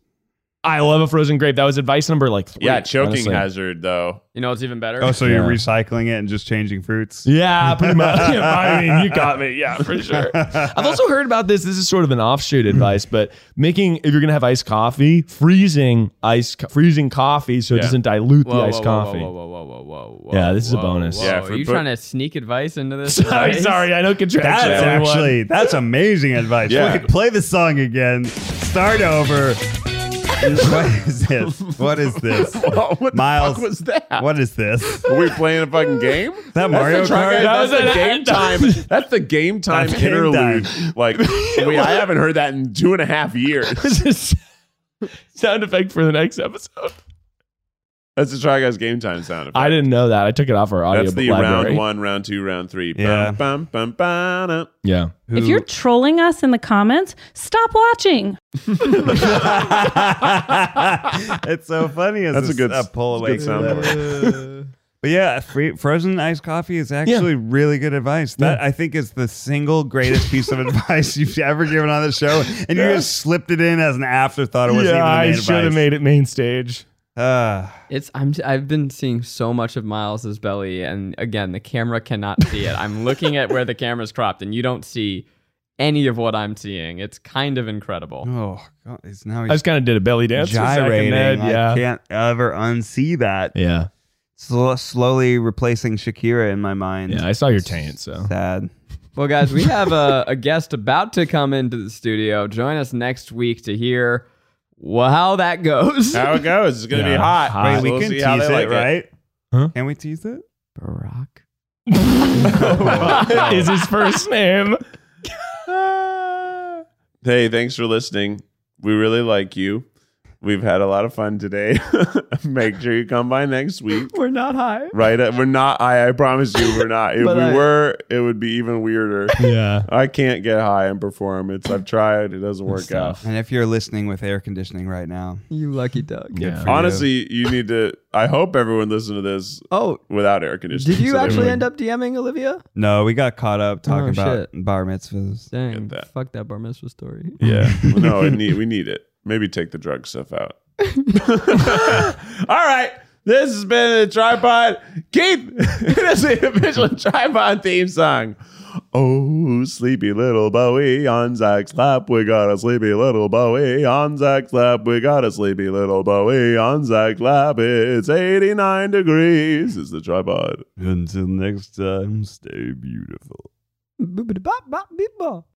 [SPEAKER 5] I love a frozen grape. That was advice number like three.
[SPEAKER 2] yeah, choking
[SPEAKER 5] honestly.
[SPEAKER 2] hazard though.
[SPEAKER 3] You know what's even better?
[SPEAKER 4] Oh, so you're
[SPEAKER 5] Yeah.
[SPEAKER 4] recycling it and just changing fruits?
[SPEAKER 5] Yeah, pretty [LAUGHS] much. I mean, you got me. Yeah, for [LAUGHS] sure. I've also heard about this. This is sort of an offshoot advice, but making if you're gonna have iced coffee, freezing ice, co- freezing coffee so it
[SPEAKER 2] Yeah.
[SPEAKER 5] doesn't dilute
[SPEAKER 3] Whoa,
[SPEAKER 5] the
[SPEAKER 3] whoa,
[SPEAKER 5] iced
[SPEAKER 3] whoa,
[SPEAKER 5] coffee.
[SPEAKER 3] Whoa, whoa, whoa, whoa, whoa, whoa.
[SPEAKER 5] Yeah, this is a
[SPEAKER 3] whoa,
[SPEAKER 5] bonus.
[SPEAKER 3] Whoa.
[SPEAKER 2] Yeah,
[SPEAKER 3] Are
[SPEAKER 2] for-
[SPEAKER 3] you
[SPEAKER 2] for-
[SPEAKER 3] trying to sneak advice into this?
[SPEAKER 5] [LAUGHS] [LAUGHS] Sorry,
[SPEAKER 3] advice?
[SPEAKER 5] sorry, I know contractions.
[SPEAKER 4] That's
[SPEAKER 5] everyone.
[SPEAKER 4] actually that's amazing advice.
[SPEAKER 2] Yeah.
[SPEAKER 4] Wait, play the song again. Start over. [LAUGHS] what is this? [LAUGHS] What is this?
[SPEAKER 2] what
[SPEAKER 4] Miles,
[SPEAKER 2] the fuck was that?
[SPEAKER 4] What is this?
[SPEAKER 2] Are we playing a fucking game?
[SPEAKER 4] that Mario
[SPEAKER 2] That's the track-
[SPEAKER 4] Kart?
[SPEAKER 5] [LAUGHS] That
[SPEAKER 2] that's
[SPEAKER 5] was
[SPEAKER 2] the
[SPEAKER 5] an-
[SPEAKER 2] game time. That's the game time
[SPEAKER 4] That's game
[SPEAKER 2] interlude. Like, wait, I haven't heard that in two and a half years. [LAUGHS]
[SPEAKER 5] This is sound effect for the next episode.
[SPEAKER 2] That's the Try Guys game time sound effect.
[SPEAKER 5] I didn't know that. I took it off our audio
[SPEAKER 2] That's the
[SPEAKER 5] library.
[SPEAKER 2] round one, round two, round three. Bum,
[SPEAKER 4] Yeah.
[SPEAKER 2] bum, bum, ba-da.
[SPEAKER 5] Yeah.
[SPEAKER 6] If you're trolling us in the comments, stop watching.
[SPEAKER 4] [LAUGHS] it's so funny. As
[SPEAKER 2] That's a good-
[SPEAKER 4] pull away.
[SPEAKER 2] that's a good
[SPEAKER 4] from that. but yeah, free, frozen iced coffee is actually really good advice. That I think is the single greatest piece of [LAUGHS] advice you've ever given on the show, and you just slipped it in as an afterthought. It wasn't
[SPEAKER 5] yeah, I
[SPEAKER 4] even the main
[SPEAKER 5] should have
[SPEAKER 4] advice.
[SPEAKER 5] made it main stage.
[SPEAKER 4] Ah.
[SPEAKER 3] It's I'm I've been seeing so much of Miles's belly, and again, the camera cannot see it. I'm looking at where the camera's cropped, and you don't see any of what I'm seeing. It's kind of incredible.
[SPEAKER 4] oh God! It's now
[SPEAKER 5] I just [LAUGHS]
[SPEAKER 4] he's
[SPEAKER 5] kind of did a belly dance. for Zach and
[SPEAKER 4] gyrating.
[SPEAKER 5] Ned,
[SPEAKER 4] I
[SPEAKER 5] yeah.
[SPEAKER 4] can't ever unsee that.
[SPEAKER 5] Yeah.
[SPEAKER 4] Sl- slowly replacing Shakira in my mind.
[SPEAKER 5] Yeah. I saw your taint, so.
[SPEAKER 4] Sad.
[SPEAKER 3] Well, guys, we have a, a guest about to come into the studio. Join us next week to hear well, how that goes.
[SPEAKER 2] How
[SPEAKER 3] [LAUGHS]
[SPEAKER 2] it goes? It's gonna be
[SPEAKER 5] Yeah.
[SPEAKER 2] hot.
[SPEAKER 5] Hot.
[SPEAKER 4] Wait, we
[SPEAKER 2] We'll
[SPEAKER 4] can
[SPEAKER 2] see
[SPEAKER 4] tease
[SPEAKER 2] how they
[SPEAKER 4] it,
[SPEAKER 2] like
[SPEAKER 4] right?
[SPEAKER 5] Huh?
[SPEAKER 4] Can we tease it?
[SPEAKER 3] Barack.
[SPEAKER 5] is his first name.
[SPEAKER 2] Hey, thanks for listening. We really like you. We've had a lot of fun today. [LAUGHS] Make sure you come by next week.
[SPEAKER 3] We're not high.
[SPEAKER 2] Right? Uh, We're not. I, I promise you, we're not. If we
[SPEAKER 3] But I-
[SPEAKER 2] were, it would be even weirder.
[SPEAKER 5] Yeah.
[SPEAKER 2] I can't get high and perform. It's I've tried. It doesn't work out.
[SPEAKER 5] tough.
[SPEAKER 4] And if you're listening with air conditioning right now,
[SPEAKER 3] You lucky duck.
[SPEAKER 5] Yeah.
[SPEAKER 4] for
[SPEAKER 2] Honestly, you need to. I hope everyone listened to this
[SPEAKER 3] Oh,
[SPEAKER 2] without air conditioning.
[SPEAKER 3] did you
[SPEAKER 2] so they
[SPEAKER 3] actually
[SPEAKER 2] would
[SPEAKER 3] end up DMing Olivia?
[SPEAKER 4] no, we got caught up talking
[SPEAKER 3] Oh,
[SPEAKER 4] about bar mitzvahs.
[SPEAKER 3] Dang,
[SPEAKER 2] that.
[SPEAKER 3] fuck that bar mitzvah story.
[SPEAKER 2] Yeah. no, it need, we need it. Maybe take the drug stuff out. All right. This has been a tripod. Keith, [LAUGHS] it is the official tripod theme song. Oh, sleepy little Bowie on Zach's lap. We got a sleepy little Bowie on Zach's lap. We got a sleepy little Bowie on Zach's lap. It's 89 degrees. It's the tripod.
[SPEAKER 4] Until next time, stay beautiful.
[SPEAKER 3] Boop-a-da-bop-bop-beep-bop.